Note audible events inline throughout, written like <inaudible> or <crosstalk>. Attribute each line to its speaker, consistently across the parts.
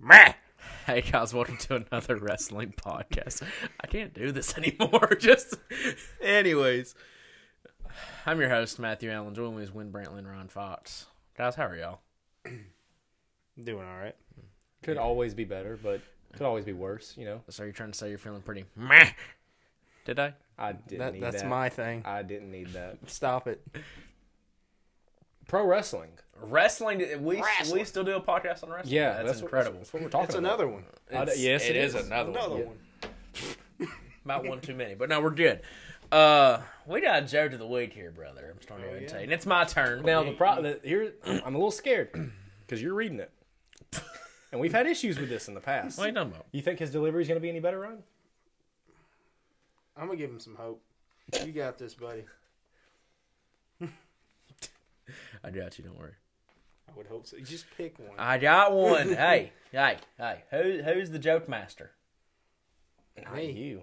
Speaker 1: Meh.
Speaker 2: Hey guys, welcome to another wrestling podcast. I can't do this anymore. <laughs> Just, anyways, I'm your host Matthew Allen. Joining me is Win Brantley and Ron Fox. Guys, how are y'all?
Speaker 1: Doing all right.
Speaker 3: Could always be better, but could always be worse. You know,
Speaker 2: So you're trying to say you're feeling pretty? Meh. Did I?
Speaker 3: I didn't
Speaker 1: That,
Speaker 3: need
Speaker 1: that's
Speaker 3: that.
Speaker 1: my thing.
Speaker 3: I didn't need that.
Speaker 1: Stop it.
Speaker 3: Pro wrestling.
Speaker 2: Wrestling. We we still do a podcast on wrestling.
Speaker 3: Yeah,
Speaker 2: that's,
Speaker 3: what-
Speaker 2: incredible.
Speaker 3: that's what we're talking
Speaker 1: That's
Speaker 3: about.
Speaker 1: another one.
Speaker 3: It's- yes, it is.
Speaker 2: another one.
Speaker 1: Another one.
Speaker 2: About <laughs> one too many, but no, we're good. Uh, we got a joke of the week here, brother. I'm starting to imitate, and it's my turn.
Speaker 3: Now the pro the, here, <clears throat> I'm a little scared <clears throat> because you're reading it, and we've had issues with this in the past.
Speaker 2: What are you talking about?
Speaker 3: You think his delivery's gonna be any better, Ron?
Speaker 1: I'm gonna give him some hope. You got this, buddy.
Speaker 2: I got you. Don't worry.
Speaker 1: I would hope so. You Just pick one.
Speaker 2: I got <laughs> one. hey, hey, hey. Who, who's the joke master?
Speaker 3: Not
Speaker 1: Me.
Speaker 3: you.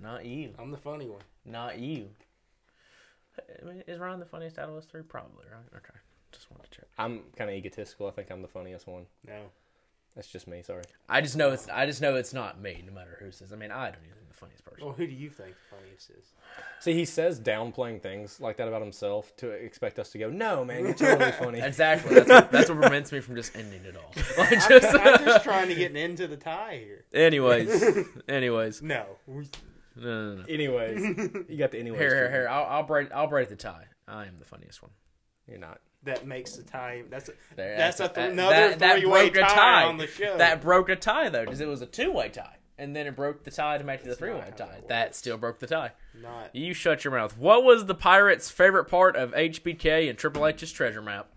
Speaker 2: Not you.
Speaker 1: I'm the funny one.
Speaker 2: Not you. I mean, is Ron the funniest out of us three? Probably, right? Okay. Just wanted to check.
Speaker 3: I'm kind of egotistical. I think I'm the funniest one.
Speaker 1: No.
Speaker 3: That's just me. Sorry.
Speaker 2: I just know it's. I just know it's not me. No matter who says. I mean, I don't even think I'm the funniest <laughs> person.
Speaker 1: Well, who do you think the funniest is?
Speaker 3: See, he says downplaying things like that about himself to expect us to go, "No, man, you're
Speaker 1: <laughs>
Speaker 3: totally funny."
Speaker 2: Exactly. That's what, that's what prevents me from just ending it all. <laughs>
Speaker 1: <laughs>
Speaker 2: Like,
Speaker 1: I'm,
Speaker 2: just-
Speaker 1: I'm just trying to get into the tie here.
Speaker 2: <laughs> anyways, anyways.
Speaker 1: No. We-
Speaker 2: No, no, no.
Speaker 3: Anyways, you got the anyways.
Speaker 2: Here, here,
Speaker 3: treatment.
Speaker 2: here. I'll, I'll break. I'll break the tie. I am the funniest one.
Speaker 3: You're not.
Speaker 1: That makes the tie. That's a,
Speaker 2: There,
Speaker 1: that's, a
Speaker 2: that-
Speaker 1: th- another
Speaker 2: that- that
Speaker 1: three-way
Speaker 2: broke a
Speaker 1: tie, on the show.
Speaker 2: That broke a tie though, because it was a two-way tie, and then it broke the tie to make it the
Speaker 1: not
Speaker 2: three-way
Speaker 1: how
Speaker 2: tie.
Speaker 1: that
Speaker 2: That still broke the tie. <laughs>
Speaker 1: Not.
Speaker 2: You shut your mouth. What was the pirates' favorite part of HBK and Triple H's treasure map?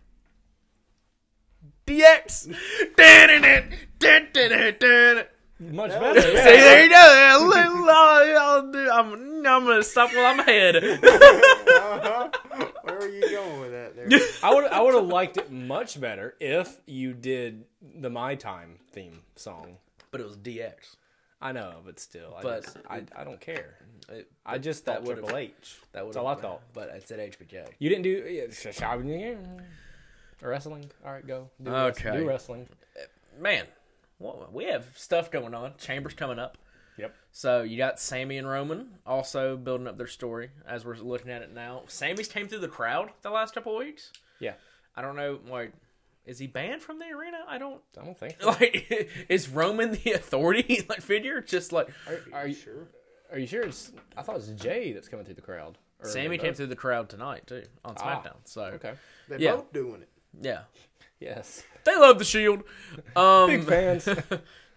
Speaker 3: <laughs>
Speaker 2: DX. Dun-dun-dun, dun-dun-dun-dun.
Speaker 3: Much
Speaker 1: No.
Speaker 3: better.
Speaker 2: See, <laughs> there you go. There, little- I'll do- I'm, I'm gonna stop while I'm ahead.
Speaker 1: Uh-huh. Where are you going with that? There.
Speaker 3: I would I would have liked it much better if you did the My Time theme song.
Speaker 2: <laughs> But it was DX.
Speaker 3: I know, but still, I
Speaker 2: But-
Speaker 3: just, I, I don't care.
Speaker 2: It-
Speaker 3: I just thought
Speaker 2: that would've-
Speaker 3: Triple H.
Speaker 2: that
Speaker 3: That's
Speaker 2: would've-
Speaker 3: all I thought.
Speaker 2: But it's at HBK.
Speaker 3: You didn't do yeah, wrestling. All right, go do wrestling.
Speaker 2: Okay.
Speaker 3: Do wrestling.
Speaker 2: man, wha- we have stuff going on. Chambers coming up.
Speaker 3: Yep.
Speaker 2: So you got Sammy and Roman also building up their story as we're looking at it now. Sammy's came through the crowd the last couple of weeks.
Speaker 3: Yeah,
Speaker 2: I don't know, like, is he banned from the arena? I don't <laughs>
Speaker 3: I don't think. So.
Speaker 2: like. Is Roman the authority <laughs> like figure? Just like
Speaker 3: Are, are you
Speaker 1: Sure.
Speaker 3: are you sure? It's I thought it's Jay that's coming through the crowd. Or
Speaker 2: Sammy
Speaker 3: they
Speaker 2: came
Speaker 3: both-
Speaker 2: through the crowd tonight too on
Speaker 3: Ah,
Speaker 2: SmackDown. so
Speaker 3: Okay.
Speaker 2: <laughs>
Speaker 1: They're
Speaker 2: Yeah.
Speaker 1: both doing it.
Speaker 2: yeah,
Speaker 3: Yes.
Speaker 2: they love the Shield. Um,
Speaker 3: <laughs>
Speaker 2: <laughs>
Speaker 3: Big fans.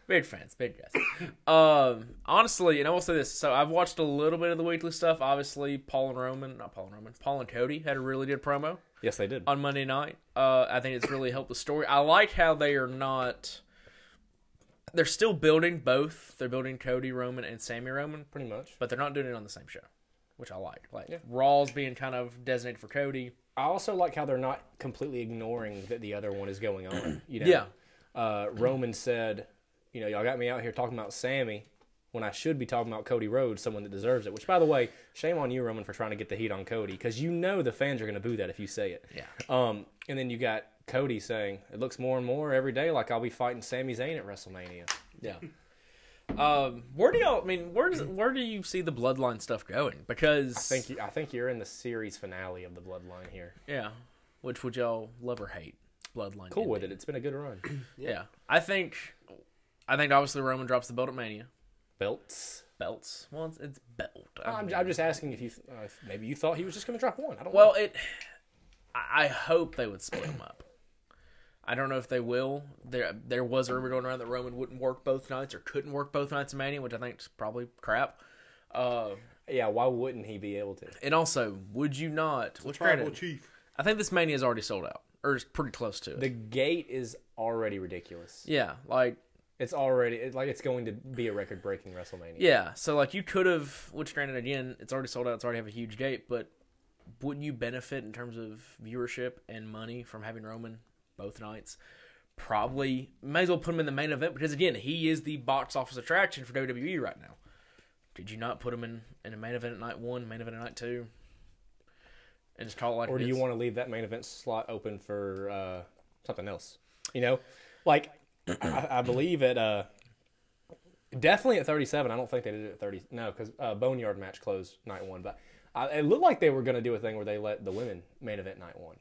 Speaker 2: Big fans, big guys. um, honestly, and I will say this: so I've watched a little bit of the weekly stuff. Obviously, Paul and Roman, not Paul and Roman, Paul and Cody had a really good promo
Speaker 3: yes, they did.
Speaker 2: on Monday night. Uh, I think it's really helped the story. I like how they are not. They're still building both. They're building Cody Roman and Sammy Roman,
Speaker 3: Pretty much.
Speaker 2: but they're not doing it on the same show, which I like. Like Raw's being kind of designated for Cody.
Speaker 3: I also like how they're not completely ignoring that the other one is
Speaker 2: <clears throat>
Speaker 3: going on. You know?
Speaker 2: Yeah.
Speaker 3: Uh, Roman said, you know, y'all got me out here talking about Sammy when I should be talking about Cody Rhodes, someone that deserves it. Which, by the way, shame on you, Roman, for trying to get the heat on Cody because you know the fans are going to boo that if you say it.
Speaker 2: Yeah.
Speaker 3: Um, and then you got Cody saying, it looks more and more every day like I'll be fighting Sami Zayn at WrestleMania.
Speaker 2: Yeah. Um, where do y'all? I mean, where does where do you see the bloodline stuff going? Because
Speaker 3: Thank you. I think you're in the series finale of the Bloodline here.
Speaker 2: Yeah. Which would y'all love or hate? Bloodline.
Speaker 3: Cool
Speaker 2: ending.
Speaker 3: with it. It's been a good run. <clears throat>
Speaker 2: Yeah. I think I think obviously Roman drops the belt at Mania.
Speaker 3: Belts.
Speaker 2: Belts. Well, it's, it's belt. I
Speaker 3: I'm,
Speaker 2: mean-
Speaker 3: I'm just asking if you uh, if maybe you thought he was just going to drop one. I don't know.
Speaker 2: well, it. I I hope they would split them up. I don't know if they will. There, there was a rumor going around that Roman wouldn't work both nights or couldn't work both nights in Mania, which I think is probably crap. Uh,
Speaker 3: Yeah, why wouldn't he be able to?
Speaker 2: and also, would you not? Which
Speaker 1: Tribal
Speaker 2: granted,
Speaker 1: chief.
Speaker 2: I think this Mania is already sold out or is pretty close to it.
Speaker 3: The gate is already ridiculous.
Speaker 2: yeah, like
Speaker 3: It's already it, like it's going to be a record breaking WrestleMania.
Speaker 2: Yeah, so like you could have, which granted again, it's already sold out, it's already have a huge gate, but wouldn't you benefit in terms of viewership and money from having Roman both nights? Probably, may as well put him in the main event because again, he is the box office attraction for WWE right now. Did you not put him in in a main event at night one, main event at night two, and just call it like?
Speaker 3: Or do
Speaker 2: it
Speaker 3: you
Speaker 2: is?
Speaker 3: want to leave that main event slot open for uh, something else? You know, like I, I believe at uh, definitely at 37. I don't think they did it at 30. No, because uh, Boneyard match closed night one, but I, it looked like they were going to do a thing where they let the women main event night one.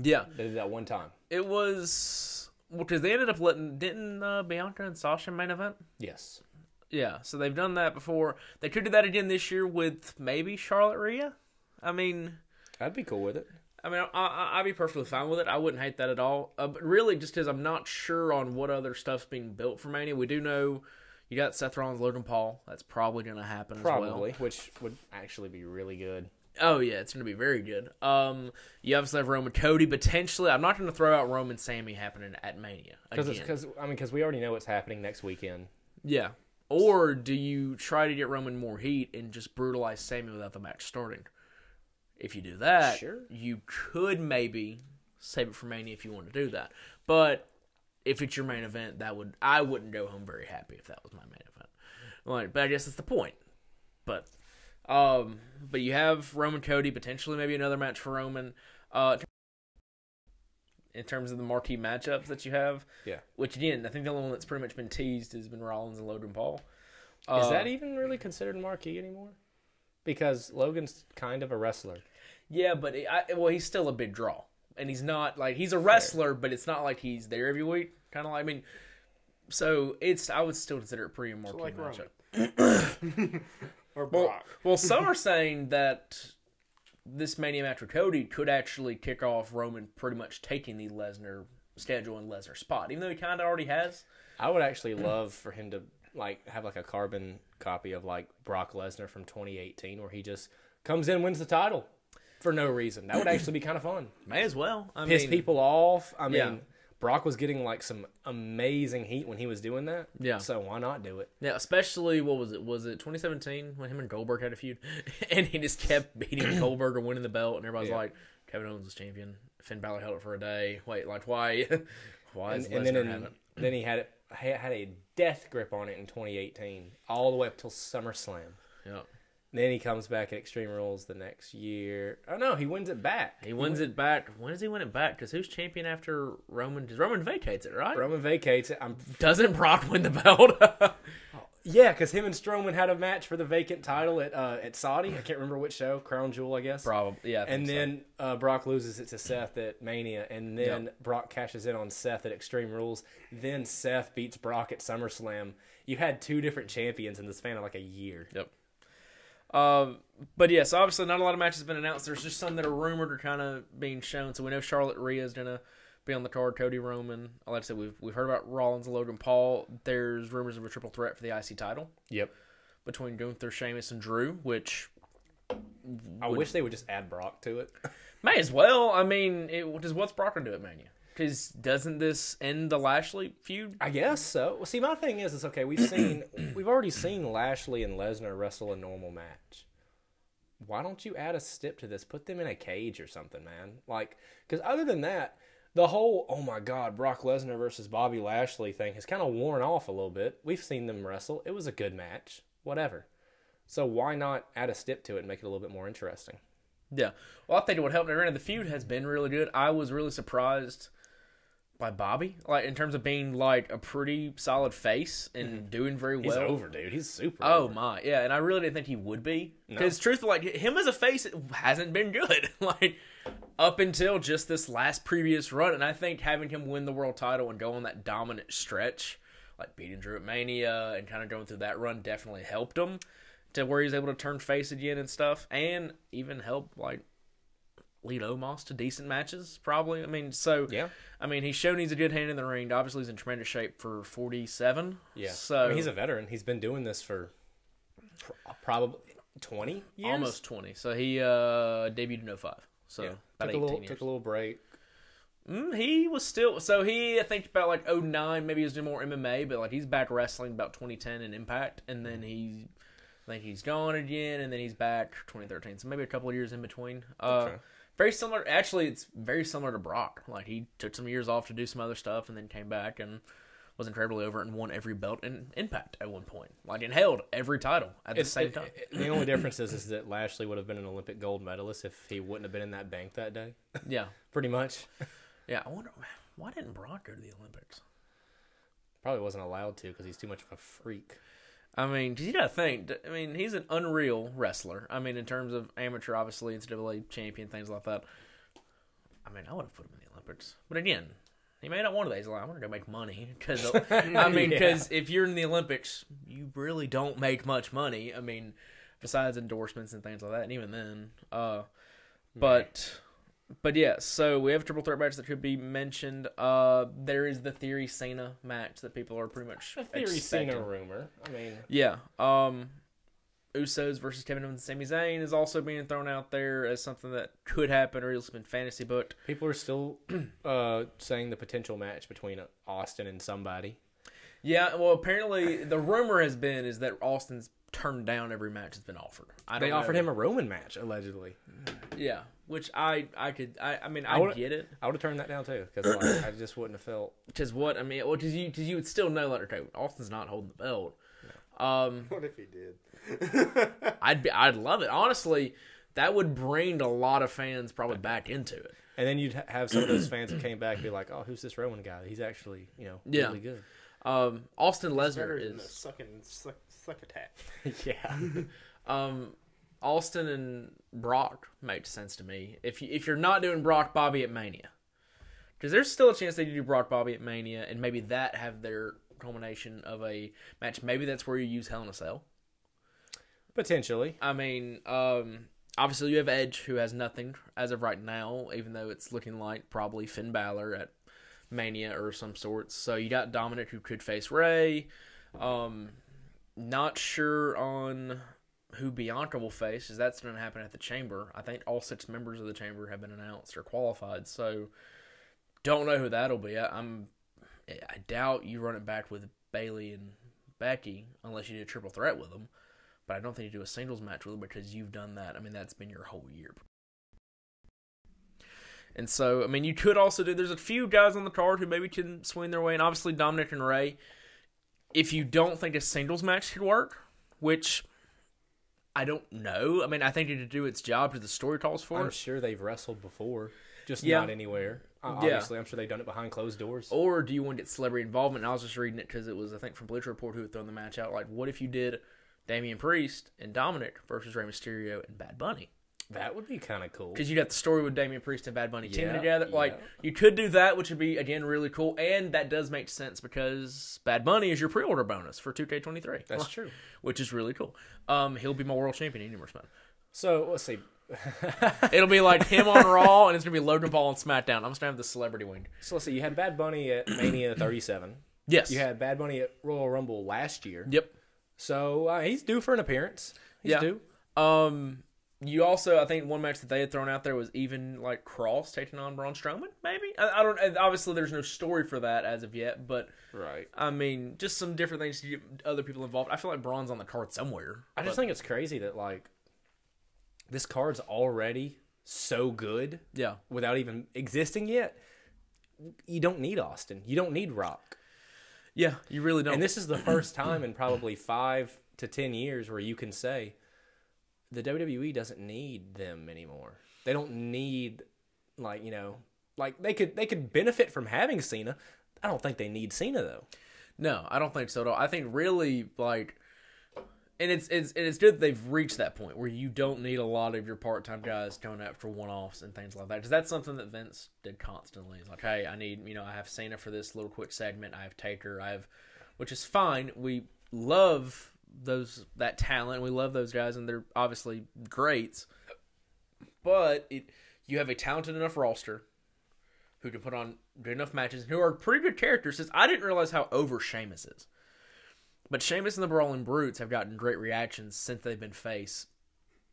Speaker 2: Yeah,
Speaker 3: They did that one time.
Speaker 2: it was because they ended up letting didn't uh, Bianca and Sasha main event.
Speaker 3: Yes.
Speaker 2: Yeah, so they've done that before. They could do that again this year with maybe Charlotte Rhea. I mean,
Speaker 3: I'd be cool with it.
Speaker 2: I mean, I, I, I'd be perfectly fine with it. I wouldn't hate that at all. Uh, but really, just because I'm not sure on what other stuff's being built for Mania. We do know you got Seth Rollins, Logan Paul. That's probably going to happen as well.
Speaker 3: Probably, which would actually be really good.
Speaker 2: Oh yeah, it's going to be very good. Um, you obviously have Roman Cody potentially. I'm not going to throw out Roman Sammy happening at Mania
Speaker 3: Because
Speaker 2: again.
Speaker 3: I mean, because we already know what's happening next weekend.
Speaker 2: yeah. Or do you try to get Roman more heat and just brutalize Sammy without the match starting? If you do that,
Speaker 3: Sure.
Speaker 2: you could maybe save it for Mania if you want to do that. But if it's your main event, that would I wouldn't go home very happy if that was my main event. Like, but I guess that's the point. But um, but you have Roman Cody potentially maybe another match for Roman. Uh, in terms of the marquee matchups that you have,
Speaker 3: Yeah.
Speaker 2: Which again, I think the only one that's pretty much been teased has been Rollins and Logan Paul.
Speaker 3: Is
Speaker 2: Uh,
Speaker 3: that even really considered marquee anymore? Because Logan's kind of a wrestler.
Speaker 2: Yeah, but he- I, well, he's still a big draw, and he's not like he's a wrestler, but it's not like he's there every week. Kind of like I mean, so it's I would still consider it pretty marquee
Speaker 1: like Roman.
Speaker 2: matchup. <coughs>
Speaker 1: Or
Speaker 2: Well,
Speaker 1: Brock.
Speaker 2: well, some are saying that this Mania match with Cody could actually kick off Roman pretty much taking the Lesnar schedule and Lesnar spot, even though he kind of already has.
Speaker 3: I
Speaker 2: <clears throat>
Speaker 3: would actually love for him to like have like a carbon copy of like Brock Lesnar from 2018, where he just comes in, wins the title for no reason. That would actually be kind of fun.
Speaker 2: May as well. <clears throat> I
Speaker 3: Piss
Speaker 2: mean,
Speaker 3: people off. I mean,
Speaker 2: Yeah.
Speaker 3: Brock was getting like some amazing heat when he was doing that.
Speaker 2: Yeah.
Speaker 3: So why not do it?
Speaker 2: yeah, especially what was it? Was it 2017 when him and Goldberg had a feud, <laughs> and he just kept <clears throat> beating Goldberg and winning the belt, and everybody's
Speaker 3: Yeah.
Speaker 2: like, Kevin Owens is champion. Finn Balor held it for a day. Wait, like why? <laughs> why is
Speaker 3: and, and then
Speaker 2: Lesnar
Speaker 3: in-
Speaker 2: having it?
Speaker 3: <clears throat> then he had it ha- had a death grip on it in 2018, all the way up till SummerSlam.
Speaker 2: Yeah.
Speaker 3: Then he comes back at Extreme Rules the next year. Oh no, he wins it back.
Speaker 2: He wins it back. When does he win it back? Because who's champion after Roman? Because Roman vacates it, right?
Speaker 3: Roman vacates it. I'm
Speaker 2: Doesn't Brock win the belt? <laughs>
Speaker 3: yeah, because him and Strowman had a match for the vacant title at uh, at Saudi. I can't remember which show, Crown Jewel, I guess.
Speaker 2: Probably, yeah. I
Speaker 3: And
Speaker 2: think so.
Speaker 3: then uh, Brock loses it to Seth at Mania, and then Brock cashes in on Seth at Extreme Rules. Then Seth beats Brock at SummerSlam. You had two different champions in the span of like a year.
Speaker 2: Um, but yes, obviously not a lot of matches have been announced. There's just some that are rumored or kind of being shown. So we know Charlotte Rhea is gonna be on the card. Cody Roman. Like I said, we've we've heard about Rollins and Logan Paul. There's rumors of a triple threat for the IC title
Speaker 3: Yep.
Speaker 2: between Gunther, Sheamus, and Drew, which
Speaker 3: I wish they would just add Brock to it.
Speaker 2: may as well. I mean, it, does what's Brock gonna do at Mania? Because doesn't this end the Lashley feud?
Speaker 3: <laughs> I guess so. Well, see, my thing is, is okay. We've seen, <clears throat> we've already seen Lashley and Lesnar wrestle a normal match. Why don't you add a step to this? Put them in a cage or something, man. Like, because other than that, the whole oh my god, Brock Lesnar versus Bobby Lashley thing has kind of worn off a little bit. We've seen them wrestle. It was a good match. Whatever. So why not add a step to it and make it a little bit more interesting?
Speaker 2: Yeah. Well, I think it would help. Granted, the feud has been really good. I was really surprised by Bobby, like in terms of being like a pretty solid face and doing very well.
Speaker 3: dude. He's super.
Speaker 2: Oh my, yeah, and I really didn't think he would be because truthfully, like him as a face it hasn't been good, <laughs> like up until just this last previous run. And I think having him win the world title and go on that dominant stretch, like beating Drew at Mania and kind of going through that run, definitely helped him to where he's able to turn face again and stuff, and even help like lead Omos to decent matches. Probably, I mean, so
Speaker 3: Yeah.
Speaker 2: I mean he's shown he's a good hand in the ring. Obviously, he's in tremendous shape for forty seven.
Speaker 3: Yeah.
Speaker 2: so
Speaker 3: I mean, he's a veteran. He's been doing this for pr- probably 20 years.
Speaker 2: almost 20 so he uh debuted in 05 so
Speaker 3: Yeah.
Speaker 2: about
Speaker 3: Took a
Speaker 2: 18
Speaker 3: little
Speaker 2: years
Speaker 3: took a little break.
Speaker 2: Mm, he was still so he i think about like 09 maybe he was doing more mma but like he's back wrestling about 2010 in impact and
Speaker 3: Mm.
Speaker 2: then he i think he's gone again and then he's back 2013 so maybe a couple of years in between uh
Speaker 3: Okay.
Speaker 2: very similar actually it's very similar to brock like he took some years off to do some other stuff and then came back and was incredibly over it and won every belt in impact at one point like and held every title at the same
Speaker 3: It-
Speaker 2: time
Speaker 3: it- the only difference is, is that Lashley would have been an Olympic gold medalist if he wouldn't have been in that bank that day.
Speaker 2: yeah
Speaker 3: Pretty much.
Speaker 2: Yeah, I wonder why didn't Brock go to the Olympics?
Speaker 3: Probably wasn't allowed to because he's too much of a freak.
Speaker 2: I mean, 'cause you gotta think. d- I mean, he's an unreal wrestler. I mean, in terms of amateur, obviously NCAA champion, things like that. I mean, I would have put him in the Olympics, but again, he may not want to. He's like, I want to go make money because
Speaker 3: <laughs>
Speaker 2: I mean,
Speaker 3: Yeah.
Speaker 2: because if you're in the Olympics, you really don't make much money. I mean, besides endorsements and things like that, and even then, uh, but. But yeah, so we have a triple threat match that could be mentioned. Uh, there is the Theory Cena match that people are pretty much
Speaker 3: A theory
Speaker 2: expecting.
Speaker 3: Cena rumor. I mean,
Speaker 2: Yeah. Um Usos versus Kevin Owens and Sami Zayn is also being thrown out there as something that could happen or it's been fantasy booked.
Speaker 3: people are still <clears throat> uh, saying the potential match between uh, Austin and somebody.
Speaker 2: Yeah, well apparently the rumor has been is that Austin's turned down every match that's been offered. I don't
Speaker 3: They offered
Speaker 2: know.
Speaker 3: him a Roman match allegedly.
Speaker 2: Yeah. Which I I could I, I mean I,
Speaker 3: would've-
Speaker 2: get it.
Speaker 3: I would have turned that down too because like, I just wouldn't have felt.
Speaker 2: Cause what I mean well cause you cause you would still know like okay, Austin's not holding the belt. Um
Speaker 1: <laughs> What if he <laughs> did?
Speaker 2: I'd be I'd love it. Honestly, that would bring a lot of fans probably back into it.
Speaker 3: And then you'd ha- have some
Speaker 2: <clears throat>
Speaker 3: of those fans that came back be like, "Oh, who's this Roman guy? He's actually you know
Speaker 2: Yeah.
Speaker 3: really good." <laughs>
Speaker 2: Um Austin
Speaker 1: Better
Speaker 2: Lesnar
Speaker 1: than a
Speaker 2: is
Speaker 1: sucking suck, suck attack.
Speaker 3: yeah.
Speaker 2: Um, Austin and Brock makes sense to me. If you, if you're not doing Brock Bobby at Mania, because there's still a chance they do Brock Bobby at Mania, and maybe that have their culmination of a match. Maybe that's where you use Hell in a Cell.
Speaker 3: Potentially.
Speaker 2: I mean, um, obviously you have Edge who has nothing as of right now, even though it's looking like probably Finn Balor at Mania or some sort. So you got Dominic who could face Ray. Um, not sure on who Bianca will face, as that's going to happen at the Chamber. I think all six members of the Chamber have been announced or qualified, so don't know who that'll be. I, I'm, I doubt you run it back with Bailey and Becky unless you do a triple threat with them. But I don't think you do a singles match with them because you've done that. I mean, that's been your whole year. And so, I mean, you could also do. There's a few guys on the card who maybe can swing their way, and obviously Dominic and Ray. If you don't think a singles match could work, which I don't know. I mean, I think it would do its job because the story calls for
Speaker 3: I'm
Speaker 2: it.
Speaker 3: sure they've wrestled before, just
Speaker 2: Yeah.
Speaker 3: not anywhere. Uh,
Speaker 2: Yeah. Oh.
Speaker 3: Obviously, I'm sure they've done it behind closed doors.
Speaker 2: Or do you want to get celebrity involvement? And I was just reading it because it was, I think, from Bleacher Report who had thrown the match out. Like, what if you did Damian Priest and Dominic versus Rey Mysterio and Bad Bunny?
Speaker 3: That would be kind of cool.
Speaker 2: because you got the story with Damian Priest and Bad Bunny teaming
Speaker 3: Yeah,
Speaker 2: together. Like
Speaker 3: yeah.
Speaker 2: you could do that, which would be again really cool, and that does make sense because Bad Bunny is your pre-order bonus for 2K23.
Speaker 3: That's true.
Speaker 2: which is really cool. Um, he'll be my world champion in Universe Man.
Speaker 3: So let's see.
Speaker 2: It'll be like him
Speaker 3: <laughs>
Speaker 2: on Raw, and it's gonna be Logan Paul on SmackDown. I'm just gonna have the celebrity wing.
Speaker 3: So let's see. You had Bad Bunny at <clears throat> Mania 37.
Speaker 2: Yes.
Speaker 3: You had Bad Bunny at Royal Rumble last year.
Speaker 2: Yep.
Speaker 3: So uh, he's due for an appearance. He's
Speaker 2: Yeah.
Speaker 3: due.
Speaker 2: Um, you also, I think one match that they had thrown out there was even like Cross taking on Braun Strowman. Maybe I, I don't. Obviously, there's no story for that as of yet, but
Speaker 3: Right.
Speaker 2: I mean, just some different things to get other people involved. I feel like Braun's on the card somewhere.
Speaker 3: I just think it's crazy that like this card's already so good
Speaker 2: Yeah.
Speaker 3: without even existing yet. You don't need Austin. You don't need Rock.
Speaker 2: Yeah, you really don't.
Speaker 3: And this is the first time in probably five to ten years where you can say the WWE doesn't need them anymore. They don't need like you know like they could they could benefit from having Cena. I don't think they need Cena though.
Speaker 2: no, I don't think so at all. I think really like and it's it's and it's good that they've reached that point where you don't need a lot of your part time guys coming out for one offs and things like that. Because that's something that Vince did constantly. It's like, hey, I need you know, I have Cena for this little quick segment, I have Taker, I have which is fine. We love those that talent, we love those guys and they're obviously greats. But it you have a talented enough roster who can put on good enough matches and who are pretty good characters. Since I didn't realize how over Sheamus is. But Sheamus and the Brawling Brutes have gotten great reactions since they've been face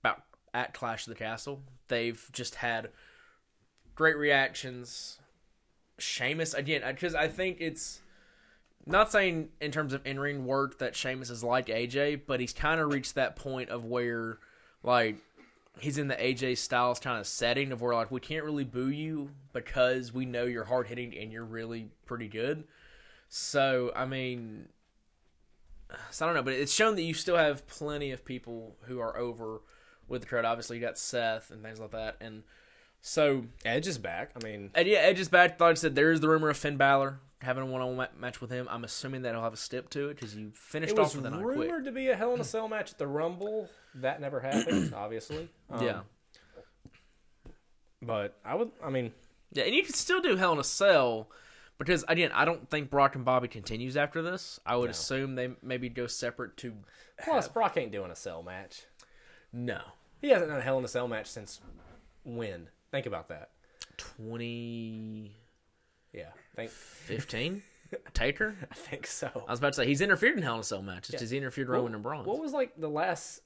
Speaker 2: about at Clash of the Castle. They've just had great reactions. Sheamus again, because I think it's not saying in terms of in ring work that Sheamus is like AJ, but he's kind of reached that point of where like he's in the AJ Styles kind of setting of where like we can't really boo you because we know you're hard hitting and you're really pretty good. So I mean, so I don't know, but it's shown that you still have plenty of people who are over with the crowd. Obviously, you got Seth and things like that, and so
Speaker 3: Edge is back. I mean,
Speaker 2: and yeah, Edge is back. Like I said, there is the rumor of Finn Balor having a one-on-one ma- match with him. I'm assuming that'll have a step to it because you finished
Speaker 3: It
Speaker 2: off
Speaker 3: was
Speaker 2: with an unquick.
Speaker 3: rumored to be a Hell in a Cell match at the Rumble. That never <clears throat> happened, obviously. Um,
Speaker 2: yeah,
Speaker 3: But I would, I mean,
Speaker 2: yeah, and you can still do Hell in a Cell because again, I don't think Brock and Bobby continues after this. I would assume they maybe go separate to
Speaker 3: plus Brock ain't doing a Cell match.
Speaker 2: no
Speaker 3: He hasn't done a Hell in a Cell match since when? Think about that.
Speaker 2: 2015
Speaker 3: Yeah, think,
Speaker 2: <laughs>
Speaker 3: <laughs>
Speaker 2: Taker.
Speaker 3: I think so.
Speaker 2: I was about to say he's interfered in Hell in a Cell matches because he interfered Roman
Speaker 3: What-
Speaker 2: and Braun.
Speaker 3: What was like the last?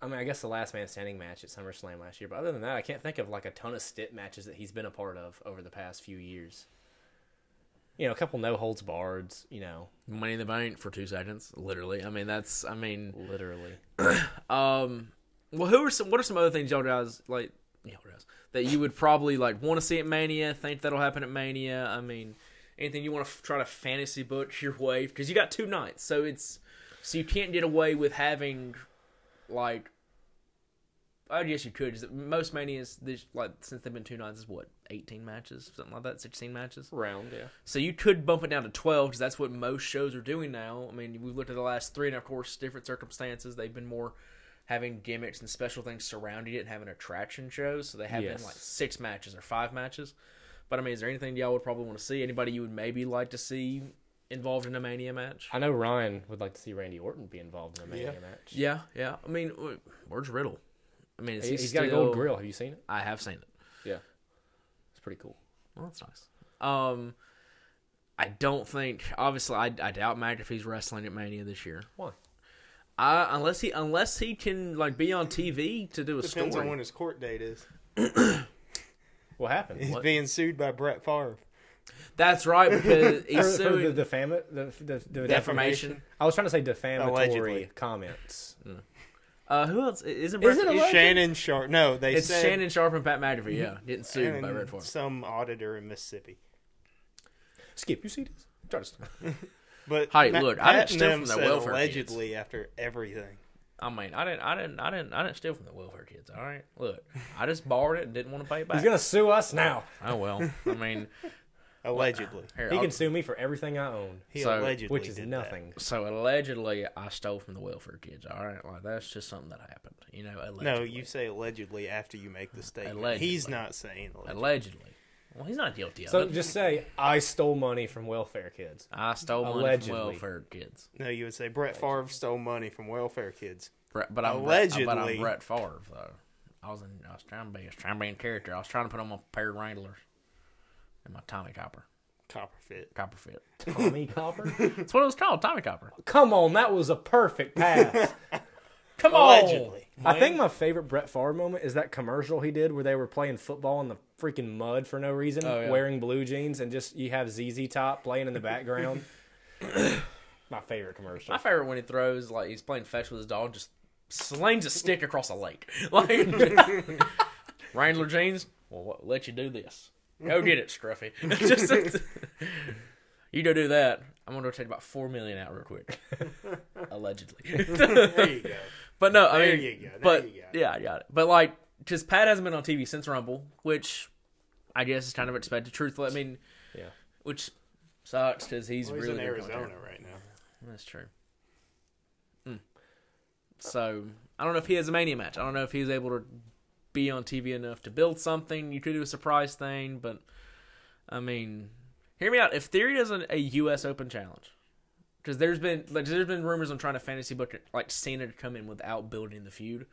Speaker 3: I mean, I guess the last man standing match at SummerSlam last year. But other than that, I can't think of like a ton of stip matches that he's been a part of over the past few years. You know, a couple no holds bards. You know,
Speaker 2: Money in the Bank for two seconds, literally. I mean, that's I mean.
Speaker 3: literally.
Speaker 2: Um, well, who are some? What are some other things y'all guys like? Y'all guys, that you would probably like want to see at Mania? Think that'll happen at Mania? I mean, anything you want to f- try to fantasy book your way because you got two nights, so it's so you can't get away with having like. I guess you could. 'cause Most manias, this like since they've been two nights, is what eighteen matches, something like that, sixteen matches.
Speaker 3: Round, yeah.
Speaker 2: So you could bump it down to 12 because that's what most shows are doing now. I mean, we've looked at the last three, and of course, different circumstances. They've been more having gimmicks and special things surrounding it and having attraction shows. So they have been
Speaker 3: Yes.
Speaker 2: like six matches or five matches. But I mean, is there anything y'all would probably want to see? Anybody you would maybe like to see involved in a Mania match?
Speaker 3: I know Ryan would like to see Randy Orton be involved in a Mania match.
Speaker 2: Yeah, yeah. I mean, w- where's Riddle? I mean, is
Speaker 3: He,
Speaker 2: he
Speaker 3: has
Speaker 2: still...
Speaker 3: got a gold grill. Have you seen it?
Speaker 2: I have seen it.
Speaker 3: Yeah, it's pretty cool.
Speaker 2: Well, that's nice. Um, I don't think. Obviously, I, I doubt McAfee's wrestling at Mania this year.
Speaker 3: Why?
Speaker 2: Uh, unless he unless he can like be on TV to do a
Speaker 1: Depends
Speaker 2: story.
Speaker 1: on when his court date is.
Speaker 2: <laughs>
Speaker 3: What happened?
Speaker 1: He's
Speaker 3: What?
Speaker 1: being sued by Brett Favre.
Speaker 2: That's right <laughs> because
Speaker 3: For,
Speaker 2: he's
Speaker 3: for the
Speaker 2: suing
Speaker 3: defama- the, the, the
Speaker 2: defamation.
Speaker 3: I was trying to say defamatory
Speaker 1: Allegedly.
Speaker 3: comments.
Speaker 2: Uh, who else isn't?
Speaker 3: Is
Speaker 2: Brett-
Speaker 3: it a- Alleged?
Speaker 1: Shannon Sharp. No, they
Speaker 2: it's
Speaker 1: said
Speaker 2: Shannon Mm-hmm. Sharp and Pat McAfee. Yeah, getting sued
Speaker 1: and
Speaker 2: by Red Farm.
Speaker 1: some auditor in Mississippi.
Speaker 3: Skip, you see this? Try to-
Speaker 1: But
Speaker 2: Hey,
Speaker 1: Ma-
Speaker 2: look, I
Speaker 1: Pat and
Speaker 2: didn't steal
Speaker 1: them
Speaker 2: from their
Speaker 1: said
Speaker 2: welfare
Speaker 1: allegedly after everything.
Speaker 2: I mean, I didn't, I didn't, I didn't, I didn't steal from the welfare kids. All right, look, I just borrowed it and didn't want to pay it back.
Speaker 3: He's gonna sue us now.
Speaker 2: Oh well, I mean,
Speaker 3: <laughs>
Speaker 1: Allegedly,
Speaker 2: here,
Speaker 3: He
Speaker 2: I'll-
Speaker 3: can sue me for everything I own,
Speaker 1: he
Speaker 2: uh, So-
Speaker 1: allegedly
Speaker 3: which is
Speaker 1: did
Speaker 2: <laughs>
Speaker 3: nothing.
Speaker 2: So allegedly, I stole from the welfare kids. All right, like that's just something that happened. You know, allegedly.
Speaker 1: that. No, you say allegedly after you make the statement. He's
Speaker 2: Allegedly.
Speaker 1: not saying allegedly.
Speaker 2: allegedly. Well, he's not guilty of
Speaker 3: So
Speaker 2: it.
Speaker 3: just say I stole money from welfare kids.
Speaker 2: <laughs> I stole money
Speaker 3: Allegedly.
Speaker 2: from welfare kids.
Speaker 1: No, you would say Brett Favre stole money from welfare kids.
Speaker 2: Brett, but I'm
Speaker 1: Allegedly.
Speaker 2: Brett, but I'm Brett Favre though. I was in, I was trying to be, I was trying to be in character. I was trying to put on my pair of Wranglers and my Tommy Copper,
Speaker 1: Copperfit.
Speaker 2: Copper fit.
Speaker 3: Tommy Copper.
Speaker 2: That's what it was called, Tommy Copper.
Speaker 3: Come on, that was a perfect
Speaker 2: <laughs>
Speaker 3: pass.
Speaker 2: Come
Speaker 1: Allegedly.
Speaker 3: I think my favorite Brett Favre moment is that commercial he did where they were playing football in the freaking mud for no reason,
Speaker 2: Oh, yeah.
Speaker 3: wearing blue jeans, and just you have ZZ Top playing in
Speaker 2: <laughs>
Speaker 3: the background. my favorite commercial.
Speaker 2: My favorite when he throws like he's playing fetch with his dog, just slings a stick across a lake. <laughs> Like Wrangler jeans. Well, what, let you do this. Go get it, Scruffy. <laughs> just, you go do that. I'm gonna go take about four million out real quick. Allegedly.
Speaker 1: There you go.
Speaker 2: <laughs> But no, I
Speaker 1: There
Speaker 2: mean,
Speaker 1: you go, there
Speaker 2: but
Speaker 1: you go.
Speaker 2: yeah, I got it. But like, just Pat hasn't been on TV since Rumble, which I guess is kind of expected. Truthfully, I mean,
Speaker 3: Yeah.
Speaker 2: which sucks because he's
Speaker 1: Well, he's
Speaker 2: really
Speaker 1: in
Speaker 2: good
Speaker 1: Arizona
Speaker 2: commentator.
Speaker 1: right now.
Speaker 2: That's true. Mm. So I don't know if he has a mania match. I don't know if he's able to be on TV enough to build something. You could do a surprise thing, but I mean, hear me out. If Theory does an, a U.S. Open challenge, because there's been like there's been rumors on trying to fantasy book it, like Cena to come in without building the feud,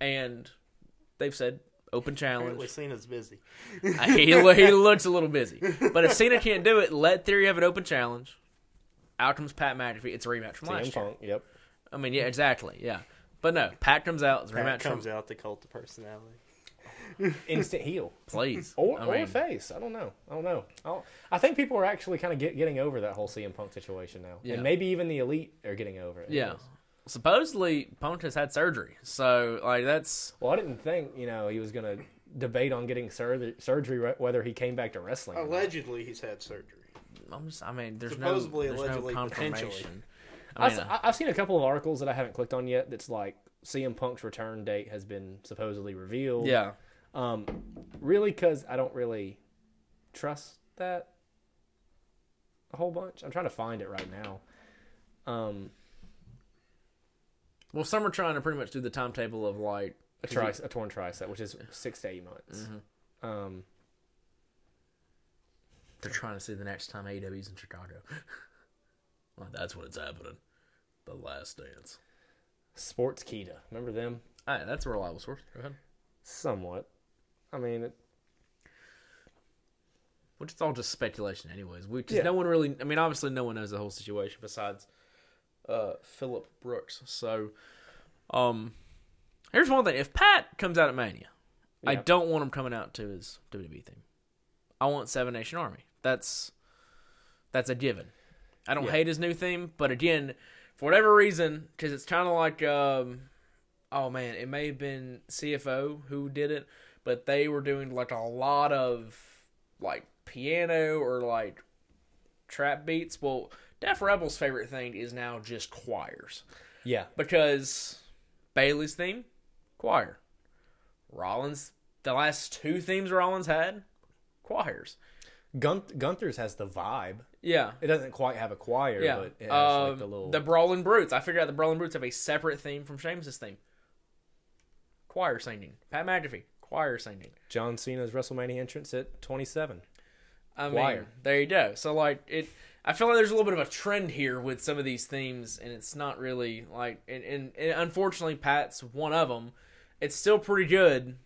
Speaker 2: and they've said open challenge.
Speaker 1: Apparently, Cena's busy.
Speaker 2: <laughs> he, lo- he looks a little busy. But if Cena can't do it, let Theory have an open challenge. Out comes Pat McAfee. It's a rematch from last
Speaker 3: CM
Speaker 2: year.
Speaker 3: Punk. Yep.
Speaker 2: I mean, yeah, exactly, yeah. But no, Pat comes out. It's a
Speaker 1: That
Speaker 2: rematch
Speaker 1: comes
Speaker 2: from,
Speaker 1: out the cult of personality.
Speaker 3: Instant heel.
Speaker 2: please.
Speaker 3: Or,
Speaker 2: I
Speaker 3: or
Speaker 2: mean,
Speaker 3: face. I don't know. I don't know. I, don't, I think people are actually kind of get, getting over that whole CM Punk situation now.
Speaker 2: Yeah.
Speaker 3: And maybe even the elite are getting over it.
Speaker 2: yeah. Supposedly, Punk has had surgery, so like that's
Speaker 3: Well, I didn't think, you know, he was going to debate on getting sur- surgery re- whether he came back to wrestling. or not.
Speaker 1: Allegedly, he's had surgery.
Speaker 2: I'm just I mean there's
Speaker 1: Supposedly,
Speaker 2: no there's
Speaker 1: allegedly,
Speaker 2: no
Speaker 1: potentially.
Speaker 2: confirmation. I
Speaker 3: I've,
Speaker 2: mean,
Speaker 3: se-
Speaker 2: uh,
Speaker 3: I- I've seen a couple of articles that I haven't clicked on yet that's like CM Punk's return date has been supposedly revealed.
Speaker 2: yeah,
Speaker 3: Um, really, because I don't really trust that. a whole bunch? I'm trying to find it right now. Um,
Speaker 2: Well, some are trying to pretty much do the timetable of like
Speaker 3: a tri- a torn tricep, which is six to eight months.
Speaker 2: Mm-hmm.
Speaker 3: Um,
Speaker 2: they're trying to see the next time AEW's in Chicago. <laughs> like that's when it's happening. The Last Dance.
Speaker 3: sports Kita, remember them?
Speaker 2: All right, that's a reliable source. Go ahead.
Speaker 3: Somewhat. I mean, it,
Speaker 2: Which is all just speculation, anyways. We 'cause
Speaker 3: Yeah.
Speaker 2: no one really. I mean, obviously, no one knows the whole situation besides uh, Philip Brooks. So, um, here's one thing: if Pat comes out at Mania, I
Speaker 3: Yeah.
Speaker 2: don't want him coming out to his WWE theme. I want Seven Nation Army. That's that's a given. I don't
Speaker 3: Yeah.
Speaker 2: hate his new theme, but again, for whatever reason, because it's kind of like, um, oh man, it may have been CFO who did it, but they were doing like a lot of like piano or like trap beats. Well, Def Rebel's favorite thing is now just choirs
Speaker 3: yeah,
Speaker 2: because Bailey's theme, choir. Rollins, the last two themes Rollins had, choirs.
Speaker 3: Gun- Gunther's has the vibe.
Speaker 2: Yeah.
Speaker 3: It doesn't quite have a choir,
Speaker 2: Yeah.
Speaker 3: but it has
Speaker 2: Um,
Speaker 3: like the
Speaker 2: the,
Speaker 3: little.
Speaker 2: Brawling Brutes. I figured out the Brawling Brutes have a separate theme from Sheamus' theme. Choir singing. Pat McAfee, choir singing.
Speaker 3: John Cena's WrestleMania entrance at 27.
Speaker 2: I mean,
Speaker 3: Choir.
Speaker 2: there you go. So like it, I feel like there's a little bit of a trend here with some of these themes, and it's not really like, and, and, and unfortunately, Pat's one of them. It's still pretty good,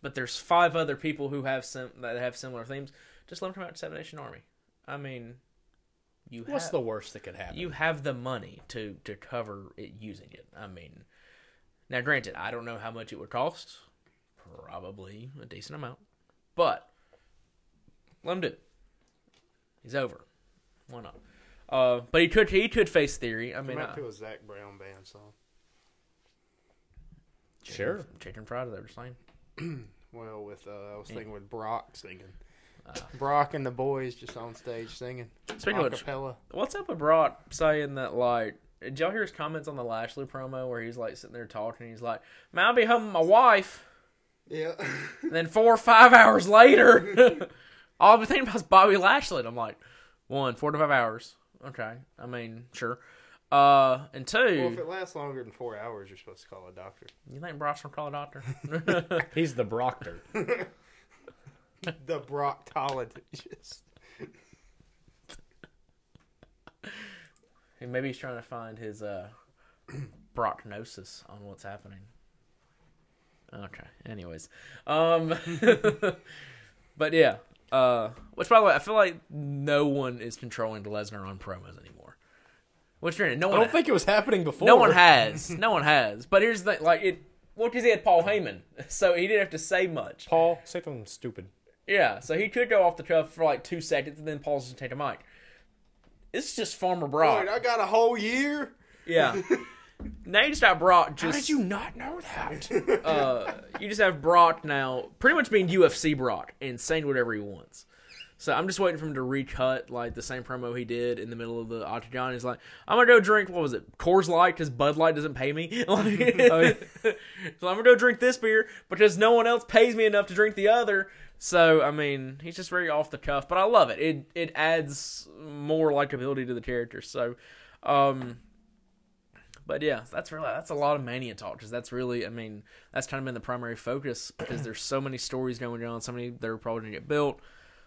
Speaker 2: but there's five other people who have some that have similar themes. Just let them come out to Seven Nation Army. I mean, you
Speaker 3: What's
Speaker 2: have,
Speaker 3: the worst that could happen?
Speaker 2: you have the money to to cover it using it. I mean, now granted, I don't know how much it would cost. Probably a decent amount, but let him do. it. He's over. Why not? Uh, but he could he could face theory. I
Speaker 1: Come
Speaker 2: mean,
Speaker 1: out
Speaker 2: uh,
Speaker 1: to a Zach Brown band song.
Speaker 2: chicken-
Speaker 3: sure.
Speaker 2: chicken fried. They were saying
Speaker 1: Well, with uh, I was thinking with Brock singing. <laughs> Brock and the boys just on stage singing.
Speaker 2: Uh. Speaking of which-
Speaker 1: Acapella.
Speaker 2: What's up with Brock saying that like did y'all hear his comments on the Lashley promo where he's like sitting there talking he's like, Man, I'll be home with my wife
Speaker 1: <laughs> Yeah.
Speaker 2: and then four or five <laughs> hours later <laughs> all I've been thinking about is Bobby Lashley. And I'm like, one, four to five hours. Okay. I mean, sure. Uh and two
Speaker 1: well, if it lasts longer than four hours, you're supposed to call a doctor.
Speaker 2: you think Brock's gonna call
Speaker 1: <laughs>
Speaker 2: a doctor? <laughs>
Speaker 3: He's the Brockter.
Speaker 1: The Broctologist.
Speaker 2: and maybe he's trying to find his uh <clears throat> Brocknosis on what's happening. Okay. Anyways. Um <laughs> But yeah. Uh which by the way, I feel like no one is controlling Lesnar on promos anymore. Which granted, no
Speaker 3: I
Speaker 2: one
Speaker 1: Oh,
Speaker 3: don't think it was happening before.
Speaker 2: No one has. No one has. But here's the thing, like it. Well, because he had Paul Heyman, so he didn't have to say much.
Speaker 3: Paul, say something stupid.
Speaker 2: Yeah, so he could go off the cuff for like two seconds, and then Paul's just take the mic. It's just Farmer Brock.
Speaker 1: Wait, I got a whole year.
Speaker 2: yeah.
Speaker 3: <laughs>
Speaker 2: now you just got Brock. Just
Speaker 3: How did you not know that? <laughs>
Speaker 2: you just have Brock now pretty much being UFC Brock and saying whatever he wants. So I'm just waiting for him to recut like the same promo he did in the middle of the octagon. He's like, I'm gonna go drink what was it, Coors Light because Bud Light doesn't pay me. <laughs> Like, so I'm gonna go drink this beer because no one else pays me enough to drink the other. So I mean, he's just very off the cuff, but I love it. It it adds more likability to the character. So, um, but yeah, that's really that's a lot of mania talk because that's really I mean that's kind of been the primary focus because there's so many stories going on, so many that are probably gonna get built.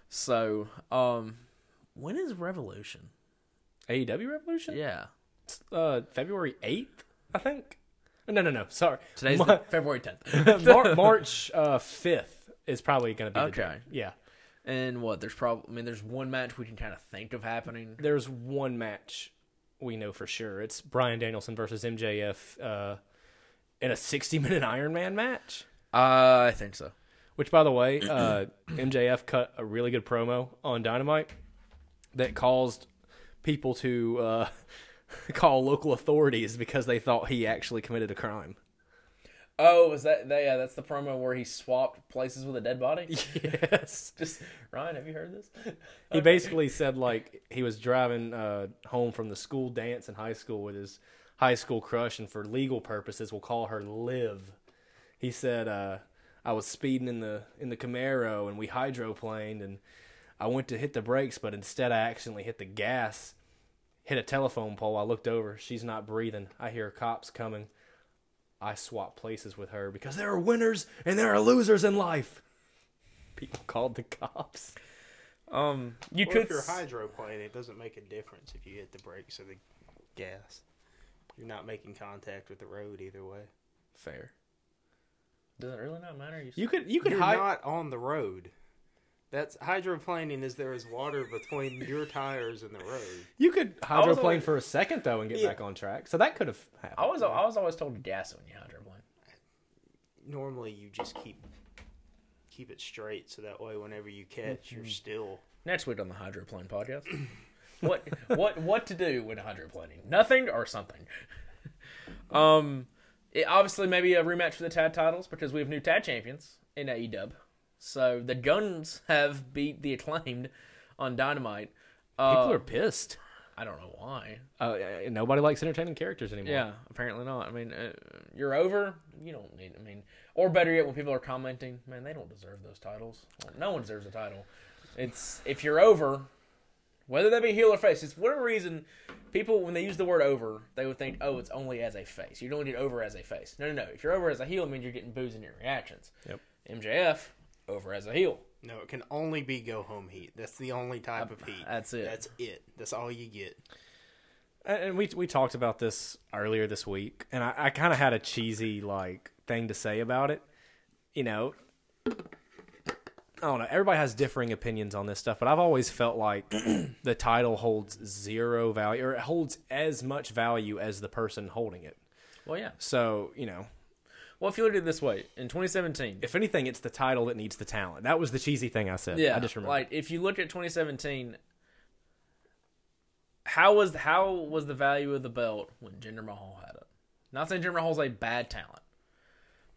Speaker 2: So, um, when is Revolution?
Speaker 3: AEW E Revolution?
Speaker 2: Yeah,
Speaker 3: Uh, February 8th, I think. No, no, no. Sorry.
Speaker 2: today's
Speaker 3: Ma-
Speaker 2: the, February
Speaker 3: <laughs>
Speaker 2: 10th, <laughs>
Speaker 3: Mar- March uh, 5th is probably going to be the
Speaker 2: Okay.
Speaker 3: date. Yeah.
Speaker 2: and what there's probably I mean there's one match we can kind of think of happening.
Speaker 3: There's one match we know for sure. It's Brian Danielson versus MJF uh, in a 60 minute Iron Man match.
Speaker 2: Uh, I think so.
Speaker 3: Which, by the way, uh, <clears throat> MJF cut a really good promo on Dynamite that caused people to uh, <laughs> call local authorities because they thought he actually committed a crime. <laughs>
Speaker 2: Oh, is that, that yeah? That's the promo where he swapped places with a dead body.
Speaker 3: Yes.
Speaker 2: <laughs> Just Ryan, have you heard this?
Speaker 3: He basically said like he was driving uh, home from the school dance in high school with his high school crush, and for legal purposes, we'll call her Liv. He said uh, I was speeding in the in the Camaro, and we hydroplaned, and I went to hit the brakes, but instead I accidentally hit the gas, hit a telephone pole. I looked over. She's not breathing. I hear cops coming. I swap places with her because there are winners and there are losers in life. People called the cops.
Speaker 2: Um, you
Speaker 1: Or
Speaker 2: could
Speaker 1: if you're
Speaker 2: s-
Speaker 1: hydroplaning, it doesn't make a difference if you hit the brakes or the gas. You're not making contact with the road either way.
Speaker 3: Fair.
Speaker 2: Does it really not matter? You,
Speaker 3: You could you could
Speaker 1: You're
Speaker 3: hide.
Speaker 1: not on the road. That's hydroplaning is there is water between your tires and the road.
Speaker 3: You could hydroplane
Speaker 2: always-
Speaker 3: for a second though and get
Speaker 1: Yeah.
Speaker 3: back on track. So that could have happened.
Speaker 2: I was I was always told to gas it when you hydroplane.
Speaker 1: Normally you just keep keep it straight so that way whenever you catch you're still
Speaker 2: Next week on the hydroplane podcast, <clears throat> what what what to do when hydroplaning? Nothing or something. <laughs> Um, it, obviously maybe a rematch for the tag titles because we have new tag champions in AEW. So the Guns have beat the Acclaimed on Dynamite. Uh,
Speaker 3: People are pissed.
Speaker 2: I don't know why.
Speaker 3: Uh, nobody likes entertaining characters anymore.
Speaker 2: Yeah, apparently not. I mean, uh, you're over. You don't need. I mean, or better yet, when people are commenting, man, they don't deserve those titles. Well, no one deserves a title. It's if you're over, whether they be heel or face. It's for whatever reason, people when they use the word over, they would think, oh, it's only as a face. You don't need over as a face. No, no, no. If you're over as a heel, it means you're getting boos in your reactions.
Speaker 3: Yep.
Speaker 2: MJF over as a heel.
Speaker 1: no, it can only be go home heat. That's the only type of heat.
Speaker 2: that's it.
Speaker 1: That's it. That's all you get.
Speaker 3: And- And we we talked about this earlier this week, and I, I kind of had a cheesy like thing to say about it. You know, I don't know. Everybody has differing opinions on this stuff, but I've always felt like <clears throat> the title holds zero value, or it holds as much value as the person holding it.
Speaker 2: Well, yeah.
Speaker 3: So you know,
Speaker 2: Well, if you look at it this way, in 2017,
Speaker 3: if anything, it's the title that needs the talent. That was the cheesy thing I said.
Speaker 2: Yeah,
Speaker 3: I just remember.
Speaker 2: Like if you look at 2017, how was how was the value of the belt when Jinder Mahal had it? Not saying Jinder Mahal's a bad talent,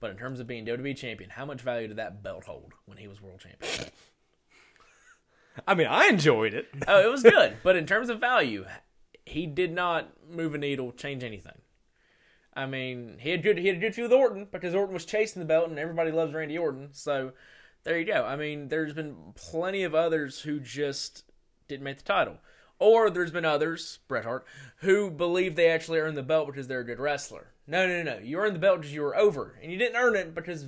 Speaker 2: but in terms of being WWE champion, how much value did that belt hold when he was world champion?
Speaker 3: I mean, I enjoyed it. <laughs>
Speaker 2: oh, it was good, but in terms of value, he did not move a needle, change anything. I mean, he had good he had a good feud with Orton because Orton was chasing the belt, and everybody loves Randy Orton. So there you go. I mean, there's been plenty of others who just didn't make the title, or there's been others, Bret Hart, who believe they actually earned the belt because they're a good wrestler. No, no, no. You earned the belt because you were over, and you didn't earn it because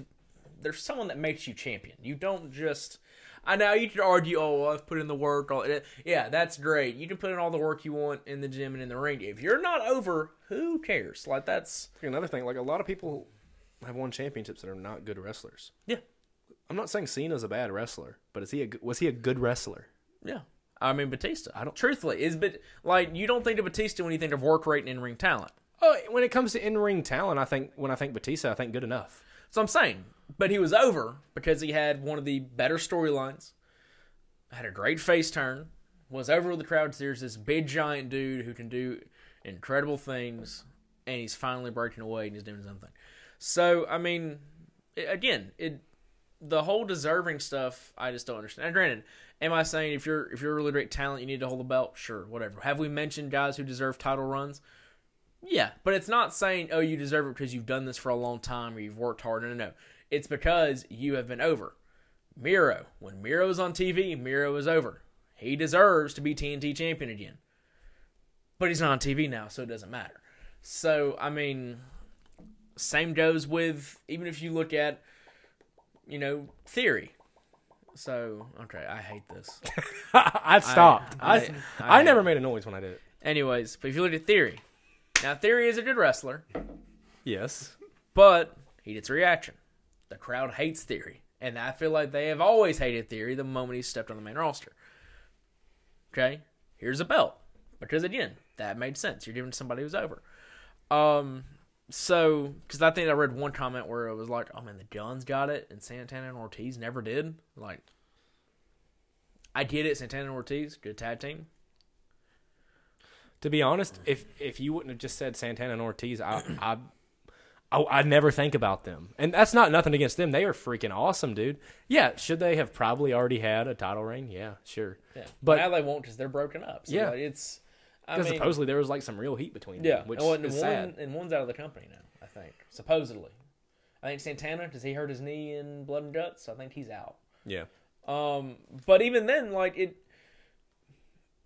Speaker 2: there's someone that makes you champion. You don't just. I know you could argue, oh, well, I've put in the work. All yeah, that's great. You can put in all the work you want in the gym and in the ring. If you're not over, who cares? Like that's
Speaker 3: Another thing, like a lot of people have won championships that are not good wrestlers.
Speaker 2: yeah,
Speaker 3: I'm not saying Cena's a bad wrestler, but is he a, g- was he a good wrestler?
Speaker 2: yeah. I mean Batista. I don't truthfully is but like you don't think of Batista when you think of work rate and in ring talent.
Speaker 3: Oh, when it comes to in ring talent, I think when I think Batista, I think good <laughs> enough.
Speaker 2: So I'm saying, but he was over because he had one of the better storylines, had a great face turn, was over with the crowd. So There's this big giant dude who can do incredible things, and he's finally breaking away and he's doing something. So I mean, i again, it the whole deserving stuff I just don't understand. And granted, am I saying if you're if you're a really great talent, you need to hold the belt? Sure, whatever. Have we mentioned guys who deserve title runs? Yeah, but it's not saying oh you deserve it because you've done this for a long time or you've worked hard. No, no, no. It's because you have been over. Miro, when Miro's on TV, Miro is over. He deserves to be TNT champion again. But he's not on TV now, so it doesn't matter. So, I mean, same goes with even if you look at, you know, theory. So, okay, I hate this.
Speaker 3: I stopped. I,
Speaker 2: I-
Speaker 3: I,
Speaker 2: I-
Speaker 3: never made a noise when I did it.
Speaker 2: Anyways, but if you look at theory, now theory is a good wrestler.
Speaker 3: Yes.
Speaker 2: But he gets a reaction. The crowd hates Theory. And I feel like they have always hated Theory the moment he stepped on the main roster. Okay? Here's a belt. Because again, that made sense. You're giving it to somebody who's over. Um, so, because I think I read one comment where it was like, oh man, the Guns got it and Santana and Ortiz never did. Like, I get it. Santana and Ortiz, good tag team.
Speaker 3: To be honest, if if you wouldn't have just said Santana and Ortiz, I <clears throat> I I, I never think about them. And that's not nothing against them. They are freaking awesome, dude. Yeah, should they have probably already had a title reign? Yeah, sure.
Speaker 2: But
Speaker 3: But-
Speaker 2: now they won't because they're broken up. So,
Speaker 3: Yeah.
Speaker 2: like, it's. I
Speaker 3: Because
Speaker 2: mean,
Speaker 3: supposedly there was like some real heat between
Speaker 2: Yeah,
Speaker 3: them, which
Speaker 2: oh, and
Speaker 3: is
Speaker 2: one,
Speaker 3: sad.
Speaker 2: and one's out of the company now. I think supposedly. I think Santana because he hurt his knee in Blood and Guts. I think he's out.
Speaker 3: Yeah.
Speaker 2: Um, but even then, like it,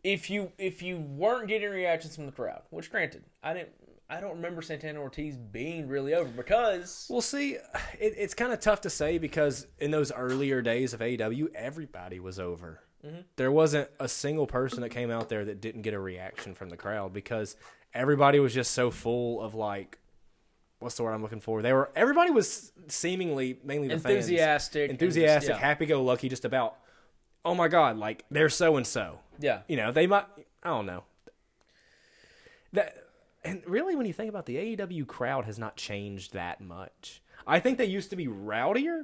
Speaker 2: if you if you weren't getting reactions from the crowd, which granted, I didn't. I don't remember Santana Ortiz being really over because
Speaker 3: Well, see, it, it's kind of tough to say because in those earlier days of AEW, everybody was over.
Speaker 2: Mm-hmm.
Speaker 3: There wasn't a single person that came out there that didn't get a reaction from the crowd because everybody was just so full of like, what's the word I'm looking for? They were everybody was seemingly mainly the fans.
Speaker 2: Enthusiastic and just-
Speaker 3: enthusiastic,
Speaker 2: yeah.
Speaker 3: happy-go-lucky, just about. Oh my God! Like they're so and so.
Speaker 2: yeah,
Speaker 3: You know they might. I don't know. That and really, when you think about the AEW crowd, has not changed that much. I think they used to be rowdier,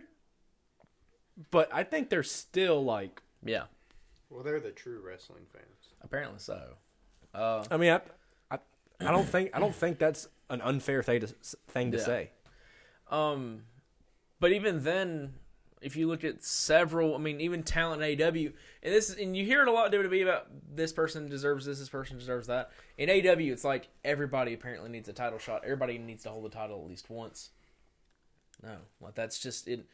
Speaker 3: but I think they're still like.
Speaker 2: yeah,
Speaker 1: Well, they're the true wrestling fans.
Speaker 2: apparently so. Uh,
Speaker 3: I mean, I, I, I don't think I don't think that's an unfair thing to thing to
Speaker 2: Yeah.
Speaker 3: say.
Speaker 2: Um, but even then, if you look at several, I mean, even talent in AW, and this, is- and you hear it a lot in WWE E about this person deserves this, this person deserves that. In AW, it's like everybody apparently needs a title shot. Everybody needs to hold the title at least once. No, like that's just it.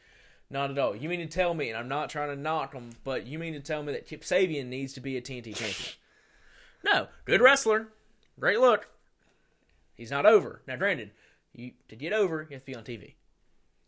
Speaker 2: Not at all. You mean to tell me, and I'm not trying to knock them, but you mean to tell me that Kip Sabian needs to be a TNT champion? no, good wrestler, great look. He's not over. Now, granted, you to get over, you have to be on TV.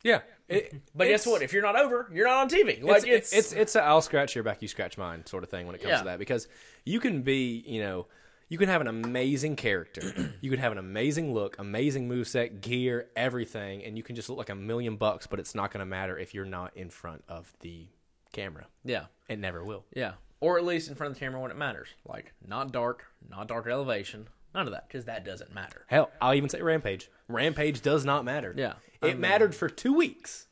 Speaker 3: Yeah, it,
Speaker 2: But
Speaker 3: it's-
Speaker 2: guess what? If you're not over, you're not on TV.
Speaker 3: it's,
Speaker 2: Like it's
Speaker 3: it's it's a I'll scratch your back, you scratch mine sort of thing when it comes
Speaker 2: Yeah.
Speaker 3: to that because you can be you know you can have an amazing character, <clears throat> you can have an amazing look, amazing moveset, gear, everything, and you can just look like a million bucks, but it's not going to matter if you're not in front of the camera.
Speaker 2: yeah,
Speaker 3: It never will.
Speaker 2: yeah, or at least in front of the camera when it matters. Like not dark, not dark elevation, none of that, because that doesn't matter.
Speaker 3: Hell, I'll even say Rampage. Rampage does not matter.
Speaker 2: Yeah.
Speaker 3: it mattered for two weeks.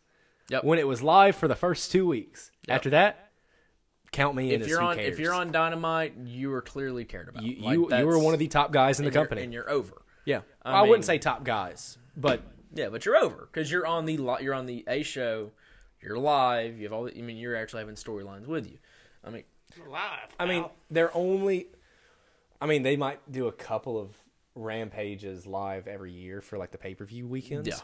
Speaker 2: Yep.
Speaker 3: When it was live for the first two weeks. After that, count me
Speaker 2: If
Speaker 3: in. as
Speaker 2: you're
Speaker 3: who
Speaker 2: on, if
Speaker 3: cares.
Speaker 2: you're on Dynamite, you are clearly cared about.
Speaker 3: you
Speaker 2: Like,
Speaker 3: you, you were
Speaker 2: that's-
Speaker 3: one of the top guys in the
Speaker 2: and you're-
Speaker 3: company.
Speaker 2: and you're over.
Speaker 3: Yeah,
Speaker 2: I
Speaker 3: I, wouldn't
Speaker 2: mean-
Speaker 3: say top guys, but
Speaker 2: Yeah, but you're over because you're on the li- you're on the A show. You're live. You have all. The, I mean, you're actually having storylines with you. I mean,
Speaker 1: Live.
Speaker 3: I mean they're only. I mean, they might do a couple of rampages live every year for like the pay per view weekends.
Speaker 2: Yeah.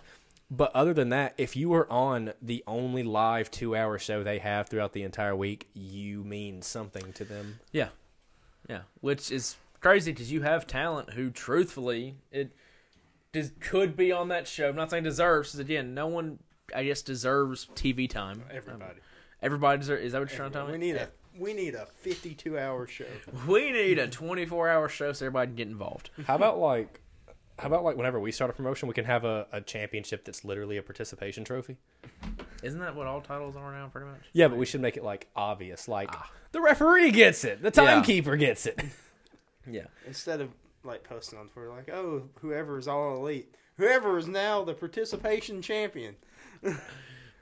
Speaker 3: But other than that, if you were on the only live two hour show they have throughout the entire week, you mean something to them.
Speaker 2: Yeah. Yeah. Which is crazy because you have talent who, truthfully, it des- could be on that show. I'm not saying deserves, 'cause again, no one, I guess, deserves TV time.
Speaker 1: Everybody.
Speaker 2: Everybody deserves. Is that what you're trying to
Speaker 1: We
Speaker 2: tell me?
Speaker 1: need a we need a fifty-two hour show.
Speaker 2: We need a 24 hour show so everybody can get involved.
Speaker 3: How about like, how about like whenever we start a promotion, we can have a, a championship that's literally a participation trophy.
Speaker 2: Isn't that what all titles are now, pretty much?
Speaker 3: Yeah, but we should make it like obvious, like the referee gets it, the
Speaker 2: Yeah.
Speaker 3: timekeeper gets it.
Speaker 2: Yeah.
Speaker 1: Instead of like posting on Twitter, like, oh, whoever is all elite, whoever is now the participation champion.
Speaker 2: <laughs>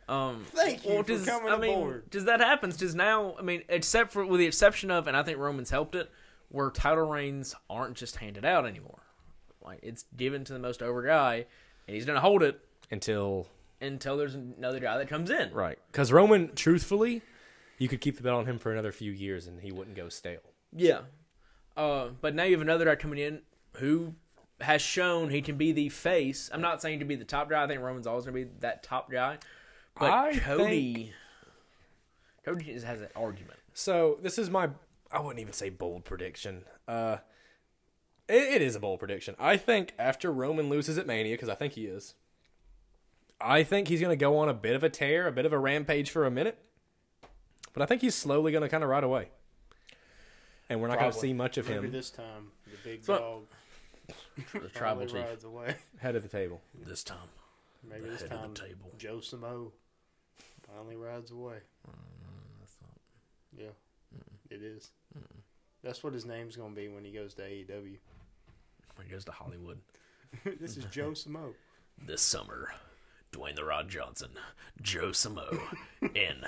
Speaker 2: Um,
Speaker 1: Thank you
Speaker 2: well,
Speaker 1: for
Speaker 2: does,
Speaker 1: coming
Speaker 2: I mean,
Speaker 1: aboard.
Speaker 2: does that happens? Does now? I mean, except for with the exception of, and I think Romans helped it, where title reigns aren't just handed out anymore. Like it's given to the most over guy, and he's gonna hold it
Speaker 3: Until
Speaker 2: until there's another guy that comes in.
Speaker 3: Right. Because Roman, truthfully, you could keep the belt on him for another few years and he wouldn't go stale.
Speaker 2: Yeah. Uh, but now you have another guy coming in who has shown he can be the face. I'm not saying to be the top guy. I think Roman's always gonna be that top guy. But
Speaker 3: I
Speaker 2: Cody, Cody has that argument.
Speaker 3: So this is my, I wouldn't even say bold prediction. Uh, it, it is a bold prediction. I think after Roman loses at Mania, because I think he is, I think he's going to go on a bit of a tear, a bit of a rampage for a minute. But I think he's slowly going to kind of ride away. And we're not going to
Speaker 1: Probably.
Speaker 3: see much of
Speaker 1: Maybe
Speaker 3: him
Speaker 1: this time the big
Speaker 2: So-
Speaker 1: dog
Speaker 2: The tribal
Speaker 1: <laughs> probably
Speaker 2: chief
Speaker 1: rides away.
Speaker 3: head of the table.
Speaker 2: this time.
Speaker 1: Maybe
Speaker 2: The
Speaker 1: this
Speaker 2: head
Speaker 1: time
Speaker 2: of the table.
Speaker 1: Joe Samo finally rides away.
Speaker 2: Uh,
Speaker 1: Yeah, it is. That's what his name's gonna be when he goes to E AEW.
Speaker 2: When he goes to Hollywood
Speaker 1: <laughs> this
Speaker 2: <laughs>
Speaker 1: is Joe Samo.
Speaker 2: this summer, Dwayne the Rod Johnson, Joe <laughs> Samo, in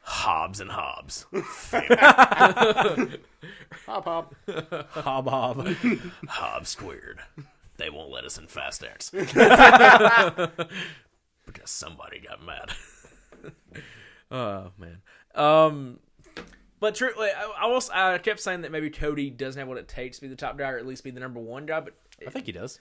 Speaker 2: Hobbs and Hobbs.
Speaker 1: Hop hop.
Speaker 3: Hob hob.
Speaker 2: <laughs> Hobbs squared. They won't let us in Fast <laughs> X. because somebody got mad. <laughs> oh man. Um but true, I, I was I kept saying that maybe Cody doesn't have what it takes to be the top guy, or at least be the number one guy. But
Speaker 3: I think he does.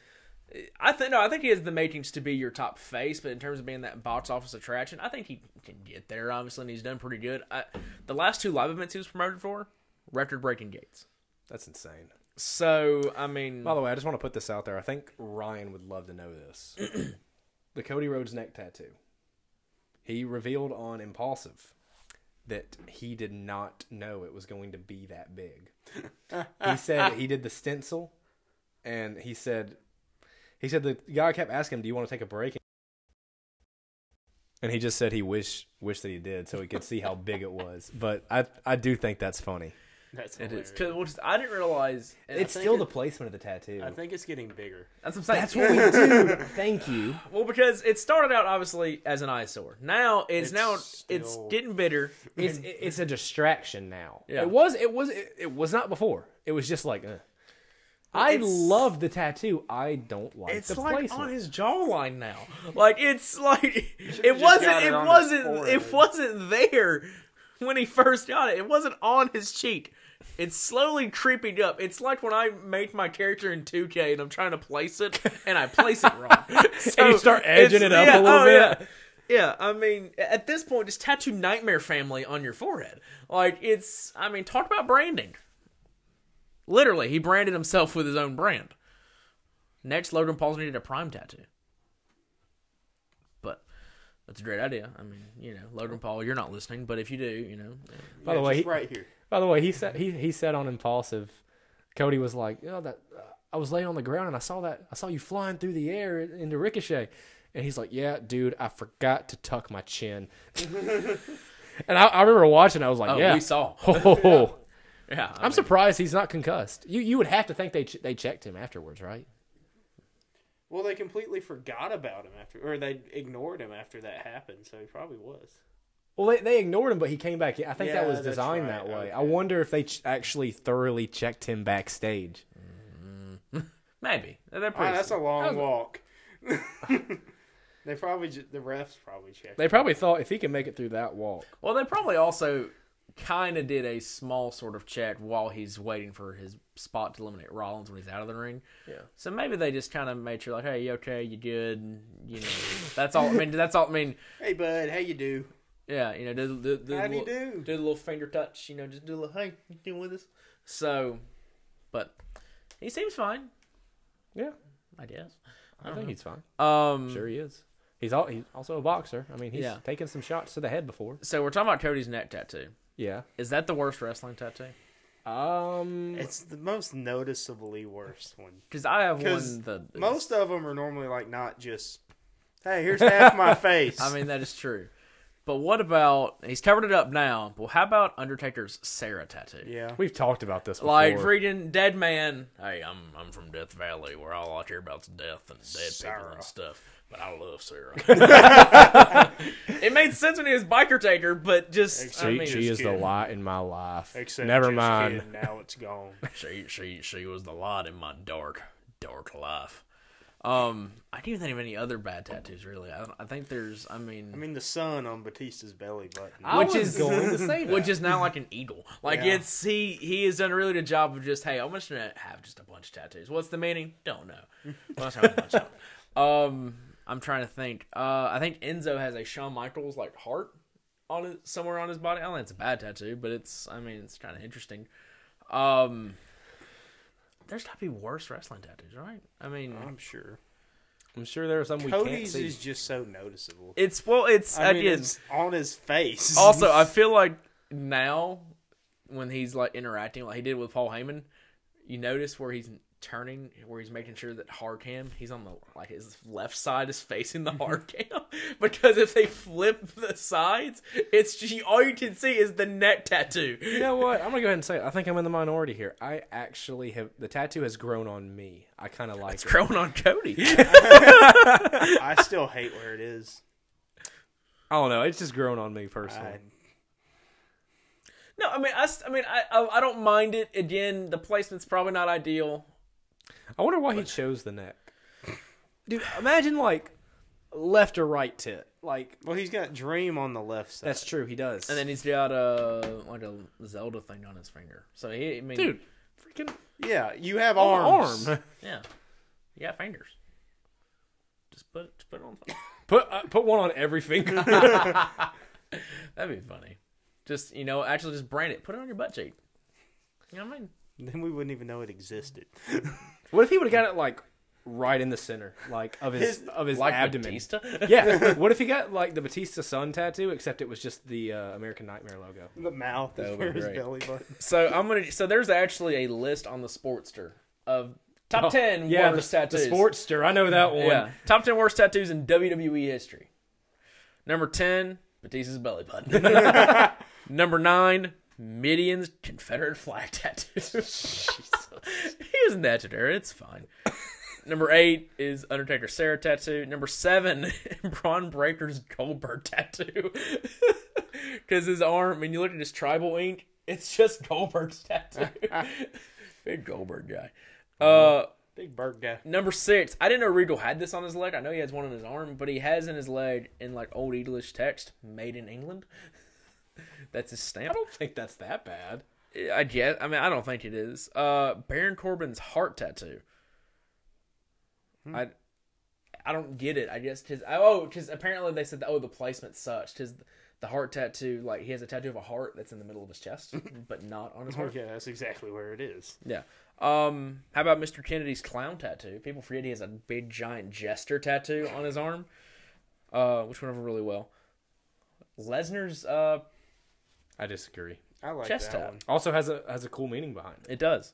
Speaker 2: I think no, I think he has the makings to be your top face, but in terms of being that box office attraction, I think he can get there. Obviously, and he's done pretty good. I, the last two live events he was promoted for, record breaking gates.
Speaker 3: That's insane.
Speaker 2: So I mean,
Speaker 3: By the way, I just want to put this out there. I think Ryan would love to know
Speaker 2: <clears throat>
Speaker 3: this. the Cody Rhodes neck tattoo. He revealed on Impulsive that he did not know it was going to be that big. he said he did the stencil and he said he said the guy kept asking him, "Do you want to take a break?" And he just said he wish wished that he did so he could see how big it was. But I I do think that's funny.
Speaker 1: That's
Speaker 2: it
Speaker 1: hilarious.
Speaker 2: is. 'Cause- which I didn't realize. and I
Speaker 3: It's
Speaker 2: think
Speaker 3: still
Speaker 2: it-
Speaker 3: the placement of the tattoo.
Speaker 1: I think it's getting bigger.
Speaker 2: that's what I'm saying. <laughs>
Speaker 3: That's what we do. <laughs> Thank you.
Speaker 2: Well, because it started out obviously as an eyesore. Now it's,
Speaker 1: It's
Speaker 2: now it's
Speaker 1: still-
Speaker 2: getting bitter.
Speaker 3: It's it- it's a distraction now.
Speaker 2: Yeah.
Speaker 3: It was it was it, it was not before. It was just like. eh. I
Speaker 2: It's-
Speaker 3: love the tattoo. I don't like
Speaker 2: It's
Speaker 3: the
Speaker 2: like
Speaker 3: placement.
Speaker 2: on his jawline now. Like it's like it
Speaker 1: just
Speaker 2: wasn't
Speaker 1: got it
Speaker 2: it
Speaker 1: on his
Speaker 2: wasn't
Speaker 1: forehead.
Speaker 2: it wasn't there when he first got it. It wasn't on his cheek. It's slowly creeping up. It's like when I make my character in 2K and I'm trying to place it and I place it wrong. So
Speaker 3: <laughs> And you start edging
Speaker 2: it's-
Speaker 3: it up a
Speaker 2: yeah,
Speaker 3: little
Speaker 2: oh,
Speaker 3: bit.
Speaker 2: Yeah. yeah, I mean, at this point, just tattoo Nightmare Family on your forehead. Like, it's, I mean, talk about branding. Literally, he branded himself with his own brand. Next, Logan Paul's needed a prime tattoo. But that's a great idea. I mean, you know, Logan Paul, you're not listening, but if you do, you know,
Speaker 3: By the
Speaker 1: Yeah,
Speaker 3: way,
Speaker 1: just
Speaker 3: he-
Speaker 1: right here.
Speaker 3: By the way, he said he he said on impulsive. Cody was like, you know that uh, I was laying on the ground and I saw that I saw you flying through the air into ricochet, and he's like, yeah, dude, I forgot to tuck my chin. <laughs> and I, I remember watching. I was like,
Speaker 2: oh,
Speaker 3: yeah,
Speaker 2: we saw.
Speaker 3: <laughs> Oh,
Speaker 2: Yeah, uh, I
Speaker 3: I'm surprised he's not concussed. You you would have to think they ch- they checked him afterwards, right?
Speaker 1: Well, they completely forgot about him after, or they ignored him after that happened. So he probably was.
Speaker 3: Well, they, they ignored him, but he came back. I think that
Speaker 1: Yeah,
Speaker 3: was
Speaker 1: that's
Speaker 3: designed
Speaker 1: right.
Speaker 3: that way. I
Speaker 1: Okay.
Speaker 3: wonder if they ch- actually thoroughly checked him backstage.
Speaker 2: maybe they're
Speaker 1: Wow,
Speaker 2: pretty.
Speaker 1: Ah, that's a long
Speaker 3: That was-
Speaker 1: walk. <laughs> they probably ju- the refs probably checked.
Speaker 3: They probably thought if he can make it through that walk,
Speaker 2: well, they probably also kind of did a small sort of check while he's waiting for his spot to eliminate Rollins when he's out of the ring.
Speaker 3: Yeah.
Speaker 2: So maybe they just kind of made sure, like, hey, you okay, you good, you know. That's all. I mean, that's all. I mean,
Speaker 1: Hey bud, how you do?
Speaker 2: Yeah, you know, do the, the,
Speaker 1: How do you
Speaker 2: little,
Speaker 1: do?
Speaker 2: the little finger touch, you know, just do a little, hey, you doing with us? So, but he seems fine,
Speaker 3: yeah,
Speaker 2: I guess.
Speaker 3: I, think he's fine.
Speaker 1: Hmm.
Speaker 2: Um,
Speaker 3: Sure, he is. He's all, he's also a boxer. I mean, he's
Speaker 2: Yeah.
Speaker 3: taken some shots to the head before.
Speaker 2: so we're talking about Cody's neck tattoo.
Speaker 3: Yeah.
Speaker 2: Is that the worst wrestling tattoo?
Speaker 3: Um.
Speaker 1: It's the most noticeably worst one.
Speaker 2: Because I have
Speaker 1: Because
Speaker 2: one.
Speaker 1: <laughs>
Speaker 2: The
Speaker 1: most of them are normally like not just. Hey, here's half my face.
Speaker 2: I mean, that is true. But what about he's covered it up now? Well, how about Undertaker's Sarah tattoo?
Speaker 1: yeah.
Speaker 3: We've talked about this before.
Speaker 2: Like freaking dead man. Hey, I'm I'm from Death Valley, where all I care about's death and dead people
Speaker 1: Sarah.
Speaker 2: and stuff. But I
Speaker 1: <laughs>
Speaker 2: love Sarah. it made sense when he was biker taker, but just
Speaker 3: she,
Speaker 2: I mean,
Speaker 3: she is the
Speaker 1: kidding.
Speaker 3: light in my life.
Speaker 1: Except
Speaker 3: Never
Speaker 1: just
Speaker 3: mind.
Speaker 1: kidding, now it's gone.
Speaker 2: she she she was the light in my dark dark life. Um, I can't even think of any other bad tattoos. Really, I, don't, I think there's. I mean,
Speaker 1: I mean, the sun on Batista's belly button.
Speaker 3: I
Speaker 2: Which
Speaker 3: was
Speaker 2: is-
Speaker 3: going to say that.
Speaker 2: which is now like an eagle. Like
Speaker 1: Yeah.
Speaker 2: it's he he has done a really good job of just hey, I'm just gonna have just a bunch of tattoos. What's the meaning? Don't know. I'm just having a bunch of
Speaker 3: <laughs>
Speaker 2: them. um, I'm trying to think. Uh, I think Enzo has a Shawn Michaels like heart on it somewhere on his body. I don't think it's a bad tattoo, but it's I mean it's kind of interesting. Um, there's gotta be worse wrestling tattoos, right? I mean.
Speaker 1: I'm sure.
Speaker 3: I'm sure there are some we can't
Speaker 1: Cody's
Speaker 3: see.
Speaker 1: is just so noticeable.
Speaker 2: it's well, it's
Speaker 1: I mean,
Speaker 2: again,
Speaker 1: it's on his face.
Speaker 2: Also, I feel like now when he's like interacting, like he did with Paul Heyman, you notice where he's turning, where he's making sure that hard cam, he's on the like his left side is facing the hard cam <laughs> because if they flip the sides, it's just you, all you can see is the neck tattoo.
Speaker 3: You know what? I'm gonna go ahead and say it. I think I'm in the minority here. I actually have the tattoo has grown on me. I kind of like
Speaker 2: It's
Speaker 3: it.
Speaker 2: growing on Cody.
Speaker 1: <laughs> I still hate where it is.
Speaker 3: I don't know. It's just grown on me personally.
Speaker 1: I,
Speaker 2: <laughs> no, I mean, I, s- I mean, I, I, I don't mind it. Again, the placement's probably not ideal.
Speaker 3: I wonder why he chose the neck. Dude, imagine like left or right tit. Like
Speaker 1: well, he's got Dream on the left side.
Speaker 3: that's true. He does.
Speaker 2: And then he's got a like a Zelda thing on his finger. So he, I mean,
Speaker 3: dude, freaking
Speaker 1: yeah, you have
Speaker 3: Oh, arm.
Speaker 1: arms.
Speaker 2: Yeah. You got fingers. Just put just put it on. the-
Speaker 3: <laughs> Put uh, put one on every <laughs> finger.
Speaker 2: <coughs> That'd be funny. Just you know, actually just brand it. Put it on your butt cheek. You know what I mean?
Speaker 1: <laughs> Then we wouldn't even know it existed. <laughs>
Speaker 3: what if he would have got it like right in the center, like of his,
Speaker 1: His-
Speaker 3: of his
Speaker 2: Like
Speaker 3: abdomen?
Speaker 2: Batista.
Speaker 3: <laughs> Yeah. what if he got like the Batista Sun tattoo, except it was just the uh, American Nightmare logo?
Speaker 1: the mouth
Speaker 2: That
Speaker 1: is
Speaker 2: would be
Speaker 1: where his
Speaker 2: great.
Speaker 1: belly button.
Speaker 2: so I'm gonna. So there's actually a list on the Sportster of top
Speaker 3: Oh,
Speaker 2: ten
Speaker 3: yeah,
Speaker 2: worst
Speaker 3: the,
Speaker 2: tattoos.
Speaker 3: The Sportster, I know that one.
Speaker 2: Yeah. Top 10 worst tattoos in WWE history. Number 10, Batista's belly button. Number 9, Midian's Confederate flag tattoo. <laughs> he is an tattooer. It's fine. Number 8 is Undertaker Sarah tattoo. Number 7, <laughs> Braun Breaker's Goldberg tattoo. <laughs> Because his arm, when you look at his tribal ink, it's just Goldberg's tattoo. <laughs> Big Goldberg guy. Uh,
Speaker 1: Big bird <laughs> guy.
Speaker 2: Number six, I didn't know Regal had this on his leg. I know he has one on his arm, but he has in his leg in like old English text, "Made in England." <laughs> That's his
Speaker 3: I
Speaker 2: stamp.
Speaker 3: don't think that's that bad.
Speaker 2: I, guess. I mean, I don't think it is. Uh, Baron Corbin's heart tattoo. I, I don't get it. I guess because oh, because apparently they said oh the placement sucks because the heart tattoo like he has a tattoo of a heart that's in the middle of his chest, but not on his heart.
Speaker 1: Okay, that's exactly where it is.
Speaker 2: Yeah. Um, how about Mr. Kennedy's clown tattoo? People forget he has a big giant jester tattoo on his arm, uh, which went over really well. Lesnar's uh,
Speaker 3: I disagree.
Speaker 1: I like
Speaker 2: chest
Speaker 1: that
Speaker 2: tap.
Speaker 1: one.
Speaker 3: Also has a has a cool meaning behind it.
Speaker 2: It does.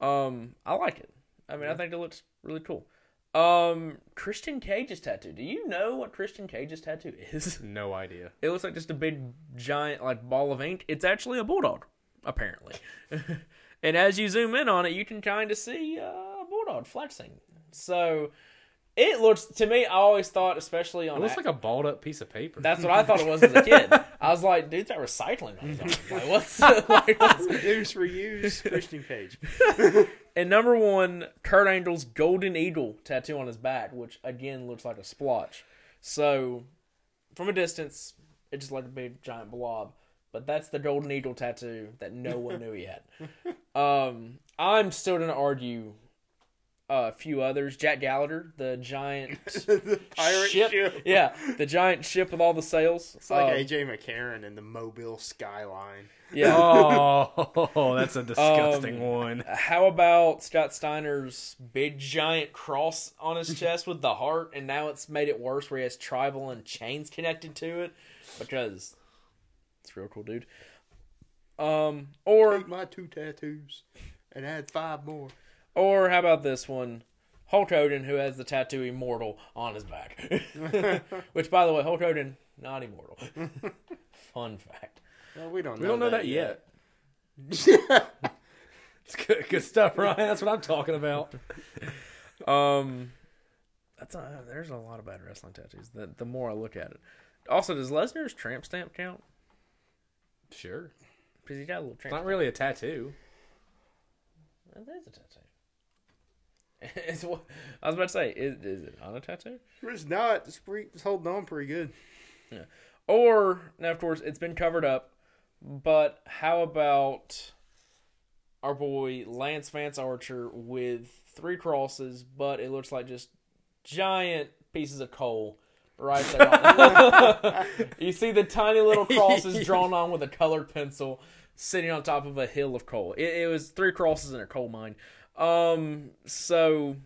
Speaker 2: Um, I like it. I mean, I think it looks really cool. Um, Christian Cage's tattoo. Do you know what Christian Cage's tattoo is? <laughs>
Speaker 3: No idea.
Speaker 2: It looks like just a big giant like ball of ink. It's actually a bulldog, apparently. <laughs> and as you zoom in on it, you can kind of see uh, a bulldog flexing. So it looks to me. I always thought, especially on
Speaker 3: It looks
Speaker 2: a-
Speaker 3: like a balled up piece of paper.
Speaker 2: that's what I thought it was as a kid. I was like, dude's that recycling. on his arm. Like what's <laughs> like what's
Speaker 1: Reduce, reuse, Christian Cage. <laughs>
Speaker 2: And number one, Kurt Angle's golden eagle tattoo on his back, which again looks like a splotch. So, from a distance, it's just like a big giant blob. But that's the golden eagle tattoo that no one knew yet. Um, I'm still gonna argue uh, a few others. Jack Gallagher, the giant
Speaker 1: <laughs> the pirate ship.
Speaker 2: yeah, the giant ship with all the sails.
Speaker 1: It's like
Speaker 2: Um,
Speaker 1: AJ McCarron in the Mobile skyline. <laughs>
Speaker 2: yeah.
Speaker 3: <laughs> oh, <laughs> that's a disgusting
Speaker 2: Um,
Speaker 3: one.
Speaker 2: How about Scott Steiner's big giant cross on his chest with the heart, and now it's made it worse where he has tribal and chains connected to it because it's real cool, dude. Um, or
Speaker 1: Take my two tattoos and add five more.
Speaker 2: or how about this one, Hulk Hogan, who has the tattoo "Immortal" on his back, <laughs> which by the way, Hulk Hogan not <laughs> immortal. Fun fact.
Speaker 1: Well, we don't.
Speaker 3: We don't know that yet. <laughs> It's good, good stuff, Ryan. That's what I'm talking about.
Speaker 2: Um, that's a, there's a lot of bad wrestling tattoos. The the more I look at it. Also, does Lesnar's tramp stamp count?
Speaker 3: Sure.
Speaker 2: Because he got a little
Speaker 3: It's not
Speaker 2: tramp.
Speaker 3: really a tattoo.
Speaker 2: stamp. That is a tattoo. <laughs> it's what I was about to say. Is, is it not a tattoo?
Speaker 1: It's not. It's, pre- it's holding on pretty good.
Speaker 2: Or now, of course, it's been covered up. But how about our boy Lance Vance Archer with three crosses, but it looks like just giant pieces of coal right there. on- you see the tiny little crosses drawn on with a colored pencil sitting on top of a hill of coal. It, it was three crosses in a coal mine. Um, so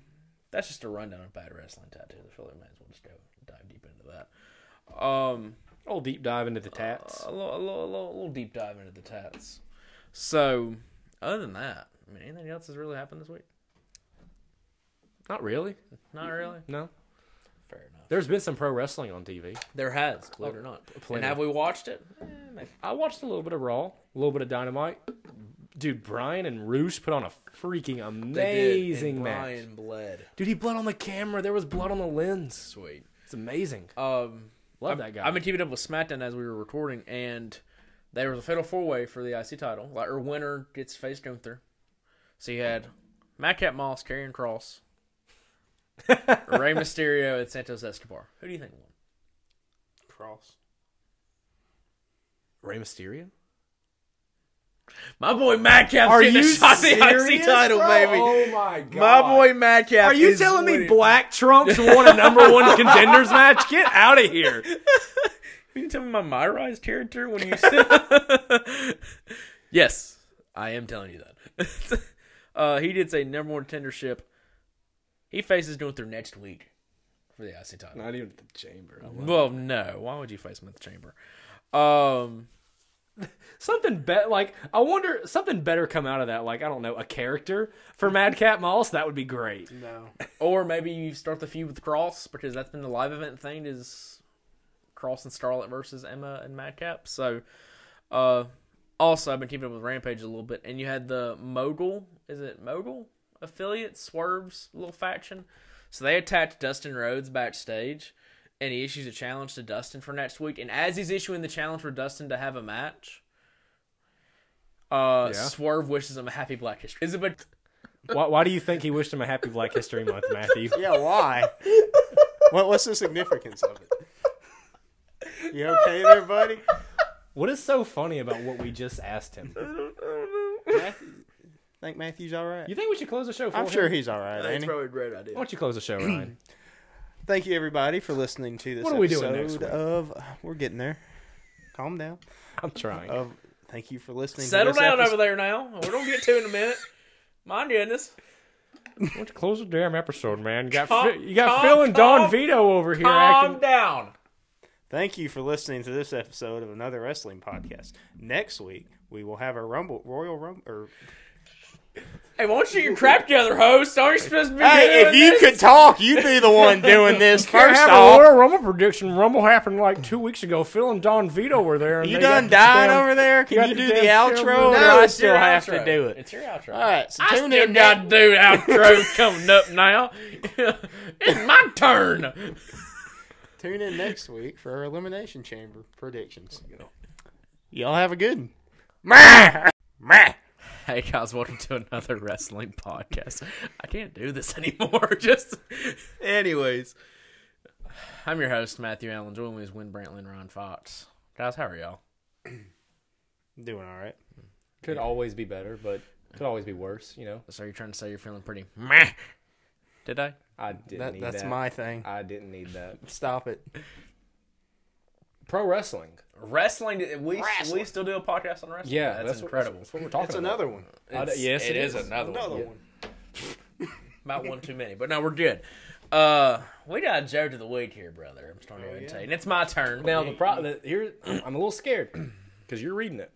Speaker 2: that's just a rundown of bad wrestling tattoos. I feel like we might as well just go dive deep into that. Um,
Speaker 3: Old deep dive into the tats.
Speaker 2: a little, a little, a little, a little deep dive into the tats. So, other than that, I mean, anything else has really happened this week?
Speaker 3: Not really.
Speaker 2: Not really.
Speaker 3: No.
Speaker 2: Fair enough. Oh,
Speaker 3: There's been some pro wrestling on TV.
Speaker 2: There has, believe it or not. And
Speaker 3: plenty.
Speaker 2: have we watched it? Eh, maybe.
Speaker 3: I watched a little bit of Raw, a little bit of Dynamite. Dude, Brian and Roosh put on a freaking
Speaker 2: They did, and
Speaker 3: amazing match.
Speaker 2: Brian bled.
Speaker 3: Dude, he bled on the camera. There was blood on the lens.
Speaker 2: Sweet.
Speaker 3: It's amazing.
Speaker 2: Um,
Speaker 3: Love
Speaker 2: I've-
Speaker 3: that guy.
Speaker 2: I've been keeping up with SmackDown as we were recording, and there was a fatal four way for the IC title. Like, or winner gets face Gunther. So you had Madcap Moss, Karrion Cross,
Speaker 3: <laughs>
Speaker 2: Rey Mysterio, and Santos Escobar. Who do you think won?
Speaker 1: Cross.
Speaker 3: Rey Mysterio?
Speaker 2: My boy Madcap
Speaker 3: Are
Speaker 2: getting
Speaker 3: you
Speaker 2: a shot in the IC
Speaker 3: serious,
Speaker 2: title,
Speaker 3: bro?
Speaker 2: baby.
Speaker 3: Oh my god.
Speaker 2: My boy Madcap.
Speaker 3: Are you
Speaker 2: is
Speaker 3: telling me
Speaker 2: winning.
Speaker 3: black trunks won a number one contenders match? Get out of here.
Speaker 2: You tell me my My Rise character when you said <laughs> Yes, I am telling you that. <laughs> uh, he did say number one tendership. He faces doing through next week for the IC title.
Speaker 3: Not even the chamber.
Speaker 2: Well, no. Why would you face him at the chamber? Um,
Speaker 3: Something better, like I wonder, something better come out of that. Like I don't know, a character for Madcap Moss. That would be great.
Speaker 1: No.
Speaker 2: or maybe you start the feud with Cross because that's been the live event thing is Cross and Scarlet versus Emma and Madcap. So, uh, also I've been keeping up with Rampage a little bit, and you had the Mogul, is it Mogul affiliate Swerve's little faction. So they attacked Dustin Rhodes backstage, and he issues a challenge to Dustin for next week. And as he's issuing the challenge for Dustin to have a match. Uh,
Speaker 3: Yeah.
Speaker 2: Swerve wishes him a happy Black History. Is it but
Speaker 3: Why, why do you think he wished him a happy Black History Month, Matthew?
Speaker 1: Yeah, why? what, what's the significance of it? You okay there, buddy?
Speaker 3: What is so funny about what we just asked him?
Speaker 1: Matthew, think Matthew's all right?
Speaker 3: You think we should close the show? For
Speaker 1: I'm
Speaker 3: him?
Speaker 1: sure he's all right, ain't he?
Speaker 2: probably a great idea.
Speaker 3: Why don't you close the show, Ryan?
Speaker 1: Thank you, everybody, for listening to this
Speaker 3: What are we
Speaker 1: episode
Speaker 3: doing next week?
Speaker 1: of. uh, We're getting there. Calm down.
Speaker 3: I'm trying.
Speaker 1: Of, thank you for listening.
Speaker 2: Settle
Speaker 1: to this
Speaker 2: down
Speaker 1: episode.
Speaker 2: over there now. We're gonna get to in a minute. My goodness.
Speaker 3: Why don't you close the damn episode, man? You got
Speaker 2: Calm-
Speaker 3: Phil- you got
Speaker 2: calm-
Speaker 3: Phil and Don
Speaker 2: calm-
Speaker 3: Vito over here
Speaker 2: Calm
Speaker 3: acting.
Speaker 2: down.
Speaker 1: Thank you for listening to this episode of another wrestling podcast. Next week we will have a Rumble Royal Rumble. Or,
Speaker 2: Hey, why don't you get your crap together, host? Aren't you supposed to be
Speaker 1: hey, if
Speaker 2: doing
Speaker 1: you
Speaker 2: this?
Speaker 1: could talk, you'd be the one doing <laughs> this.
Speaker 3: Can't
Speaker 1: First
Speaker 3: have a
Speaker 1: off,
Speaker 3: Royal Rumble prediction. Rumble happened like two weeks ago. Phil and Don Vito were there. And
Speaker 1: you
Speaker 3: they got
Speaker 1: done
Speaker 3: the
Speaker 1: died
Speaker 3: damn-
Speaker 1: over there. Can
Speaker 3: got
Speaker 1: you
Speaker 3: the
Speaker 1: do the
Speaker 3: damn
Speaker 1: outro?
Speaker 3: show,
Speaker 1: Or do
Speaker 2: No,
Speaker 1: I
Speaker 2: it's
Speaker 1: still
Speaker 2: your
Speaker 1: have
Speaker 2: outro.
Speaker 1: to do it.
Speaker 2: It's your outro.
Speaker 1: All right, so
Speaker 2: I
Speaker 1: tune
Speaker 2: still
Speaker 1: in.
Speaker 2: got to do <laughs> outro coming up now. it's my turn.
Speaker 1: Tune in next week for our Elimination Chamber predictions. Y'all have a good one. Meh! Meh!
Speaker 2: Hey guys, welcome to another wrestling podcast. I can't do this anymore. <laughs> Just, anyways, I'm your host Matthew Allen. Joining me is Win Brantley and Ron Fox. Guys, how are y'all?
Speaker 1: Doing all right.
Speaker 3: Could always be better, but could always be worse. You know,
Speaker 2: So you're trying to say you're feeling pretty? Meh. Did I?
Speaker 3: I didn't
Speaker 1: That,
Speaker 3: need
Speaker 1: that's
Speaker 3: that.
Speaker 1: my thing.
Speaker 3: I didn't need that.
Speaker 1: Stop it.
Speaker 3: Pro wrestling.
Speaker 2: Wrestling. We we still do a podcast on wrestling.
Speaker 3: Yeah,
Speaker 2: that's,
Speaker 3: that's, what-
Speaker 2: incredible.
Speaker 3: that's what we're talking
Speaker 1: That's
Speaker 3: about.
Speaker 1: another one.
Speaker 3: It's- yes, it is.
Speaker 2: another,
Speaker 1: Another
Speaker 2: one.
Speaker 1: one.
Speaker 2: About one too many, but no, we're good. Uh, we got a joke of the week here, brother. I'm starting to imitate, and it's my turn <laughs>
Speaker 3: Now the problem here, <clears throat> I'm a little scared <clears throat> because you're reading it,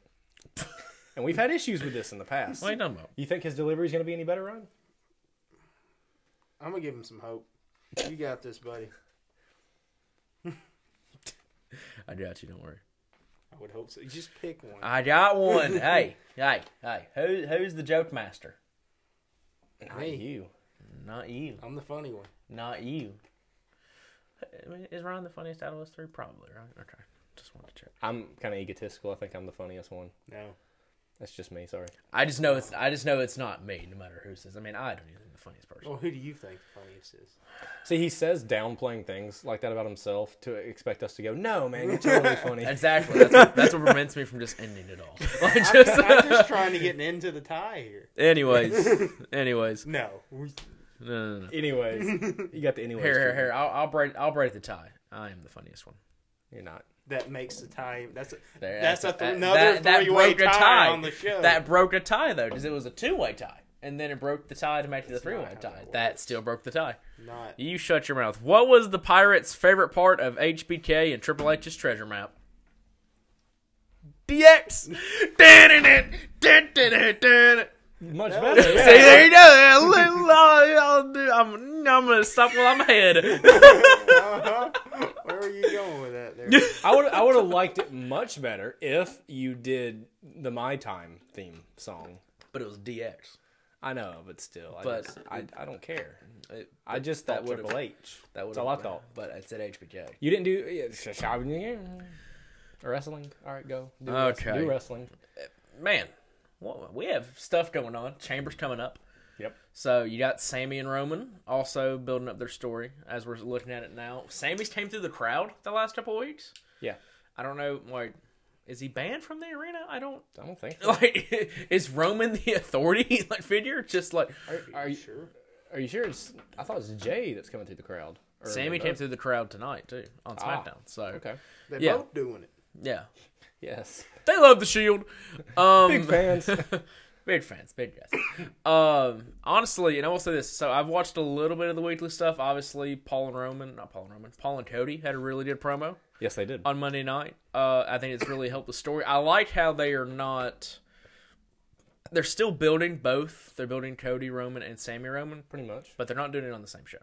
Speaker 3: and we've had issues with this in the past.
Speaker 2: What are you talking about?
Speaker 3: You think his delivery's going to be any better, Ryan?
Speaker 1: I'm going to give him some hope. You got this, buddy.
Speaker 2: I got you. Don't worry.
Speaker 1: I would hope so. Just pick one.
Speaker 2: I got one. <laughs> hey, hey, hey. Who, who's the joke master?
Speaker 3: Not
Speaker 1: Me.
Speaker 3: you.
Speaker 2: Not you.
Speaker 1: I'm the funny one.
Speaker 2: Not you. I mean, is Ryan the funniest out of us three? Probably, right? Okay. Just wanted to check.
Speaker 3: I'm kind of egotistical. I think I'm the funniest one.
Speaker 1: No.
Speaker 3: That's just me. Sorry.
Speaker 2: I just know it's. I just know it's not me. No matter who says. I mean, I don't even think I'm the funniest person.
Speaker 1: Well, who do you think the funniest is? <laughs>
Speaker 3: See, he says downplaying things like that about himself to expect us to go, "No, man, you're totally funny."
Speaker 2: Exactly. That's what, that's what prevents me from just ending it all. <laughs> Like,
Speaker 1: <laughs>
Speaker 2: just-
Speaker 1: I'm just trying to get into the tie here. <laughs>
Speaker 2: anyways, anyways.
Speaker 1: No.
Speaker 2: No, no, no.
Speaker 3: anyways, you got the anyways.
Speaker 2: Here, here,
Speaker 3: treatment.
Speaker 2: here. I'll, I'll break. I'll break the tie. I am the funniest one.
Speaker 3: You're not.
Speaker 1: That makes the tie. That's a,
Speaker 2: There,
Speaker 1: that's, a
Speaker 2: that-
Speaker 1: th- another
Speaker 2: that- that
Speaker 1: three-way
Speaker 2: broke a
Speaker 1: tie, on the show.
Speaker 2: That broke a tie though, because it was a two-way tie, and then it broke the tie to make it the
Speaker 1: not
Speaker 2: three-way
Speaker 1: how
Speaker 2: tie.
Speaker 1: that
Speaker 2: That still broke the tie.
Speaker 1: Not
Speaker 2: You shut your mouth. What was the pirates' favorite part of HBK and Triple H's treasure map? <laughs> DX. Dun-dun-dun, dun-dun-dun-dun.
Speaker 3: Much better.
Speaker 2: See, there you go. There, a little- uh, I'll do- I'm, I'm gonna stop while I'm ahead.
Speaker 1: uh-huh. Where are you going with that
Speaker 2: <laughs>
Speaker 1: there?
Speaker 3: I would I would have liked it much better if you did the My Time theme song.
Speaker 2: <laughs> But it was DX.
Speaker 3: I know, but still, I
Speaker 2: But-
Speaker 3: just, I, I don't care.
Speaker 2: It-
Speaker 3: I just thought
Speaker 2: that would've-
Speaker 3: Triple H.
Speaker 2: that
Speaker 3: That's
Speaker 2: would've-
Speaker 3: all I thought.
Speaker 2: But it's at HBK.
Speaker 3: You didn't do yeah, wrestling. All right, go do wrestling.
Speaker 2: Okay.
Speaker 3: Do wrestling.
Speaker 2: man, what, we have stuff going on. Chambers coming up.
Speaker 3: Yep.
Speaker 2: So you got Sammy and Roman also building up their story as we're looking at it now. Sammy's came through the crowd the last couple of weeks.
Speaker 3: Yeah.
Speaker 2: I don't know, like Is he banned from the arena? I don't
Speaker 3: I don't think. So.
Speaker 2: <laughs> like. Is Roman the authority <laughs> like figure? Just like
Speaker 3: Are, are you
Speaker 1: Sure.
Speaker 3: are you sure it's? I thought it's Jay that's coming through the crowd. Or
Speaker 2: Sammy
Speaker 3: they
Speaker 2: came
Speaker 3: both-
Speaker 2: through the crowd tonight too on
Speaker 3: Ah,
Speaker 2: SmackDown. so
Speaker 3: Okay.
Speaker 1: They're
Speaker 2: Yeah.
Speaker 1: both doing it.
Speaker 2: yeah,
Speaker 3: Yes.
Speaker 2: they love the Shield. Um, <laughs>
Speaker 3: Big <laughs> fans.
Speaker 2: Big fans, big guys. um, honestly, and I will say this: so I've watched a little bit of the weekly stuff. Obviously, Paul and Roman, not Paul and Roman, Paul and Cody had a really good promo
Speaker 3: yes, they did.
Speaker 2: on Monday night. Uh, I think it's really helped the story. I like how they are not. They're still building both. They're building Cody Roman and Sammy Roman,
Speaker 3: Pretty much.
Speaker 2: but they're not doing it on the same show,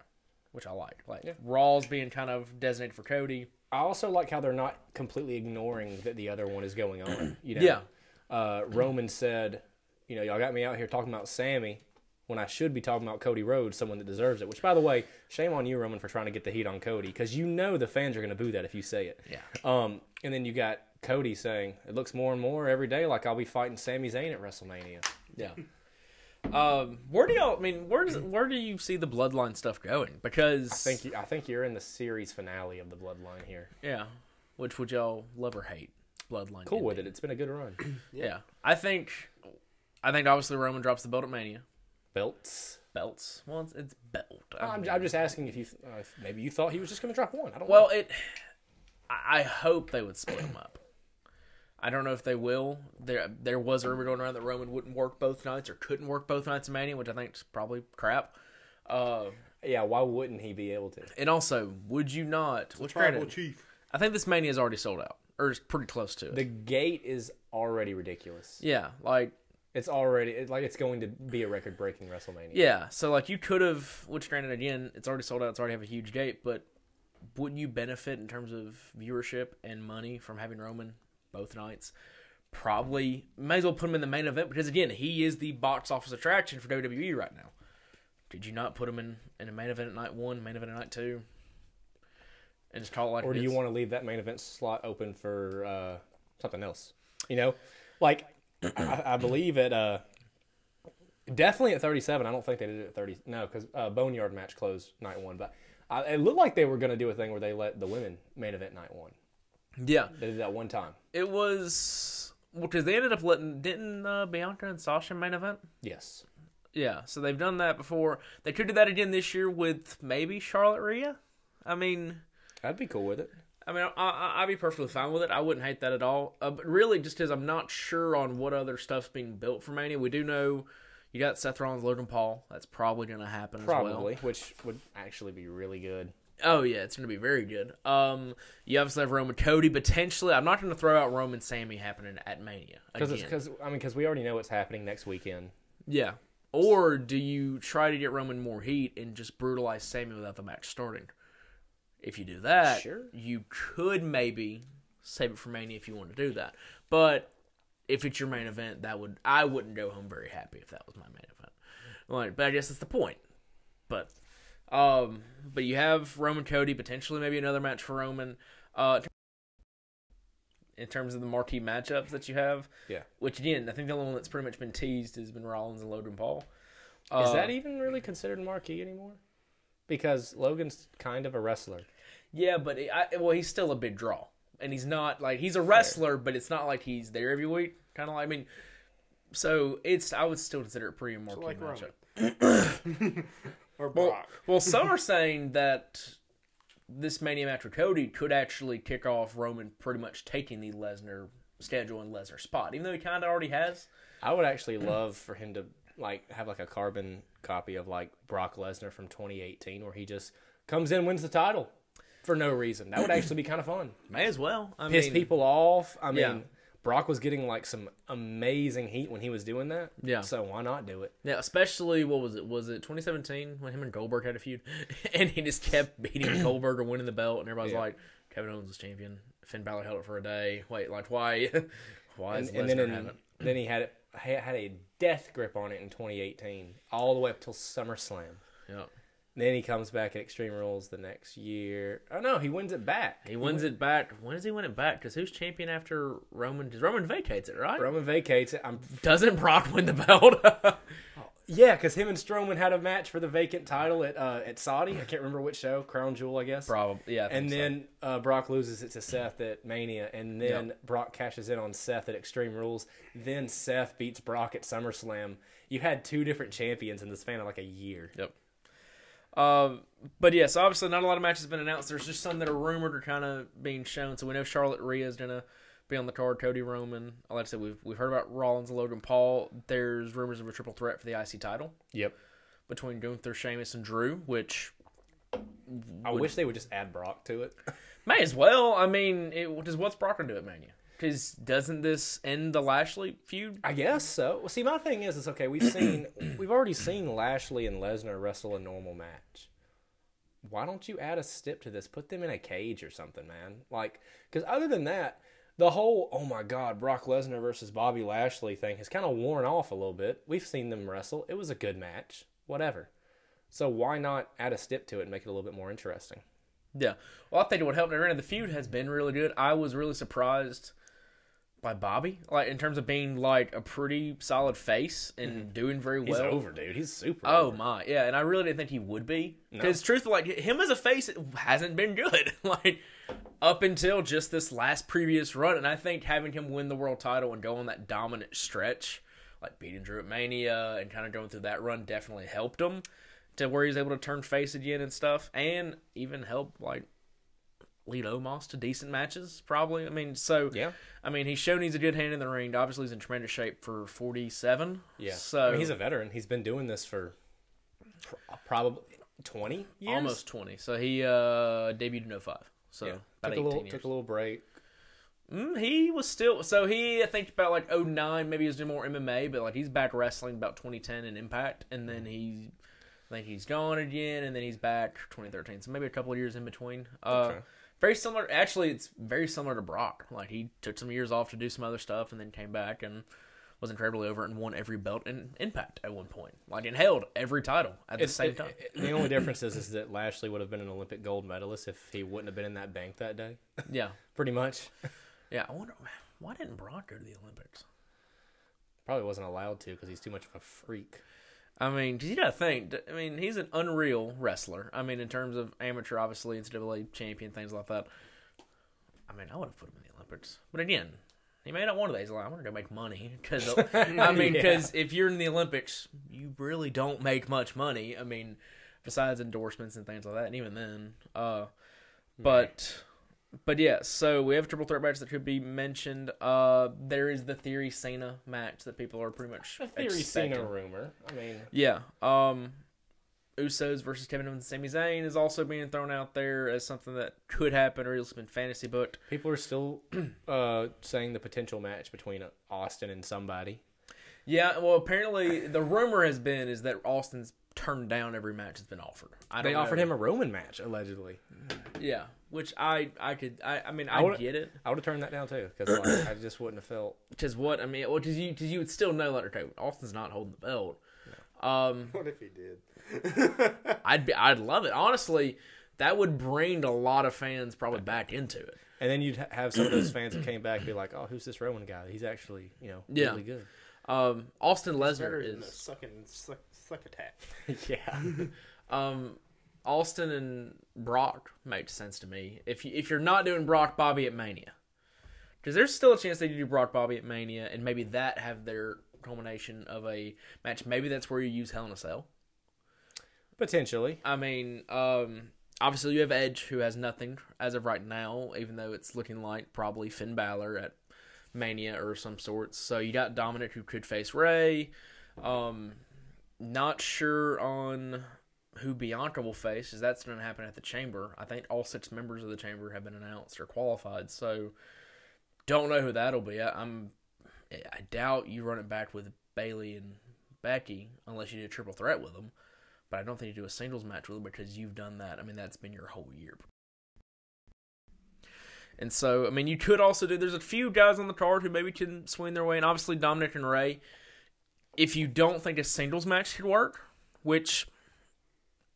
Speaker 2: which I like. Like
Speaker 3: Yeah.
Speaker 2: Raw's being kind of designated for Cody.
Speaker 3: I also like how they're not completely ignoring that the other one is going
Speaker 2: <clears throat>
Speaker 3: on. You know?
Speaker 2: Yeah.
Speaker 3: Uh, Roman said, you know, y'all got me out here talking about Sammy when I should be talking about Cody Rhodes, someone that deserves it. Which, by the way, shame on you, Roman, for trying to get the heat on Cody because you know the fans are going to boo that if you say it.
Speaker 2: Yeah.
Speaker 3: Um, and then you got Cody saying, it looks more and more every day like I'll be fighting Sami Zayn at WrestleMania.
Speaker 2: Yeah. Um, where do y'all? I mean, where does where do you see the bloodline stuff going? Because
Speaker 3: I think, you, I think you're in the series finale of the Bloodline here.
Speaker 2: Yeah. Which would y'all love or hate? Bloodline.
Speaker 3: Cool
Speaker 2: ending.
Speaker 3: with it. It's been a good run. <clears throat>
Speaker 2: Yeah. I think I think obviously Roman drops the belt at Mania.
Speaker 3: Belts.
Speaker 2: Belts. Well, it's, it's belt. I
Speaker 3: I'm,
Speaker 2: mean-
Speaker 3: I'm just asking if you th- uh, if maybe you thought he was just going to drop one. I don't
Speaker 2: well, it. I I hope they would split them up. I don't know if they will. There there was a rumor going around that Roman wouldn't work both nights or couldn't work both nights at Mania, which I think is probably crap. Uh,
Speaker 3: know. Yeah, why wouldn't he be able to?
Speaker 2: and also, would you not? Which
Speaker 1: Tribal
Speaker 2: granted,
Speaker 1: chief.
Speaker 2: I think this Mania is already sold out or is pretty close to it.
Speaker 3: The gate is already ridiculous.
Speaker 2: yeah, like
Speaker 3: It's already it, like it's going to be a record breaking WrestleMania.
Speaker 2: Yeah, so like you could have, which granted again, it's already sold out, it's already have a huge gate, but wouldn't you benefit in terms of viewership and money from having Roman both nights? Probably, may as well put him in the main event because again, he is the box office attraction for WWE right now. Did you not put him in in a main event at night one, main event at night two, and just call it like?
Speaker 3: Or
Speaker 2: it
Speaker 3: do you
Speaker 2: is?
Speaker 3: want to leave that main event slot open for uh, something else? You know, like I, I believe at uh, definitely at 37. I don't think they did it at 30. No, because uh, Boneyard match closed night one, but I, it looked like they were going to do a thing where they let the women main event night one.
Speaker 2: Yeah,
Speaker 3: They did that one time.
Speaker 2: it was because they ended up letting didn't uh, Bianca and Sasha main event.
Speaker 3: Yes.
Speaker 2: Yeah, so they've done that before. They could do that again this year with maybe Charlotte Rhea. I mean,
Speaker 3: I'd be cool with it.
Speaker 2: I mean, I, I, I'd be perfectly fine with it. I wouldn't hate that at all. Uh, but really, just because I'm not sure on what other stuff's being built for Mania. We do know you got Seth Rollins, Logan Paul. That's probably going to happen as well.
Speaker 3: Probably, which would actually be really good.
Speaker 2: Oh yeah, it's going to be very good. Um, you obviously have Roman Cody potentially. I'm not going to throw out Roman Sammy happening at Mania
Speaker 3: Because
Speaker 2: again.
Speaker 3: because I mean because we already know what's happening next weekend.
Speaker 2: yeah. Or do you try to get Roman more heat and just brutalize Sammy without the match starting? If you do that,
Speaker 3: Sure.
Speaker 2: you could maybe save it for Mania if you want to do that. But if it's your main event, that would I wouldn't go home very happy if that was my main event. Like, but I guess that's the point. But um, but you have Roman Cody potentially maybe another match for Roman. Uh, in terms of the marquee matchups that you have,
Speaker 3: Yeah.
Speaker 2: Which again, I think the only one that's pretty much been teased has been Rollins and Logan Paul.
Speaker 3: Is
Speaker 2: Uh,
Speaker 3: that even really considered marquee anymore? Because Logan's kind of a wrestler.
Speaker 2: Yeah, but he- I, well, he's still a big draw, and he's not like he's a wrestler, but it's not like he's there every week. Kind of like I mean, so it's I would still consider it pretty marquee
Speaker 1: like
Speaker 2: matchup.
Speaker 1: Roman. <laughs> Or
Speaker 2: Well,
Speaker 1: Brock.
Speaker 2: well, some are saying that this Mania match with Cody could actually kick off Roman pretty much taking the Lesnar schedule and Lesnar spot, even though he kind of already has.
Speaker 3: I would actually love for him to like have like a carbon copy of like Brock Lesnar from 2018, where he just comes in, wins the title for no reason. That would actually be kind of fun.
Speaker 2: May as well. <clears throat> I
Speaker 3: Piss
Speaker 2: mean,
Speaker 3: people off. I mean,
Speaker 2: Yeah.
Speaker 3: Brock was getting like some amazing heat when he was doing that.
Speaker 2: Yeah.
Speaker 3: So why not do it?
Speaker 2: yeah, especially what was it? Was it 2017 when him and Goldberg had a feud, <laughs> and he just kept <clears throat> beating Goldberg or winning the belt, and everybody's
Speaker 3: Yeah.
Speaker 2: like, Kevin Owens is champion. Finn Balor held it for a day. Wait, like why? <laughs> why is
Speaker 3: and, and then
Speaker 2: Lesnar
Speaker 3: in-
Speaker 2: having it?
Speaker 3: <clears throat> then he had it ha- had a death grip on it in 2018, all the way up till SummerSlam.
Speaker 2: Yeah.
Speaker 3: Then he comes back at Extreme Rules the next year. Oh no, he wins it back.
Speaker 2: He wins it back. When does he win it back? Because who's champion after Roman? Because Roman vacates it, right?
Speaker 3: Roman vacates it. I'm
Speaker 2: Doesn't Brock win the belt?
Speaker 3: Yeah, because him and Strowman had a match for the vacant title at uh, at Saudi. I can't remember which show, Crown Jewel, I guess.
Speaker 2: Probably, yeah. I think
Speaker 3: And
Speaker 2: so.
Speaker 3: then uh, Brock loses it to Seth at Mania, and then Brock cashes in on Seth at Extreme Rules. Then Seth beats Brock at SummerSlam. You had two different champions in the span of like a year.
Speaker 2: Yep. Um, but yes, obviously not a lot of matches have been announced. There's just some that are rumored or kind of being shown. So we know Charlotte Rhea is gonna be on the card. Cody Roman. All that said, we've we've heard about Rollins and Logan Paul. There's rumors of a triple threat for the IC title
Speaker 3: Yep.
Speaker 2: between Gunther, Sheamus, and Drew, which
Speaker 3: I wish they would just add Brock to it.
Speaker 2: may as well. I mean, it, does what's Brock gonna do at Mania? Because doesn't this end the Lashley feud?
Speaker 3: I guess so. Well, see, my thing is, is okay. We've seen, <clears throat> we've already seen Lashley and Lesnar wrestle a normal match. Why don't you add a step to this? Put them in a cage or something, man. Like, because other than that, the whole oh my god, Brock Lesnar versus Bobby Lashley thing has kind of worn off a little bit. We've seen them wrestle. It was a good match. Whatever. So why not add a step to it and make it a little bit more interesting?
Speaker 2: Yeah. Well, I think it would help. Granted, the feud has been really good. I was really surprised by Bobby, like in terms of being like a pretty solid face and doing very well.
Speaker 3: He's over, dude. He's super.
Speaker 2: Oh
Speaker 3: over.
Speaker 2: my, yeah. And I really didn't think he would be because, truthfully, like him as a face it hasn't been good. <laughs> like up until just this last previous run, and I think having him win the world title and go on that dominant stretch, like beating Drew at Mania and kind of going through that run, definitely helped him to where he's able to turn face again and stuff, and even help like lead Omos to decent matches. Probably, I mean, so
Speaker 3: Yeah.
Speaker 2: I mean, he's shown he's a good hand in the ring. Obviously, he's in tremendous shape for forty-seven.
Speaker 3: Yeah.
Speaker 2: so
Speaker 3: I mean, he's a veteran. He's been doing this for pr- probably 20 years.
Speaker 2: almost 20 so he uh debuted in 05 so
Speaker 3: Yeah.
Speaker 2: about
Speaker 3: Took a
Speaker 2: 18
Speaker 3: little
Speaker 2: years
Speaker 3: took a little break.
Speaker 2: Mm, he was still so he i think about like 09 maybe he was doing more mma but like he's back wrestling about 2010 in impact and
Speaker 3: Mm.
Speaker 2: then he i think he's gone again and then he's back 2013 so maybe a couple of years in between uh
Speaker 3: Okay.
Speaker 2: very similar actually it's very similar to brock like he took some years off to do some other stuff and then came back and was incredibly over it and won every belt in impact at one point like and held every title at the same
Speaker 3: It-
Speaker 2: time
Speaker 3: it- the only difference is, is that Lashley would have been an Olympic gold medalist if he wouldn't have been in that bank that day.
Speaker 2: yeah
Speaker 3: Pretty much.
Speaker 2: Yeah, I wonder why didn't Brock go to the Olympics?
Speaker 3: Probably wasn't allowed to because he's too much of a freak.
Speaker 2: I mean, 'cause you gotta think. d- I mean, he's an unreal wrestler. I mean, in terms of amateur, obviously NCAA champion, things like that. I mean, I would have put him in the Olympics, but again, he may not want to. He's like, I want to go make money <laughs> because I
Speaker 3: <laughs>
Speaker 2: mean, because if you're in the Olympics, you really don't make much money. I mean, besides endorsements and things like that, and even then, uh, but. But yeah, so we have a triple threat match that could be mentioned. Uh, there is the Theory Cena match that people are pretty much
Speaker 3: Theory
Speaker 2: expecting.
Speaker 3: Cena rumor. I mean,
Speaker 2: Yeah. Um Usos versus Kevin Owens and Sami Zayn is also being thrown out there as something that could happen or it's been fantasy booked.
Speaker 3: people are still <clears throat> uh, saying the potential match between Austin and somebody.
Speaker 2: Yeah, well apparently the rumor has been is that Austin's turned down every match that's been offered. I don't
Speaker 3: They offered
Speaker 2: know.
Speaker 3: him a Roman match allegedly.
Speaker 2: Yeah. Which I I could I I mean I,
Speaker 3: would've-
Speaker 2: get it.
Speaker 3: I would have turned that down too because like, I just wouldn't have felt.
Speaker 2: Cause what I mean well cause you cause you would still know like okay, Austin's not holding the belt. Um
Speaker 1: What if he
Speaker 2: <laughs>
Speaker 1: did?
Speaker 2: I'd be I'd love it. Honestly, that would bring a lot of fans probably back into it.
Speaker 3: And then you'd ha- have some of those fans that came back be like, "Oh, who's this Roman guy? He's actually you know
Speaker 2: Yeah. <laughs>
Speaker 3: really good." <laughs>
Speaker 2: Um Austin
Speaker 1: Better
Speaker 2: Lesnar
Speaker 1: than a
Speaker 2: is
Speaker 1: sucking suck, suck attack.
Speaker 3: yeah.
Speaker 2: Um, Austin and Brock makes sense to me. If you, if you're not doing Brock Bobby at Mania, because there's still a chance they could do Brock Bobby at Mania, and maybe that have their culmination of a match. Maybe that's where you use Hell in a Cell.
Speaker 3: Potentially.
Speaker 2: I mean, um, obviously you have Edge who has nothing as of right now, even though it's looking like probably Finn Balor at Mania or some sort. So you got Dominic who could face Ray. Um, not sure on who Bianca will face, as that's going to happen at the Chamber. I think all six members of the Chamber have been announced or qualified, so don't know who that'll be. I, I'm, I doubt you run it back with Bailey and Becky unless you do a triple threat with them. But I don't think you do a singles match with them because you've done that. I mean, that's been your whole year. And so, I mean, you could also do. There's a few guys on the card who maybe can swing their way, and obviously Dominic and Ray. If you don't think a singles match could work, which I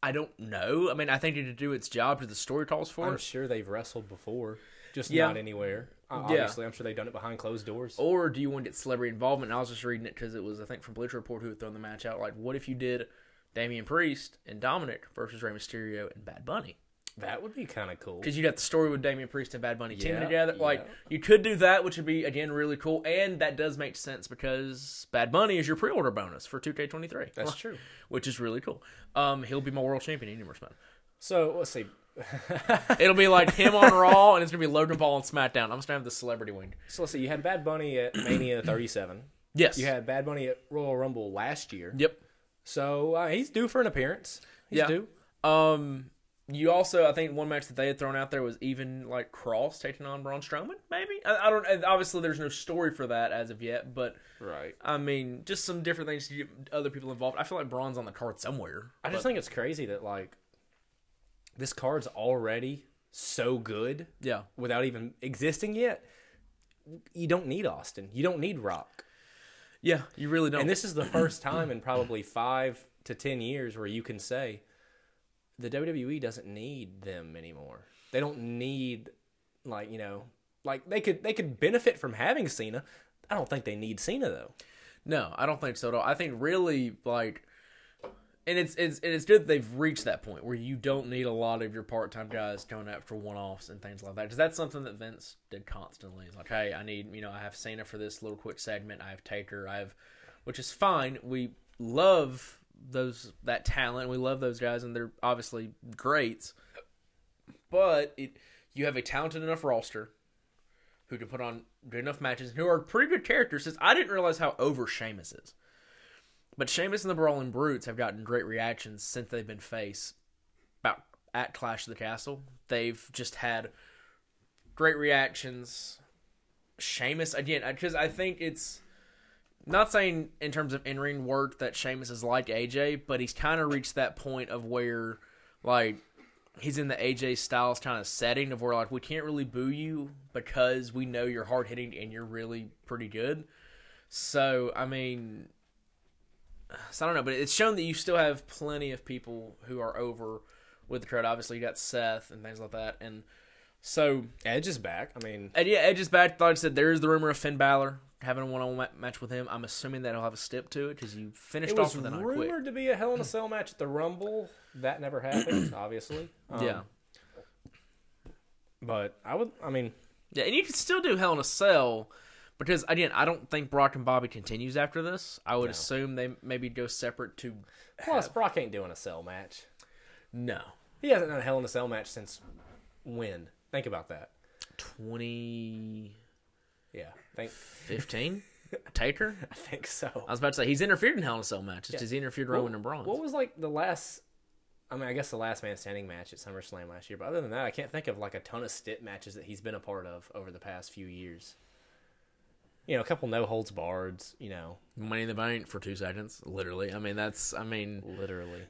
Speaker 2: I don't know. I mean, I think it did do its job because the story calls for
Speaker 3: I'm
Speaker 2: it.
Speaker 3: sure they've wrestled before, just
Speaker 2: Yeah.
Speaker 3: not anywhere. Uh,
Speaker 2: Yeah. Oh.
Speaker 3: Obviously, I'm sure they've done it behind closed doors.
Speaker 2: Or do you want to get celebrity involvement? And I was just reading it because it was, I think, from Bleacher Report who had thrown the match out. Like, what if you did Damian Priest and Dominic versus Rey Mysterio and Bad Bunny?
Speaker 3: That would be kind of cool.
Speaker 2: Because you'd have the story with Damian Priest and Bad Bunny teaming
Speaker 3: Yeah,
Speaker 2: together. Like,
Speaker 3: yeah.
Speaker 2: you could do that, which would be, again, really cool. And that does make sense because Bad Bunny is your pre order bonus for 2K23. <laughs>
Speaker 3: That's true.
Speaker 2: Which is really cool. Um, He'll be my world champion in Universe Man.
Speaker 3: So let's see.
Speaker 2: It'll be like him on Raw, and it's going to be Logan Paul on SmackDown. I'm just going to have the celebrity wing.
Speaker 3: So let's see. You had Bad Bunny at <clears throat> Mania 37.
Speaker 2: Yes.
Speaker 3: You had Bad Bunny at Royal Rumble last year.
Speaker 2: Yep.
Speaker 3: So uh, he's due for an appearance. He's
Speaker 2: Yeah.
Speaker 3: due.
Speaker 2: Um, you also, I think one match that they had thrown out there was even like Cross taking on Braun Strowman. Maybe I, I don't. and Obviously, there's no story for that as of yet, but
Speaker 3: Right.
Speaker 2: I mean, just some different things to get other people involved. I feel like Braun's on the card somewhere.
Speaker 3: I just think it's crazy that like this card's already so good
Speaker 2: Yeah,
Speaker 3: without even existing yet. You don't need Austin. You don't need Rock.
Speaker 2: yeah. You really don't.
Speaker 3: And this is the first time in probably five to ten years where you can say the WWE doesn't need them anymore. They don't need like you know like they could they could benefit from having Cena. I don't think they need Cena though.
Speaker 2: No, I don't think so at all. I think really like, and it's it's and it's good that they've reached that point where you don't need a lot of your part time guys coming out for one offs and things like that because that's something that Vince did constantly. It's like, hey, I need you know I have Cena for this little quick segment. I have Taker. I have, which is fine. We love those that talent. We love those guys, and they're obviously greats. But it, you have a talented enough roster who can put on good enough matches and who are pretty good characters. Since I didn't realize how over Sheamus is, but Sheamus and the Brawling Brutes have gotten great reactions since they've been face about at Clash of the Castle. They've just had great reactions. Sheamus again because I think it's not saying in terms of in ring work that Sheamus is like AJ, but he's kind of reached that point of where like he's in the AJ Styles kind of setting of where like we can't really boo you because we know you're hard hitting and you're really pretty good. So I mean, so I don't know, but it's shown that you still have plenty of people who are over with the crowd. Obviously, you got Seth and things like that, and so
Speaker 3: Edge is back. I mean,
Speaker 2: and yeah, Edge is back. Like I said, there is the rumor of Finn Balor having a one-on-one ma- match with him. I'm assuming that he'll have a step to it because you finished
Speaker 3: it was
Speaker 2: off with an I quit.
Speaker 3: rumored to be a Hell in a Cell match at the Rumble. That never <clears throat> happened, obviously. Um,
Speaker 2: Yeah,
Speaker 3: But I would. I mean,
Speaker 2: yeah, and you can still do Hell in a Cell because again, I don't think Brock and Bobby continues after this. I would assume they maybe go separate to
Speaker 3: plus Brock ain't doing a Cell match.
Speaker 2: no
Speaker 3: He hasn't done a Hell in a Cell match since when? Think about that.
Speaker 2: 2015
Speaker 3: Yeah, think <laughs>
Speaker 2: Taker.
Speaker 3: I think so.
Speaker 2: I was about to say he's interfered in Hell in a Cell matches because he interfered Roman and Braun.
Speaker 3: What was like the last? I mean, I guess the last man standing match at SummerSlam last year. But other than that, I can't think of like a ton of stip matches that he's been a part of over the past few years. You know, a couple no holds bards. You know,
Speaker 2: Money in the Bank for two seconds, literally. I mean, that's I mean.
Speaker 3: literally.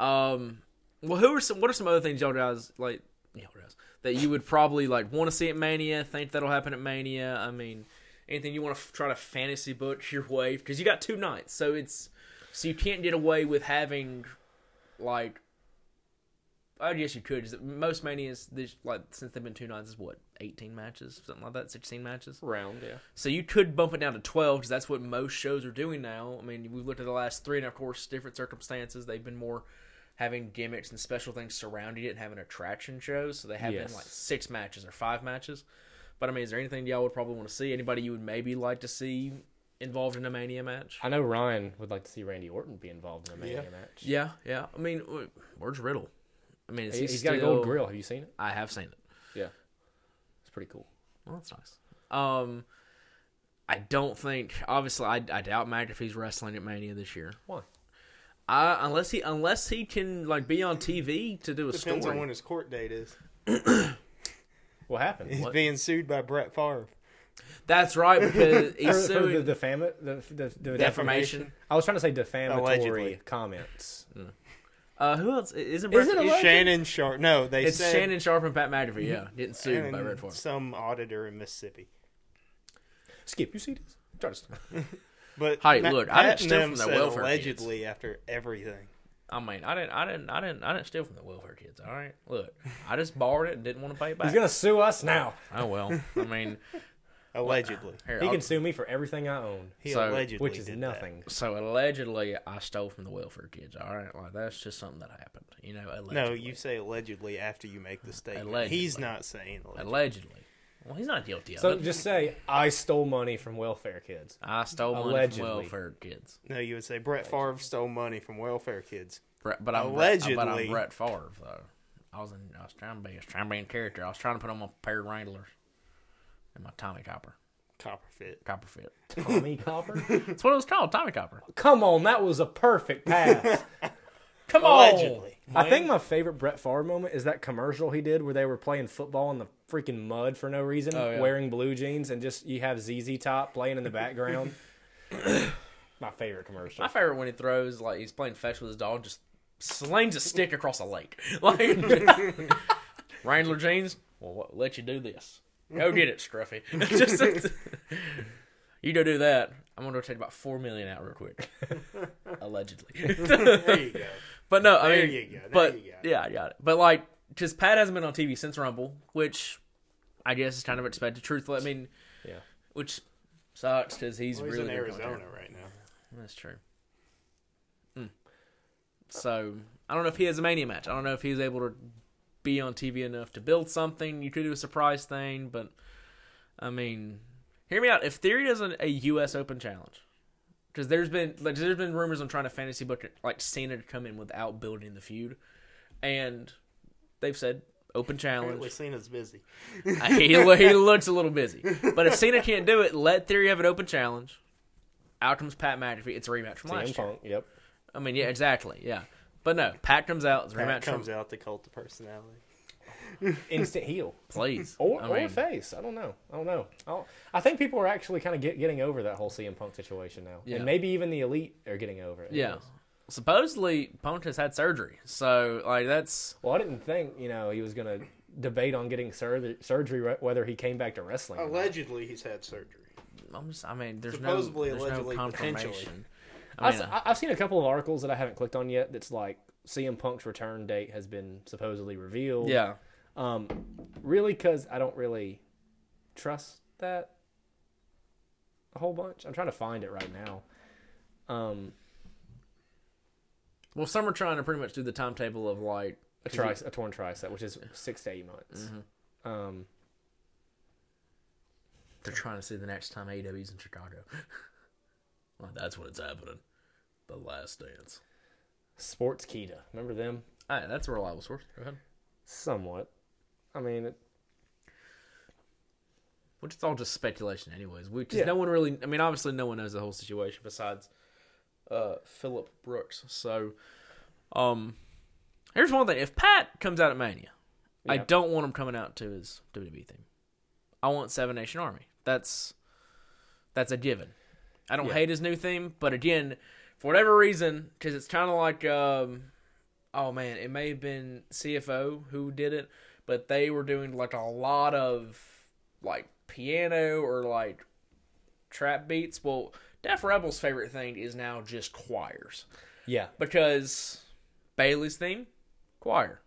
Speaker 2: Um, well, who are some? What are some other things y'all guys like? Y'all guys, that you would probably like want to see at Mania? Think that'll happen at Mania? I mean, anything you want to f- try to fantasy book your way because you got two nights, so it's so you can't get away with having like. I guess you could. 'cause Most manias, this like since they've been two nights, is what eighteen matches, something like that, sixteen matches.
Speaker 3: Round, yeah.
Speaker 2: So you could bump it down to 12 because that's what most shows are doing now. I mean, we've looked at the last three, and of course, different circumstances. They've been more having gimmicks and special things surrounding it and having attraction shows. So they have been
Speaker 3: Yes.
Speaker 2: like six matches or five matches. But I mean, is there anything y'all would probably want to see? Anybody you would maybe like to see involved in a Mania match?
Speaker 3: I know Ryan would like to see Randy Orton be involved in a Mania match.
Speaker 2: Yeah, yeah. I mean, w- where's Riddle? I mean, is
Speaker 3: He,
Speaker 2: he
Speaker 3: has
Speaker 2: still...
Speaker 3: got a gold grill. Have you seen it?
Speaker 2: I have seen it.
Speaker 3: Yeah, it's pretty cool.
Speaker 2: Well, that's nice. Um, I don't think. Obviously, I, I doubt McAfee's wrestling at Mania this year.
Speaker 3: Why?
Speaker 2: Uh, unless he unless he can like be on TV to do a
Speaker 1: Depends
Speaker 2: story.
Speaker 1: on when his court date is.
Speaker 3: What happened? <laughs>
Speaker 1: He's being sued by Brett Favre.
Speaker 2: That's right
Speaker 3: <laughs>
Speaker 2: because he's
Speaker 3: For, for the
Speaker 2: suing
Speaker 3: defama- the, the, the
Speaker 2: defamation.
Speaker 3: I was trying to say defamatory
Speaker 1: Allegedly.
Speaker 3: comments.
Speaker 2: Uh, who else isn't?
Speaker 3: Is
Speaker 2: Brett-
Speaker 3: it a-
Speaker 1: It's
Speaker 3: Alleged?
Speaker 1: Shannon Sharp. No, they
Speaker 2: It's
Speaker 1: said Mm-hmm.
Speaker 2: Shannon Sharp and Pat McAfee. Yeah, getting sued
Speaker 1: and
Speaker 2: by Red Farm.
Speaker 1: some auditor in Mississippi.
Speaker 3: Skip, you see this? Try to-
Speaker 1: But
Speaker 2: Hey,
Speaker 1: Ma-
Speaker 2: look, I
Speaker 1: Pat
Speaker 2: didn't steal
Speaker 1: and them
Speaker 2: from that
Speaker 1: said
Speaker 2: welfare
Speaker 1: allegedly after everything.
Speaker 2: I mean, I didn't, I didn't, I didn't, I didn't steal from the welfare kids. All right, look, I just borrowed it and didn't want to pay it back.
Speaker 3: He's gonna sue us now.
Speaker 2: Oh well, I
Speaker 3: <laughs>
Speaker 2: mean,
Speaker 1: Allegedly,
Speaker 2: here,
Speaker 3: He
Speaker 2: I'll-
Speaker 3: can sue me for everything I own,
Speaker 1: he
Speaker 2: So-
Speaker 1: allegedly
Speaker 3: which is
Speaker 1: did
Speaker 3: nothing.
Speaker 2: So allegedly, I stole from the welfare kids. All right, like that's just something that happened. You know,
Speaker 1: that.
Speaker 2: allegedly.
Speaker 1: No, you say allegedly after you make the statement. He's
Speaker 2: Allegedly.
Speaker 1: not saying allegedly.
Speaker 2: allegedly. Well, he's not guilty of
Speaker 3: So
Speaker 2: it.
Speaker 3: just say I stole money from welfare
Speaker 2: <laughs>
Speaker 3: kids.
Speaker 2: I stole money
Speaker 3: Allegedly.
Speaker 2: from welfare kids,
Speaker 1: No, you would say Brett Favre stole money from welfare kids.
Speaker 2: Brett, but I'm Brett, but I'm
Speaker 1: Allegedly.
Speaker 2: Brett Favre though. I was in, I was trying to be, I was trying to be in character. I was trying to put on my pair of Wranglers and my Tommy Copper,
Speaker 1: Copperfit.
Speaker 2: Copper fit.
Speaker 3: Tommy Copper.
Speaker 2: That's what it was called, Tommy Copper.
Speaker 3: <laughs> Come on, that was a perfect
Speaker 2: <laughs>
Speaker 3: pass.
Speaker 2: Come
Speaker 1: Allegedly.
Speaker 3: I think my favorite Brett Favre moment is that commercial he did where they were playing football in the freaking mud for no reason,
Speaker 2: Oh, yeah.
Speaker 3: wearing blue jeans, and just you have ZZ Top playing in the
Speaker 2: <laughs>
Speaker 3: background. my favorite commercial.
Speaker 2: My favorite when he throws, like he's playing fetch with his dog, just slings a stick across a lake. <laughs> Like Wrangler jeans. Well, what, let you do this. Go get it, Scruffy. <laughs> just you go do that. I'm gonna go take about four million out real quick, <laughs> allegedly. <laughs>
Speaker 1: There you go.
Speaker 2: But no, I
Speaker 1: There
Speaker 2: mean,
Speaker 1: you go. There
Speaker 2: but
Speaker 1: you go.
Speaker 2: yeah, I got it. But like, just Pat hasn't been on TV since Rumble, which I guess is kind of expected. Truthfully, I mean,
Speaker 3: Yeah.
Speaker 2: which sucks because he's
Speaker 1: Well, he's
Speaker 2: really
Speaker 1: in
Speaker 2: good
Speaker 1: Arizona
Speaker 2: commentator.
Speaker 1: right now.
Speaker 2: That's true. Mm. So I don't know if he has a mania match. I don't know if he was able to be on TV enough to build something. You could do a surprise thing, but I mean, hear me out. If Theory does an, a U.S. Open challenge, because there's been like there's been rumors on trying to fantasy book it, like Cena to come in without building the feud, and they've said open challenge. <laughs>
Speaker 1: Apparently, Cena's busy.
Speaker 2: he, lo- he looks a little busy. But if Cena can't do it, let Theory have an open challenge. Out comes Pat McAfee. It's a rematch from last
Speaker 3: CM
Speaker 2: year.
Speaker 3: Punk. Yep.
Speaker 2: I mean, yeah, exactly, yeah. But no, Pat comes out. It's a
Speaker 1: That
Speaker 2: rematch
Speaker 1: comes
Speaker 2: from,
Speaker 1: out the cult of personality.
Speaker 3: Instant heel.
Speaker 2: please.
Speaker 3: Or,
Speaker 2: I
Speaker 3: or
Speaker 2: mean,
Speaker 3: face. I don't know. I don't know. I, don't, I think people are actually kind of get, getting over that whole CM Punk situation now.
Speaker 2: Yeah.
Speaker 3: And maybe even the elite are getting over it.
Speaker 2: yeah. Supposedly, Punk has had surgery, so like that's
Speaker 3: Well, I didn't think, you know, he was going to debate on getting sur- surgery re- whether he came back to wrestling. or
Speaker 1: Oh,
Speaker 3: not.
Speaker 1: Allegedly, he's had surgery.
Speaker 2: I'm just. I mean, there's
Speaker 1: Supposedly,
Speaker 2: no, there's
Speaker 1: allegedly,
Speaker 2: no
Speaker 1: potentially.
Speaker 2: confirmation. I
Speaker 3: I've,
Speaker 2: mean, uh,
Speaker 3: I- I've seen a couple of articles that I haven't clicked on yet. That's like CM Punk's return date has been supposedly revealed.
Speaker 2: yeah,
Speaker 3: Um, really, because I don't really trust that a whole bunch. I'm trying to find it right now. Um,
Speaker 2: well, some are trying to pretty much do the timetable of like
Speaker 3: a tri- a torn tricep, which is six to eight months.
Speaker 2: Mm-hmm.
Speaker 3: Um,
Speaker 2: they're trying to see the next time AEW's in Chicago. <laughs> like that's when it's happening. The Last Dance.
Speaker 3: Sports Kita, remember them?
Speaker 2: All right, that's a reliable source. Go ahead.
Speaker 3: Somewhat. I mean, it,
Speaker 2: Which is all just speculation, anyways. We 'cause
Speaker 3: Yeah.
Speaker 2: no one really. I mean, obviously, no one knows the whole situation besides uh, Philip Brooks. So, um, here's one thing: if Pat comes out at Mania, I
Speaker 3: Yeah.
Speaker 2: don't want him coming out to his WWE theme. I want Seven Nation Army. That's that's a given. I don't
Speaker 3: Yeah.
Speaker 2: hate his new theme, but again, for whatever reason, because it's kind of like, um, oh man, it may have been CFO who did it, but they were doing like a lot of like piano or like trap beats. Well, Def Rebel's favorite thing is now just choirs
Speaker 3: yeah.
Speaker 2: because Bailey's theme, choir.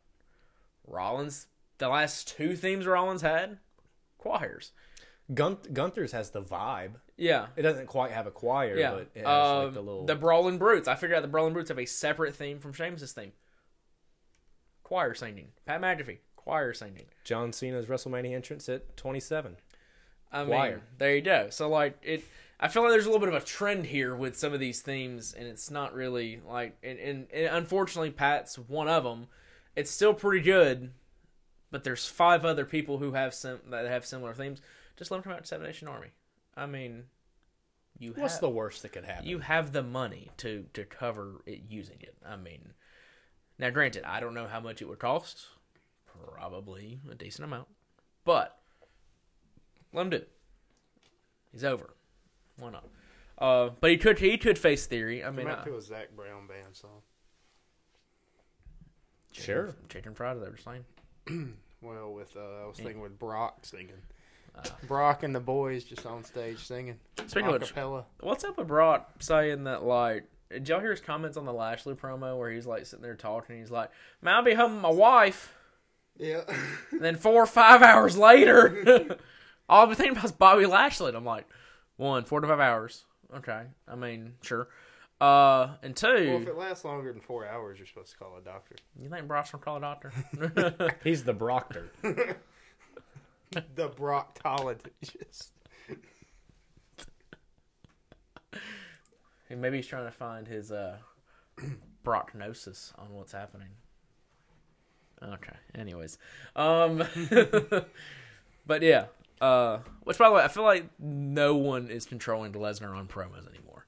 Speaker 2: Rollins, the last two themes Rollins had, choirs.
Speaker 3: Gun- Gunther's has the vibe.
Speaker 2: Yeah.
Speaker 3: It doesn't quite have a choir,
Speaker 2: Yeah.
Speaker 3: but it has
Speaker 2: Um,
Speaker 3: like the
Speaker 2: the,
Speaker 3: little.
Speaker 2: Brawling Brutes. I figured out the Brawling Brutes have a separate theme from Sheamus' theme. Choir singing. Pat McAfee, choir singing.
Speaker 3: John Cena's WrestleMania entrance at 27.
Speaker 2: I mean,
Speaker 3: Choir.
Speaker 2: there you go. So like it, I feel like there's a little bit of a trend here with some of these themes, and it's not really like, and, and, and unfortunately, Pat's one of them. It's still pretty good, but there's five other people who have some that have similar themes. Just let them come out to Seven Nation Army. I mean, you
Speaker 3: What's
Speaker 2: have
Speaker 3: the worst that could happen?
Speaker 2: you have the money to to cover it using it. I mean, now granted, I don't know how much it would cost. Probably a decent amount, but let him do. it. He's over. Why not? Uh, but he could he could face theory. I mean,
Speaker 1: Come out
Speaker 2: uh,
Speaker 1: to a Zach Brown band song.
Speaker 2: <laughs>
Speaker 3: sure.
Speaker 2: chicken fried. They were saying
Speaker 1: Well, with uh, I was thinking with Brock singing. Brock and the boys just on stage singing.
Speaker 2: Uh. Speaking of which-
Speaker 1: acapella.
Speaker 2: what's up with Brock saying that like Did y'all hear his comments on the Lashley promo where he's like sitting there talking? And he's like, "Man, I'll be home with my wife."
Speaker 4: Yeah.
Speaker 2: And then four or five <laughs> hours later, <laughs> all I've been thinking about is Bobby Lashley. And I'm like, one, four to five hours. Okay. I mean, sure. Uh, and
Speaker 1: <laughs>
Speaker 2: two,
Speaker 1: Well, if it lasts longer than four hours, you're supposed to call a doctor.
Speaker 2: you think Brock's gonna call a doctor? <laughs>
Speaker 3: He's the Brockter.
Speaker 1: The proctologist. <laughs>
Speaker 2: And maybe he's trying to find his uh, <clears throat> prognosis on what's happening. Okay. Anyways, um, <laughs> but yeah. Uh, which by the way, I feel like no one is controlling Lesnar on promos anymore.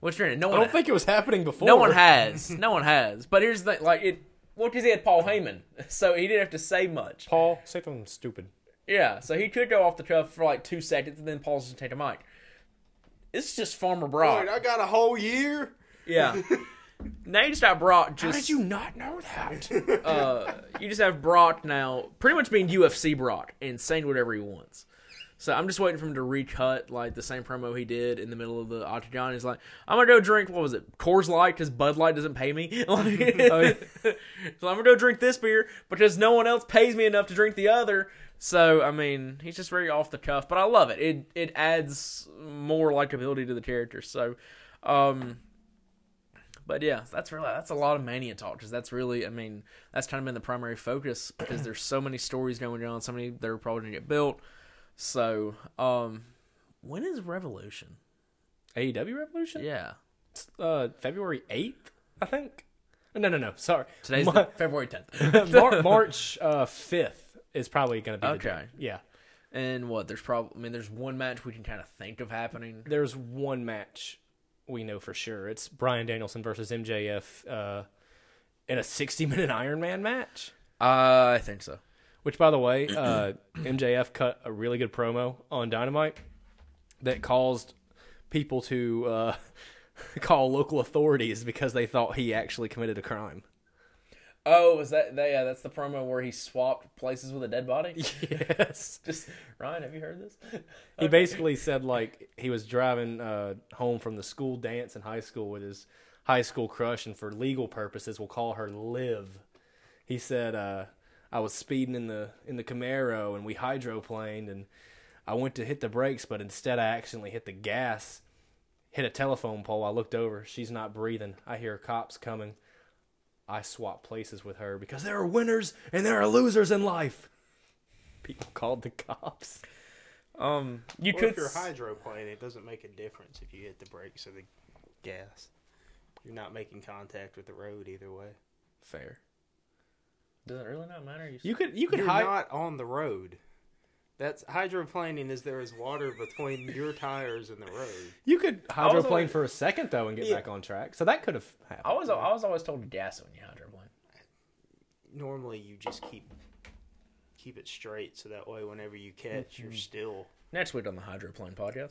Speaker 2: Which granted, no
Speaker 3: I
Speaker 2: one.
Speaker 1: Oh,
Speaker 3: don't think it was happening before.
Speaker 2: No one has. No one has. But here's the thing, like it. Well, because he had Paul Heyman, so he didn't have to say much.
Speaker 3: Paul, say something stupid.
Speaker 2: Yeah, so he could go off the cuff for like two seconds, and then Paul's just take the mic. It's just Farmer Brock.
Speaker 1: Dude, I got a whole year.
Speaker 2: yeah.
Speaker 3: <laughs>
Speaker 2: now you just got Brock. Just
Speaker 3: How did you not know that?
Speaker 2: <laughs> uh, you just have Brock now, pretty much being UFC Brock and saying whatever he wants. So I'm just waiting for him to recut like the same promo he did in the middle of the octagon. He's like, "I'm gonna go drink what was it? Coors Light because Bud Light doesn't pay me. <laughs> Like,
Speaker 3: Oh,
Speaker 2: so I'm gonna go drink this beer because no one else pays me enough to drink the other." So I mean, he's just very off the cuff, but I love it. It it adds more likability to the character. So, um, but yeah, that's really that's a lot of mania talk because that's really I mean that's kind of been the primary focus because there's so many stories going on, so many that are probably gonna get built. So, um, when is Revolution?
Speaker 3: AEW E Revolution?
Speaker 2: Yeah,
Speaker 3: Uh, February 8th, I think. No, no, no. Sorry.
Speaker 2: today's
Speaker 3: Mar-
Speaker 2: the,
Speaker 1: <laughs>
Speaker 2: February 10th,
Speaker 3: <laughs> Mar- March uh, 5th is probably going to be the
Speaker 2: Okay.
Speaker 3: date. Yeah.
Speaker 2: and what there's probably I mean there's one match we can kind of think of happening.
Speaker 3: There's one match we know for sure. It's Brian Danielson versus MJF uh, in a 60 minute <laughs> Iron Man match.
Speaker 2: Uh, I think so.
Speaker 3: Which, by the way, uh, <clears throat> MJF cut a really good promo on Dynamite that caused people to uh, <laughs> call local authorities because they thought he actually committed a crime.
Speaker 2: Oh, is that, that yeah? That's the promo where he swapped places with a dead body.
Speaker 3: Yes.
Speaker 2: Just Ryan, have you heard this?
Speaker 3: He basically said like he was driving uh, home from the school dance in high school with his high school crush, and for legal purposes, we'll call her Liv. He said uh, I was speeding in the in the Camaro, and we hydroplaned, and I went to hit the brakes, but instead I accidentally hit the gas, hit a telephone pole. I looked over, she's not breathing. I hear cops coming. I swap places with her because there are winners and there are losers in life. People called the cops.
Speaker 2: Um, you
Speaker 1: Or
Speaker 2: could
Speaker 1: if you're
Speaker 2: s-
Speaker 1: hydroplane, it doesn't make a difference if you hit the brakes or the gas. You're not making contact with the road either way.
Speaker 3: Fair.
Speaker 2: Does it really not matter? You
Speaker 3: You could you could
Speaker 1: You're
Speaker 3: hide.
Speaker 1: not on the road. That's hydroplaning is there is water between your tires and the road.
Speaker 3: you could hydroplane
Speaker 2: always-
Speaker 3: for a second though and get
Speaker 1: Yeah.
Speaker 3: back on track. So that could have happened.
Speaker 2: I was I was always told to gas it when you hydroplane.
Speaker 1: Normally you just keep keep it straight so that way whenever you catch
Speaker 2: Mm-hmm.
Speaker 1: you're still
Speaker 2: Next week on the hydroplane
Speaker 3: <laughs>
Speaker 2: podcast,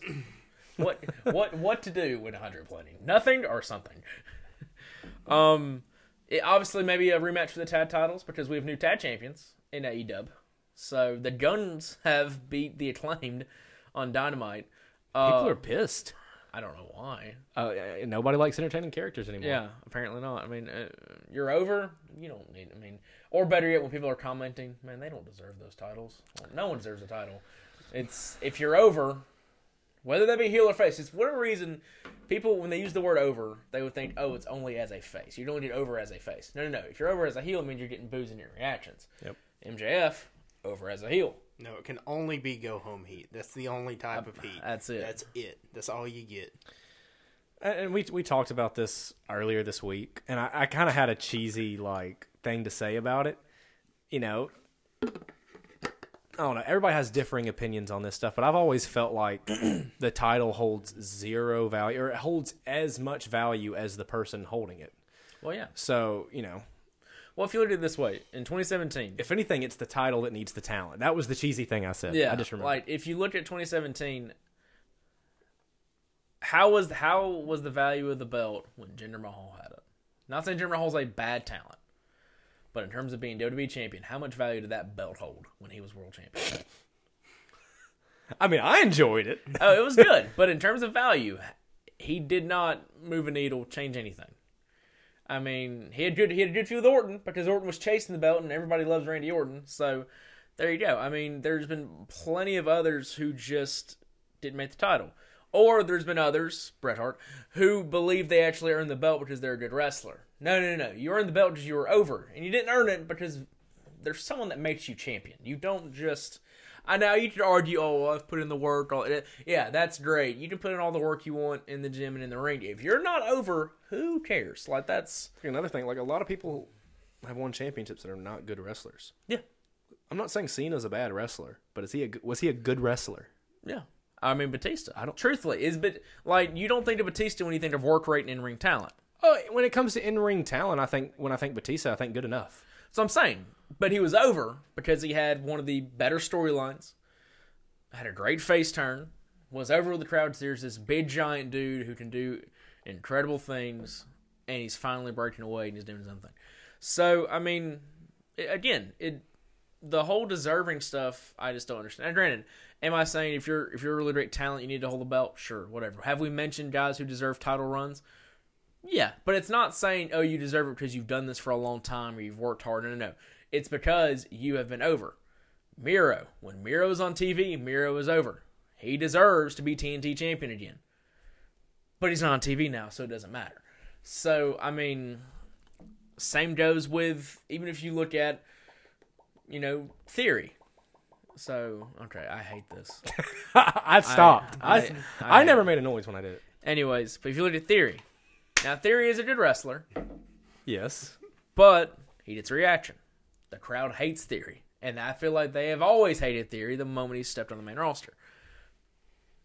Speaker 2: what what what to do when hydroplaning? Nothing or
Speaker 3: <laughs>
Speaker 2: something. Um, it, obviously maybe a rematch for the tag titles because we have new tag champions in AEW. So the Guns have beat the Acclaimed on Dynamite. Uh,
Speaker 3: People are pissed.
Speaker 2: I don't know why.
Speaker 3: Uh, nobody likes entertaining characters anymore.
Speaker 2: Yeah, apparently not. I mean, uh, you're over. You don't need. I mean, or better yet, when people are commenting, man, they don't deserve those titles. No one deserves a title. It's if you're over, whether they be heel or face. It's for whatever reason people when they use the word over, they would think, oh, it's only as a face. You don't need over as a face. No, no, no. If you're over as a heel, it means you're getting booze in your reactions.
Speaker 3: Yep.
Speaker 2: MJF over as a heel.
Speaker 1: no, it can only be go home heat. That's the only type of heat.
Speaker 2: that's it.
Speaker 1: That's it. That's all you get.
Speaker 3: And- And we we talked about this earlier this week, and I, I kind of had a cheesy like thing to say about it. You know, I don't know. Everybody has differing opinions on this stuff, but I've always felt like <clears throat> the title holds zero value, or it holds as much value as the person holding it.
Speaker 2: Well, yeah.
Speaker 3: So you know,
Speaker 2: Well, if you look at it this way, in 2017,
Speaker 3: if anything, it's the title that needs the talent. That was the cheesy thing I said.
Speaker 2: Yeah,
Speaker 3: I just remember.
Speaker 2: Like if you look at 2017, how was how was the value of the belt when Jinder Mahal had it? Not saying Jinder Mahal's a bad talent, but in terms of being WWE champion, how much value did that belt hold when he was world champion?
Speaker 3: I mean, I enjoyed it.
Speaker 2: oh, it was good, but in terms of value, he did not move a needle, change anything. I mean, he had good he had a good feud with Orton because Orton was chasing the belt, and everybody loves Randy Orton. So there you go. I mean, there's been plenty of others who just didn't make the title, or there's been others, Bret Hart, who believe they actually earned the belt because they're a good wrestler. No, no, no. no. You earned the belt because you were over, and you didn't earn it because there's someone that makes you champion. You don't just. I know you could argue, oh, well, I've put in the work. All yeah, that's great. You can put in all the work you want in the gym and in the ring. If you're not over, who cares? Like that's
Speaker 3: Another thing, like a lot of people have won championships that are not good wrestlers.
Speaker 2: yeah,
Speaker 3: I'm not saying Cena's a bad wrestler, but is he a, g- was he a good wrestler?
Speaker 2: yeah. I mean Batista. I don't. Truthfully, is but like you don't think of Batista when you think of work rate and in ring talent.
Speaker 3: Oh, when it comes to in-ring talent, I think when I think Batista, I think good <laughs> enough.
Speaker 2: So I'm saying, but he was over because he had one of the better storylines, had a great face turn, was over with the crowd. So There's this big giant dude who can do incredible things, and he's finally breaking away and he's doing his own thing. So I mean, i again, it the whole deserving stuff I just don't understand. And granted, am I saying if you're if you're a really great talent, you need to hold the belt? Sure, whatever. Have we mentioned guys who deserve title runs? Yeah, but it's not saying, oh, you deserve it because you've done this for a long time or you've worked hard. No, no, no. It's because you have been over. Miro, when Miro's on TV, Miro is over. He deserves to be TNT champion again. But he's not on TV now, so it doesn't matter. So, I mean, same goes with even if you look at, you know, theory. So, okay, I hate this.
Speaker 3: I stopped. I,
Speaker 2: I-
Speaker 3: I,
Speaker 2: I-
Speaker 3: never made a noise when I did it.
Speaker 2: Anyways, but if you look at theory, now theory is a good wrestler.
Speaker 3: Yes.
Speaker 2: But he gets a reaction. The crowd hates Theory. And I feel like they have always hated Theory the moment he stepped on the main roster.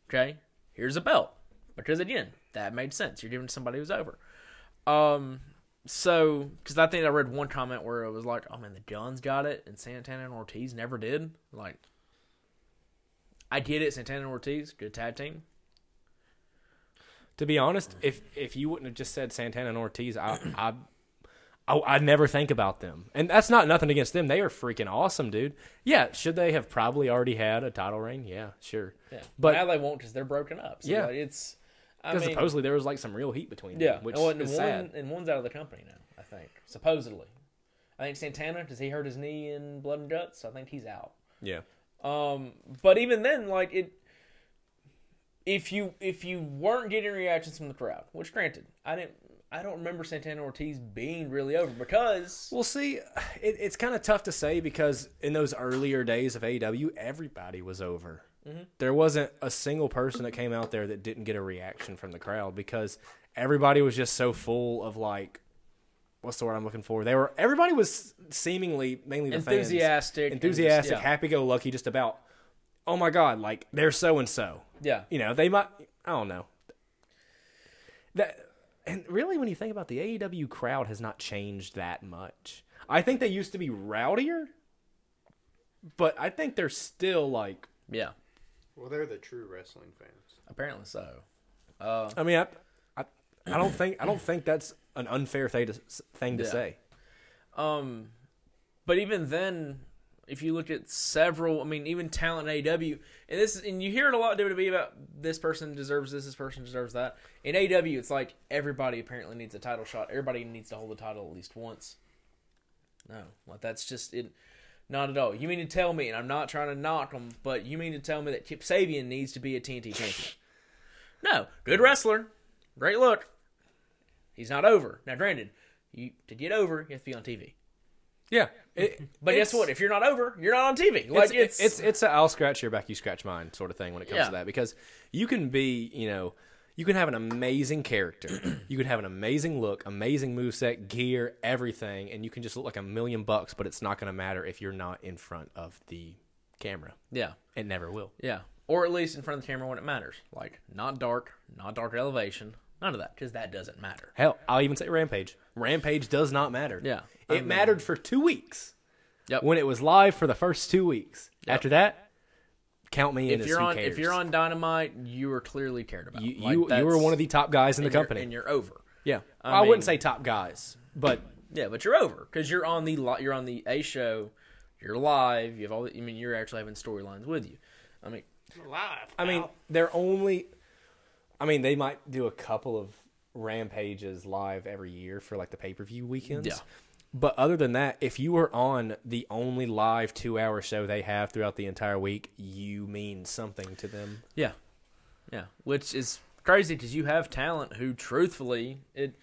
Speaker 2: Okay? Here's a belt. Because again, that made sense. You're giving it to somebody who's over. Um, so, because I think I read one comment where it was like, oh man, the Johns got it and Santana and Ortiz never did. Like, I get it. Santana and Ortiz, good tag team.
Speaker 3: To be honest, if if you wouldn't have just said Santana and Ortiz, I I I, I never think about them. And that's not nothing against them. They are freaking awesome, dude. Yeah, should they have probably already had a title reign? Yeah, sure.
Speaker 2: But
Speaker 3: But-
Speaker 2: now they won't because they're broken up. So,
Speaker 3: Yeah.
Speaker 2: like, it's. I
Speaker 3: Because
Speaker 2: mean,
Speaker 3: supposedly there was like some real heat between
Speaker 2: Yeah,
Speaker 3: them, which
Speaker 2: Oh, and
Speaker 3: is
Speaker 2: one,
Speaker 3: sad.
Speaker 2: and one's out of the company now. I think supposedly. I think Santana because he hurt his knee in blood and guts. I think he's out.
Speaker 3: Yeah.
Speaker 2: Um, but even then, like it, if you if you weren't getting reactions from the crowd, which granted, I didn't. I don't remember Santana Ortiz being really over because
Speaker 3: Well, see, it, it's kind of tough to say because in those earlier days of AEW, everybody was over. There wasn't a single person that came out there that didn't get a reaction from the crowd because everybody was just so full of like, what's the word I'm looking for? They were everybody was seemingly mainly the fans.
Speaker 2: Enthusiastic and just-
Speaker 3: enthusiastic,
Speaker 2: yeah.
Speaker 3: happy-go-lucky, just about. Oh my God! Like they're so and so.
Speaker 2: yeah,
Speaker 3: You know they might. I don't know. That and really, when you think about the AEW crowd, has not changed that much. I think they used to be rowdier, but I think they're still like.
Speaker 2: yeah,
Speaker 1: Well, they're the true wrestling fans.
Speaker 2: apparently so. Uh,
Speaker 3: I mean, I, I, I don't think I don't think that's an unfair thing to thing to
Speaker 2: Yeah.
Speaker 3: say.
Speaker 2: Um, but even then, if you look at several, I mean, even talent in AW, and this, is- and you hear it a lot in WWE about this person deserves this, this person deserves that. In AW, it's like everybody apparently needs a title shot. Everybody needs to hold the title at least once. No, like that's just it. Not at all. You mean to tell me, and I'm not trying to knock them, but you mean to tell me that Kip Sabian needs to be a TNT champion? no, good wrestler, great look. He's not over. Now, granted, you to get over, you have to be on TV.
Speaker 3: Yeah, it,
Speaker 2: But
Speaker 3: it's-
Speaker 2: guess what? If you're not over, you're not on TV. Like
Speaker 3: It's,
Speaker 2: it's
Speaker 3: it's it's a I'll scratch your back, you scratch mine sort of thing when it comes
Speaker 2: Yeah.
Speaker 3: to that because you can be you know you can have an amazing character, <clears throat> you can have an amazing look, amazing moveset, gear, everything, and you can just look like a million bucks, but it's not going to matter if you're not in front of the camera.
Speaker 2: yeah,
Speaker 3: It never will.
Speaker 2: yeah, or at least in front of the camera when it matters. Like not dark, not dark elevation, none of that, because that doesn't matter.
Speaker 3: Hell, I'll even say Rampage. Rampage does not matter.
Speaker 2: Yeah.
Speaker 3: it mattered for two weeks.
Speaker 2: Yep.
Speaker 3: When it was live for the first two weeks. After that, count me
Speaker 2: If
Speaker 3: in. as
Speaker 2: you're
Speaker 3: who
Speaker 2: on, if
Speaker 3: cares.
Speaker 2: you're on Dynamite, you are clearly cared about.
Speaker 3: you
Speaker 2: Like,
Speaker 3: you, you were
Speaker 2: that's-
Speaker 3: one of the top guys in the
Speaker 2: and you're-
Speaker 3: company.
Speaker 2: and you're over.
Speaker 3: Yeah, I,
Speaker 2: mean-
Speaker 3: wouldn't say top guys, but
Speaker 2: Yeah, but you're over because you're on the li- you're on the A show. You're live. You have all. The, I mean, you're actually having storylines with you. I mean,
Speaker 1: Live.
Speaker 3: I mean they're only I mean, they might do a couple of rampages live every year for like the pay per view weekends.
Speaker 2: Yeah.
Speaker 3: But other than that, if you were on the only live two hour show they have throughout the entire week, you mean something to them.
Speaker 2: Yeah, yeah, which is crazy because you have talent who, truthfully, it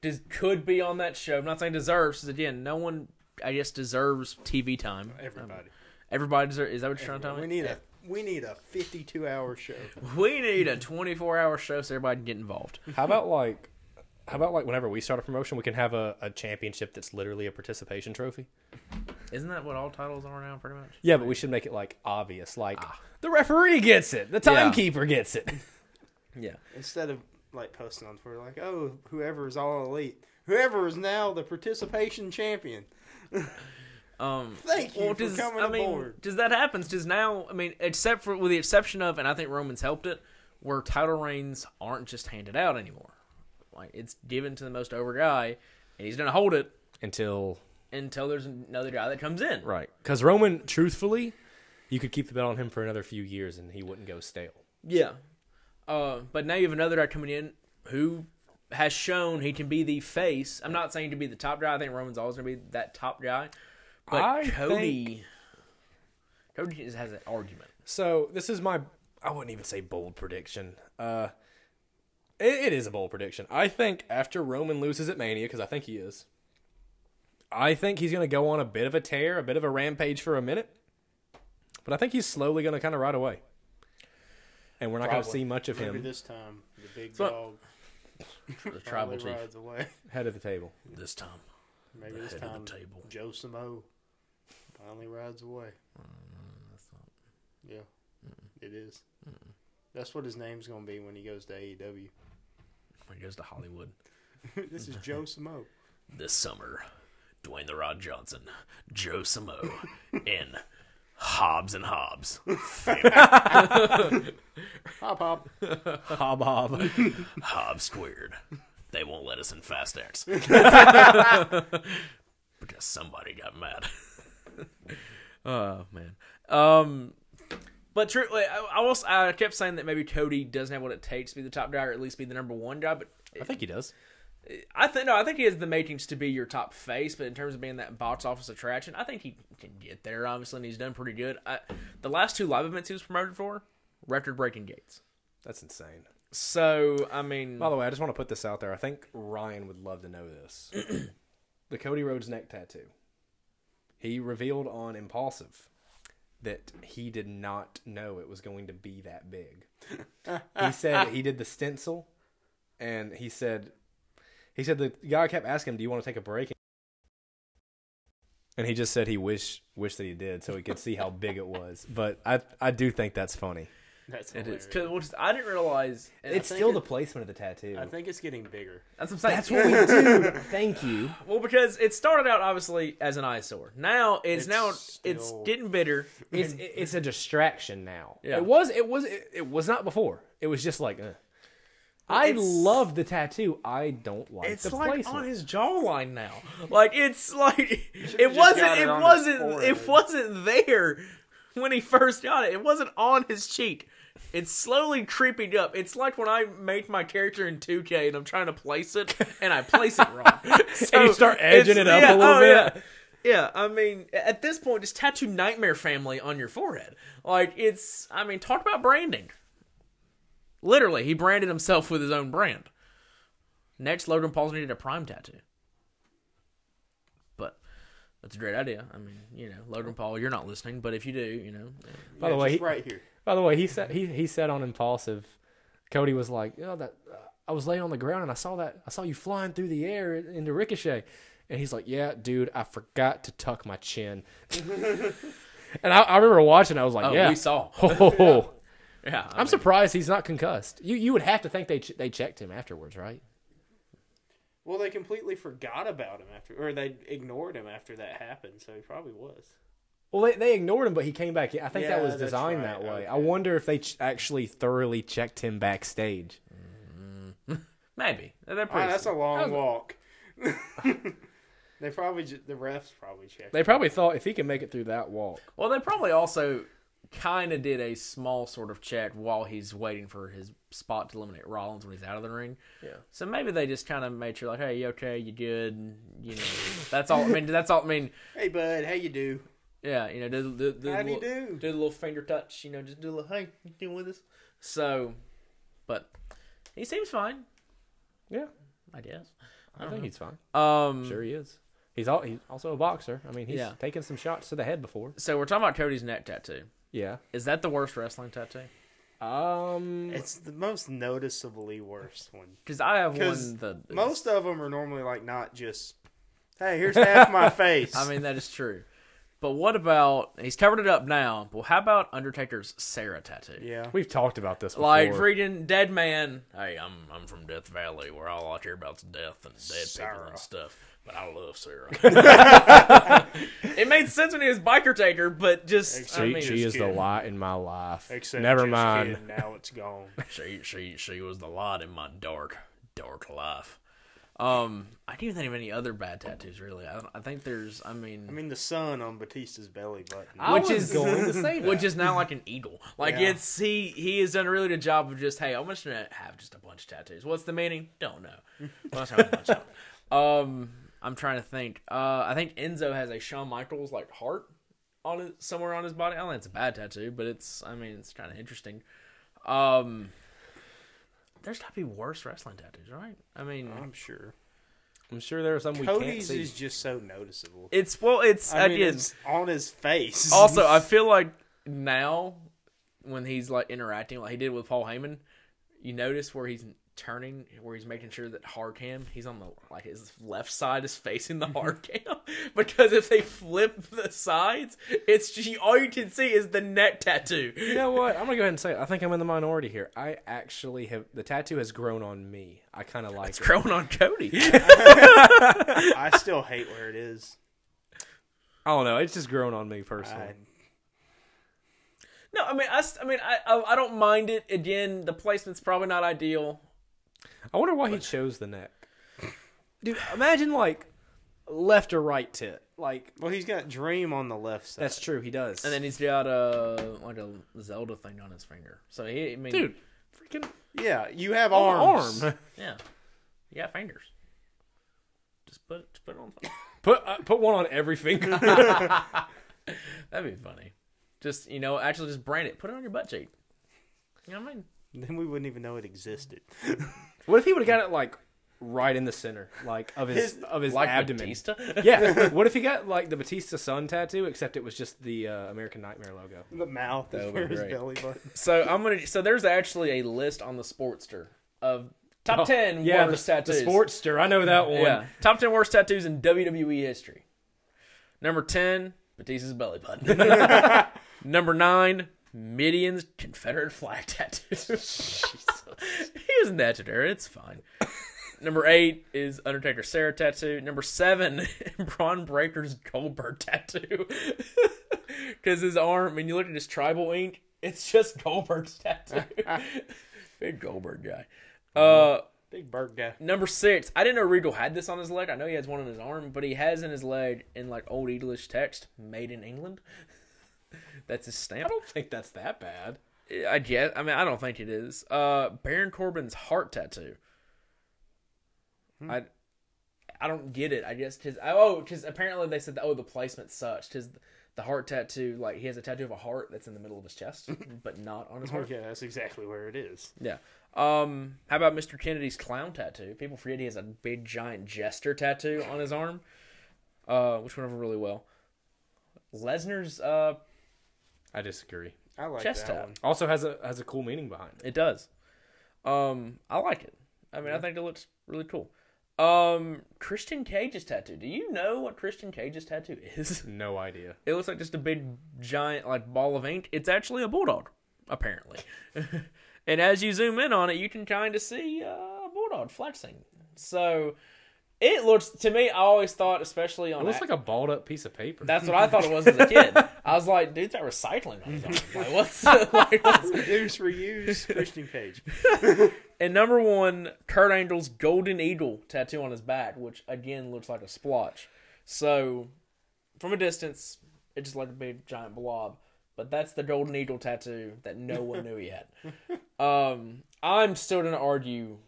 Speaker 2: des- could be on that show. I'm not saying deserves, 'cause again, no one, I guess, deserves TV time.
Speaker 1: Everybody.
Speaker 2: Everybody deserves. Is that what you're trying to tell
Speaker 1: We
Speaker 2: me?
Speaker 1: need a we need a fifty-two hour show.
Speaker 2: We need a 24 hour show so everybody can get involved. <laughs>
Speaker 3: How about like, how about like whenever we start a promotion, we can have a, a championship that's literally a participation trophy?
Speaker 2: Isn't that what all titles are now, pretty much?
Speaker 3: Yeah, but we should make it like obvious. Like, the referee gets it, the
Speaker 2: Ah. Yeah.
Speaker 3: timekeeper gets it. <laughs>
Speaker 2: Yeah.
Speaker 1: Instead of like posting on Twitter, like, oh, whoever is all elite, whoever is now the participation champion.
Speaker 2: Um,
Speaker 1: Thank you
Speaker 2: well,
Speaker 1: for
Speaker 2: does,
Speaker 1: coming
Speaker 2: I mean,
Speaker 1: aboard.
Speaker 2: does that happens? Does now? I mean, except for with the exception of, and I think Romans helped it, where title reigns aren't just handed out anymore. Like it's given to the most over guy, and he's gonna hold it
Speaker 3: Until
Speaker 2: until there's another guy that comes in.
Speaker 3: Right. Because Roman, truthfully, you could keep the belt on him for another few years and he wouldn't go stale.
Speaker 2: Yeah. Uh, but now you have another guy coming in who has shown he can be the face. I'm not saying to be the top guy. I think Roman's always gonna be that top guy. But
Speaker 3: I
Speaker 2: Cody, Cody has an argument.
Speaker 3: So this is my, I wouldn't even say bold prediction. Uh, it, it is a bold prediction. I think after Roman loses at Mania, because I think he is, I think he's going to go on a bit of a tear, a bit of a rampage for a minute. But I think he's slowly going to kind of ride away. And we're not going to
Speaker 1: Probably.
Speaker 3: see much of
Speaker 1: Maybe
Speaker 3: him
Speaker 1: this time the big
Speaker 2: So-
Speaker 1: dog
Speaker 2: The tribal
Speaker 1: probably
Speaker 2: chief
Speaker 1: rides away.
Speaker 3: head of the table.
Speaker 2: this time.
Speaker 1: <laughs> Maybe
Speaker 2: The
Speaker 1: this
Speaker 2: head of the
Speaker 1: time
Speaker 2: table.
Speaker 1: Joe Samo finally rides away.
Speaker 2: Mm,
Speaker 1: Yeah, it is. That's what his name's gonna be when he goes to E AEW.
Speaker 2: When he goes to Hollywood
Speaker 1: <laughs> this is
Speaker 2: <laughs>
Speaker 1: Joe Samo.
Speaker 2: this summer, Dwayne the Rod Johnson, Joe
Speaker 3: <laughs>
Speaker 2: Samo, in Hobbs and Hobbs.
Speaker 1: Hop
Speaker 2: <laughs>
Speaker 1: hop.
Speaker 3: Hob hob.
Speaker 2: Hobbs squared. They won't let us in Fast <laughs> X. because somebody got mad. <laughs> oh man. Um but true, I, I was I kept saying that maybe Cody doesn't have what it takes to be the top guy, or at least be the number one guy. But
Speaker 3: I think he does.
Speaker 2: I think no, I think he has the makings to be your top face, but in terms of being that box office attraction, I think he can get there. Obviously, and he's done pretty good. I, the last two live events he was promoted for, record breaking gates.
Speaker 3: That's insane.
Speaker 2: So I mean,
Speaker 3: By the way, I just want to put this out there. I think Ryan would love to know this.
Speaker 1: <clears throat>
Speaker 3: the Cody Rhodes neck tattoo. He revealed on Impulsive that he did not know it was going to be that big. he said he did the stencil and he said he said the guy kept asking him, "Do you want to take a break?" And he just said he wish wished that he did so he could see how big it was. But I I do think that's funny.
Speaker 1: That's
Speaker 2: it
Speaker 1: hilarious.
Speaker 2: is. 'Cause- which I didn't realize. and
Speaker 3: It's
Speaker 1: think
Speaker 3: still
Speaker 1: it-
Speaker 3: the placement of the tattoo.
Speaker 1: I think it's getting bigger.
Speaker 2: That's what I'm saying.
Speaker 3: that's what we do. <laughs> Thank you.
Speaker 2: <laughs> well, because it started out obviously as an eyesore. Now it's,
Speaker 1: It's
Speaker 2: now it's
Speaker 1: still-
Speaker 2: getting bitter.
Speaker 3: it's it- it's a distraction now.
Speaker 2: Yeah.
Speaker 3: It was it was it, it was not before. It was just like eh. I
Speaker 2: It's-
Speaker 3: love the tattoo. I don't like
Speaker 2: It's
Speaker 3: the
Speaker 2: like
Speaker 3: placement.
Speaker 2: on his jawline now. <laughs> Like it's like it
Speaker 1: just
Speaker 2: wasn't.
Speaker 1: got
Speaker 2: It,
Speaker 1: it on his
Speaker 2: wasn't.
Speaker 1: forehead.
Speaker 2: It wasn't there when he first got it. It wasn't on his cheek. It's slowly creeping up. It's like when I make my character in 2K and I'm trying to place it and I place it wrong. So
Speaker 3: <laughs> And you start edging
Speaker 2: it's- oh,
Speaker 3: it up a little bit.
Speaker 2: Yeah. yeah, I mean, at this point, just tattoo Nightmare Family on your forehead. Like it's. I mean, talk about branding. Literally, he branded himself with his own brand. Next, Logan Paul's needed a prime tattoo. But that's a great idea. I mean, you know, Logan Paul, you're not listening, but if you do, you know,
Speaker 3: by
Speaker 1: Yeah,
Speaker 3: the way,
Speaker 1: just
Speaker 3: he,
Speaker 1: right here.
Speaker 3: by the way, he said he he said on impulsive. Cody was like, you know that uh, I was laying on the ground and I saw that I saw you flying through the air into ricochet, and he's like, yeah, dude, I forgot to tuck
Speaker 2: <laughs>
Speaker 3: my chin. and I, I remember watching. I was like,
Speaker 2: oh,
Speaker 3: <laughs> yeah.
Speaker 2: we saw.
Speaker 3: Oh,
Speaker 2: Yeah, I
Speaker 3: I'm surprised he's not concussed. You you would have to think they ch- they checked him afterwards, right?
Speaker 1: Well, they completely forgot about him after, or they ignored him after that happened. So he probably was.
Speaker 3: Well, they, they ignored him, but he came back. I think that
Speaker 1: Yeah,
Speaker 3: was
Speaker 1: that's
Speaker 3: designed
Speaker 1: right.
Speaker 3: that way. I
Speaker 1: Okay.
Speaker 3: wonder if they ch- actually thoroughly checked him backstage.
Speaker 2: maybe they're
Speaker 1: Wow,
Speaker 2: pretty.
Speaker 1: Ah, that's a long
Speaker 3: That was-
Speaker 2: <laughs>
Speaker 1: walk. <laughs> they probably ju- the refs probably checked.
Speaker 3: They probably thought if he can make it through that walk,
Speaker 2: well, they probably also kind of did a small sort of check while he's waiting for his spot to eliminate Rollins when he's out of the ring.
Speaker 3: Yeah.
Speaker 2: So maybe they just kind of made sure like, hey, you okay, you good, you know. That's all. I mean, that's all. I mean,
Speaker 1: Hey, bud, how you do?
Speaker 2: yeah, you know, did, did, did,
Speaker 1: How do you
Speaker 2: little,
Speaker 1: do?
Speaker 2: did a little finger touch, you know, just do a little hey, you doing with us? So, but he seems fine,
Speaker 3: Yeah,
Speaker 2: I guess.
Speaker 3: I, think he's fine.
Speaker 2: Um,
Speaker 3: Sure, he is. He's all. He's also a boxer. I mean, he's
Speaker 2: Yeah.
Speaker 3: taken some shots to the head before.
Speaker 2: so we're talking about Cody's neck tattoo.
Speaker 3: Yeah.
Speaker 2: Is that the worst wrestling tattoo?
Speaker 3: Um.
Speaker 1: It's the most noticeably worst one.
Speaker 2: Because I have
Speaker 1: Because
Speaker 2: one. The
Speaker 1: Most of them are normally like not just, hey, here's half
Speaker 3: <laughs>
Speaker 1: my face.
Speaker 2: I mean, that is true. But what about he's covered it up now? Well, how about Undertaker's Sarah tattoo?
Speaker 1: yeah,
Speaker 3: We've talked about this before.
Speaker 2: Like freaking dead man. Hey, I'm I'm from Death Valley, where all I care about's death and dead people
Speaker 1: Sarah.
Speaker 2: and stuff. But I
Speaker 1: <laughs>
Speaker 2: love Sarah. <laughs> it made sense when he was biker taker, but just
Speaker 3: she,
Speaker 2: I mean,
Speaker 3: she is the
Speaker 1: kidding.
Speaker 3: light in my life.
Speaker 1: except
Speaker 3: Never
Speaker 1: just
Speaker 3: mind.
Speaker 1: kidding, now it's gone.
Speaker 2: she she she was the light in my dark dark life. Um, I can't think of any other bad tattoos really. I, don't, I think there's. I mean,
Speaker 1: I mean, the sun on Batista's belly button.
Speaker 3: I
Speaker 2: Which
Speaker 3: was
Speaker 2: is-
Speaker 3: going
Speaker 2: <laughs>
Speaker 3: to say that.
Speaker 2: which is not like an eagle. Like
Speaker 1: Yeah.
Speaker 2: it's he he has done a really good job of just hey, I'm just gonna have just a bunch of tattoos. What's the meaning? Don't know. I'm just gonna have a bunch of them.
Speaker 3: <laughs>
Speaker 2: um, I'm trying to think. Uh, I think Enzo has a Shawn Michaels like heart on it somewhere on his body. I don't think it's a bad tattoo, but it's I mean it's kind of interesting. Um, there's gotta be worse wrestling tattoos, right? I mean.
Speaker 1: I'm sure.
Speaker 3: I'm sure there are some we can't
Speaker 1: Cody's
Speaker 3: see.
Speaker 1: is just so noticeable.
Speaker 2: it's well, it's
Speaker 1: I mean,
Speaker 2: again,
Speaker 1: it's on his face.
Speaker 2: Also, I feel like now when he's like interacting, like he did with Paul Heyman, you notice where he's turning, where he's making sure that hard cam, he's on the like his left side is facing the hard cam <laughs> because if they flip the sides, it's just all you can see is the neck tattoo.
Speaker 3: You know what? I'm gonna go ahead and say it. I think I'm in the minority here. I actually have the tattoo has grown on me. I kind of like
Speaker 2: It's
Speaker 3: it.
Speaker 2: growing on Cody.
Speaker 1: <laughs> I still hate where it is.
Speaker 3: I don't know. It's just grown on me personally.
Speaker 1: I,
Speaker 2: No, I mean, I, s- I mean, I, I, I don't mind it. Again, the placement's probably not ideal.
Speaker 3: I wonder why he chose the neck. Dude, imagine like left or right tit. Like
Speaker 1: well, he's got Dream on the left side.
Speaker 3: that's true. He does.
Speaker 2: And then he's got a like a Zelda thing on his finger. So he, I mean,
Speaker 3: dude, freaking
Speaker 1: yeah, you have arms.
Speaker 3: Oh, arm.
Speaker 2: Yeah. You got fingers. Just put just put it on.
Speaker 3: <laughs> Put uh, put one on every finger.
Speaker 2: <coughs>
Speaker 3: <laughs>
Speaker 2: That'd be funny. Just you know, actually just brand it. Put it on your butt cheek. You know what I mean?
Speaker 1: <laughs> Then we wouldn't even know it existed. <laughs>
Speaker 3: what if he would have got it like right in the center, like of his,
Speaker 1: His-
Speaker 3: of his
Speaker 2: Like
Speaker 3: abdomen? <laughs>
Speaker 2: Batista?
Speaker 3: Yeah. what if he got like the Batista sun tattoo, except it was just the uh, American Nightmare logo?
Speaker 1: the mouth
Speaker 2: That
Speaker 1: is
Speaker 2: would
Speaker 1: where
Speaker 2: be
Speaker 1: his
Speaker 2: great.
Speaker 1: belly button.
Speaker 2: So I'm gonna so there's actually a list on the Sportster of top ten
Speaker 3: Oh, yeah,
Speaker 2: worst
Speaker 3: the,
Speaker 2: tattoos.
Speaker 3: The Sportster. I know that one.
Speaker 2: Yeah. Top ten worst tattoos in WWE history. Number ten, Batista's belly button. Number nine, Midian's Confederate flag <laughs> tattoo. he is an legendary. It's fine. Number eight is Undertaker Sarah tattoo. Number seven, <laughs> Braun Breaker's Goldberg tattoo. <laughs> Because his arm, when you look at his tribal ink, it's just Goldberg's tattoo. <laughs> Big Goldberg guy. Uh,
Speaker 1: Big bird guy. <laughs>
Speaker 2: Number six, I didn't know Regal had this on his leg. I know he has one on his arm, but he has in his leg in like old English text, "Made in England." <laughs> That's his
Speaker 3: I
Speaker 2: stamp.
Speaker 3: don't think that's that bad.
Speaker 2: I, guess. I mean, I don't think it is. Uh, Baron Corbin's heart tattoo. I, I don't get it. I guess because oh, because apparently they said oh the placement sucks because the heart tattoo like he has a tattoo of a heart that's in the middle of his chest, but not on his heart.
Speaker 1: Okay, that's exactly where it is.
Speaker 2: Yeah. Um, how about Mr. Kennedy's clown tattoo? People forget he has a big giant jester tattoo on his arm. Uh, which went over really well. Lesnar's uh
Speaker 3: I disagree.
Speaker 1: I like
Speaker 2: chest
Speaker 1: that
Speaker 2: tap.
Speaker 1: one.
Speaker 3: Also has a has a cool meaning behind it.
Speaker 2: It does. Um, I like it. I mean, I think it looks really cool. Um, Christian Cage's tattoo. Do you know what Christian Cage's tattoo
Speaker 3: <laughs>
Speaker 2: is?
Speaker 3: No idea.
Speaker 2: It looks like just a big giant like ball of ink. It's actually a bulldog, apparently. <laughs> and as you zoom in on it, you can kind of see uh, a bulldog flexing. So it looks to me. I always thought, especially on
Speaker 3: It looks
Speaker 2: ac-
Speaker 3: like a balled up piece of paper.
Speaker 2: that's what I thought it was as a kid. I was like, dude's got recycling on his arm.
Speaker 3: <laughs>
Speaker 2: Like, what's, <laughs> like, what's
Speaker 1: Reduce, reuse, Christian Cage.
Speaker 2: And number one, Kurt Angle's golden eagle tattoo on his back, which again looks like a splotch. So, from a distance, it's just like a big giant blob. But that's the golden eagle tattoo
Speaker 1: <laughs>
Speaker 2: that no one knew he had. Um, I'm still gonna argue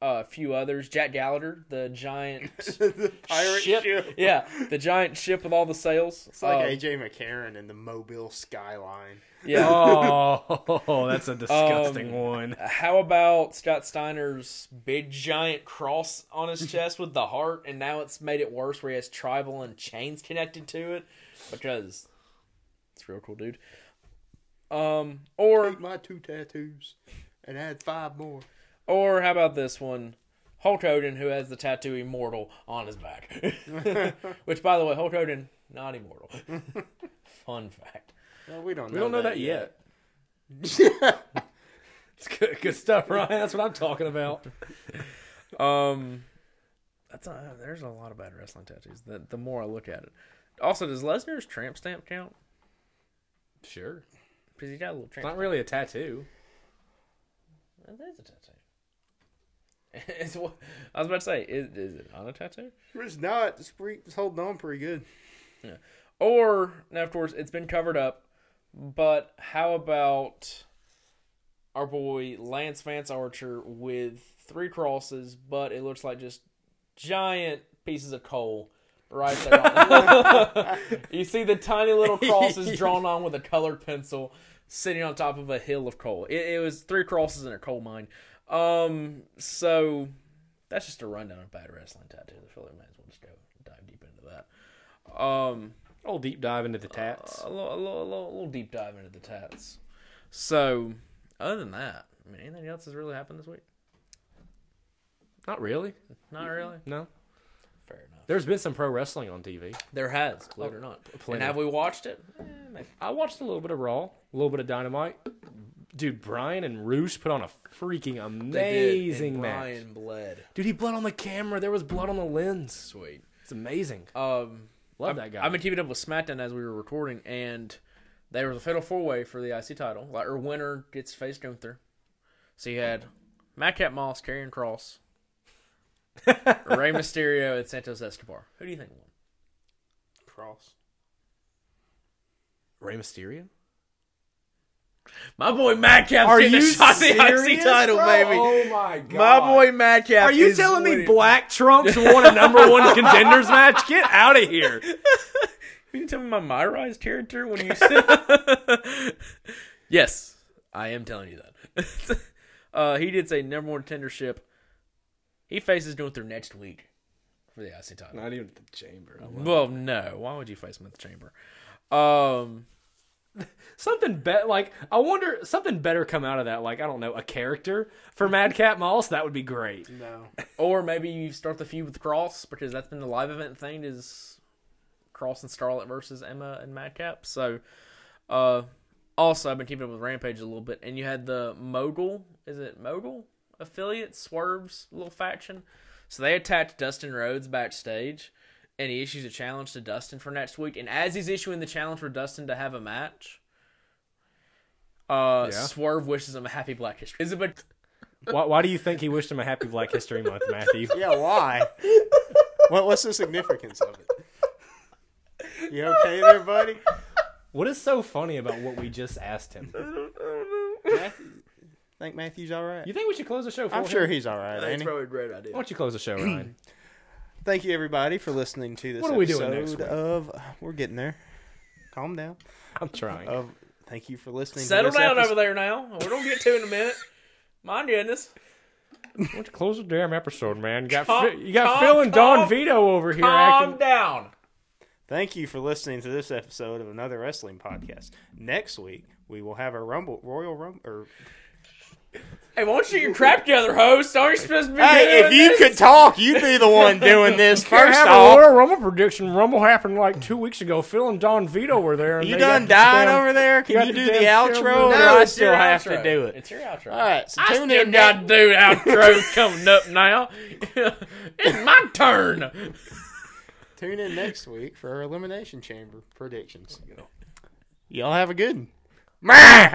Speaker 2: a few others. Jack Gallagher, the
Speaker 1: <laughs>
Speaker 2: giant
Speaker 1: the pirate ship.
Speaker 2: yeah, the giant ship with all the sails.
Speaker 1: It's like
Speaker 2: Um,
Speaker 1: AJ McCarron and the Mobile Skyline.
Speaker 2: yeah.
Speaker 3: <laughs> <laughs> Oh, that's a disgusting
Speaker 2: Um,
Speaker 3: <laughs> one.
Speaker 2: How about Scott Steiner's big giant cross on his
Speaker 3: <laughs>
Speaker 2: chest with the heart, and now it's made it worse where he has tribal and chains connected to it because it's real cool, dude. Um, or
Speaker 1: Take my two tattoos and add five more.
Speaker 2: or how about this one, Hulk Hogan, who has the tattoo immortal on his back, <laughs> which by the way, Hulk Hogan not
Speaker 3: <laughs>
Speaker 2: immortal. Fun fact.
Speaker 1: Well, we don't.
Speaker 3: We don't know that yet.
Speaker 1: <laughs>
Speaker 3: It's good, good stuff, Ryan. That's what I'm talking about.
Speaker 2: Um, that's a, there's a lot of bad wrestling tattoos. The the more I look at it. Also, does Lesnar's tramp stamp count?
Speaker 3: Sure.
Speaker 2: Because he got a little
Speaker 3: It's not
Speaker 2: tramp.
Speaker 3: really a tattoo.
Speaker 2: stamp. That is a tattoo. <laughs> it's what I was about to say. Is, is it on a tattoo?
Speaker 1: It's not. It's, pretty, it's holding on pretty good.
Speaker 2: Or now, of course, it's been covered up. But how about our boy Lance Vance Archer with three crosses, but it looks like just giant pieces of coal right there. on- <laughs> you see the tiny little crosses drawn on with a colored pencil sitting on top of a hill of coal. It, it was three crosses in a coal mine. Um, so that's just a rundown of bad wrestling tattoos. I feel like we might as well just go dive deep into that. Um,
Speaker 3: I'll deep dive into the tats.
Speaker 2: a little, a little, a little, a little deep dive into the tats. So, other than that, I mean, anything else has really happened this week?
Speaker 3: Not really.
Speaker 2: Not really.
Speaker 3: No.
Speaker 2: Fair enough. Oh,
Speaker 3: There's been some pro wrestling on TV.
Speaker 2: There has, believe it or not.
Speaker 3: plenty.
Speaker 2: And have we watched it? Eh, maybe.
Speaker 3: I watched a little bit of Raw, a little bit of Dynamite. Dude, Brian and Roosh put on a freaking
Speaker 2: They did, and
Speaker 3: amazing match.
Speaker 2: Brian bled.
Speaker 3: Dude, he bled on the camera. There was blood on the lens.
Speaker 2: Sweet.
Speaker 3: It's amazing.
Speaker 2: Um,
Speaker 3: Love
Speaker 2: I've-
Speaker 3: that guy.
Speaker 2: I've been keeping up with SmackDown as we were recording, and there was a fatal four way for the IC title. Like, or winner gets face Gunther. So you had Madcap Moss, Karrion <laughs> Cross, Rey Mysterio, and Santos Escobar. Who do you think won?
Speaker 1: Cross.
Speaker 3: Rey Mysterio?
Speaker 2: My boy Madcap getting
Speaker 3: <laughs>
Speaker 2: a shot at the IC title, baby.
Speaker 3: Oh my god.
Speaker 2: My boy Madcap.
Speaker 3: Are you
Speaker 2: is
Speaker 3: telling me
Speaker 2: winning.
Speaker 3: Black Trunks won a number <laughs> one contenders match? Get out of here.
Speaker 2: You telling me my Myrise character when
Speaker 3: <laughs>
Speaker 2: you said? <laughs> yes, I am telling you that. <laughs> uh, he did say number one tendership. He faces Gunther next week for the IC title.
Speaker 3: Not even the chamber.
Speaker 2: Well, no. Why would you face him at the chamber? Um,
Speaker 3: Something better, like I wonder, something better come out of that. Like I don't know, a character for Madcap Moss that would be great.
Speaker 1: No.
Speaker 2: or maybe you start the feud with Cross because that's been the live event thing is Cross and Scarlet versus Emma and Madcap. So, uh, also I've been keeping up with Rampage a little bit, and you had the Mogul, is it Mogul affiliate Swerve's little faction? So they attacked Dustin Rhodes backstage, and he issues a challenge to Dustin for next week. And as he's issuing the challenge for Dustin to have a match, uh,
Speaker 3: Yeah.
Speaker 2: Swerve wishes him a happy Black History. Is it but
Speaker 3: Why, why do you think he wished him a happy Black History Month, <laughs> Matthew?
Speaker 1: <laughs> Yeah. Why? what? What's the significance of it? You okay there, buddy?
Speaker 3: What is so funny about what we just asked him?
Speaker 1: Matthew, think Matthew's all right?
Speaker 3: You think we should close the show? For
Speaker 1: I'm
Speaker 3: him?
Speaker 1: sure he's all right, ain't he?
Speaker 2: probably a great idea.
Speaker 3: Why don't you close the show, <clears throat> Ryan?
Speaker 1: Thank you, everybody, for listening to this
Speaker 3: What are we
Speaker 1: episode
Speaker 3: doing next week?
Speaker 1: of. uh, We're getting there. Calm down.
Speaker 3: I'm trying.
Speaker 1: Of. Thank you for listening.
Speaker 2: Settle
Speaker 1: to this
Speaker 2: down
Speaker 1: episode.
Speaker 2: over there now. We're gonna get to in a minute. My goodness.
Speaker 3: Why don't you close the damn episode, man? You got
Speaker 2: Calm-
Speaker 3: Phil- you got
Speaker 2: calm-
Speaker 3: Phil and Don
Speaker 2: calm-
Speaker 3: Vito over here
Speaker 2: Calm
Speaker 3: acting.
Speaker 2: down.
Speaker 1: Thank you for listening to this episode of another wrestling podcast. Next week we will have a Rumble Royal Rumble. Or,
Speaker 2: Hey, why don't you get your crap together, host? Aren't you supposed to be
Speaker 1: hey, if
Speaker 2: doing
Speaker 1: you
Speaker 2: this?
Speaker 1: could talk, you'd be the one doing this.
Speaker 3: Can't
Speaker 1: <laughs> First
Speaker 3: have a
Speaker 1: off,
Speaker 3: Royal Rumble prediction. Rumble happened like two weeks ago. Phil and Don Vito were there. And
Speaker 1: you
Speaker 3: they got
Speaker 1: done
Speaker 3: the
Speaker 1: died
Speaker 3: damn-
Speaker 1: over there. Can
Speaker 3: got
Speaker 1: you
Speaker 3: the
Speaker 1: do the
Speaker 3: damn
Speaker 1: outro?
Speaker 3: show
Speaker 1: Or do
Speaker 3: moved.
Speaker 2: No,
Speaker 1: I
Speaker 2: it's your
Speaker 1: still have to
Speaker 2: outro.
Speaker 1: do it.
Speaker 2: It's your outro.
Speaker 1: All right, so
Speaker 2: I
Speaker 1: tune
Speaker 2: still
Speaker 1: in.
Speaker 2: got
Speaker 1: next-
Speaker 2: to do the outro coming up now. <laughs> it's my turn.
Speaker 1: Tune in next week for our Elimination Chamber predictions. Y'all have a good one.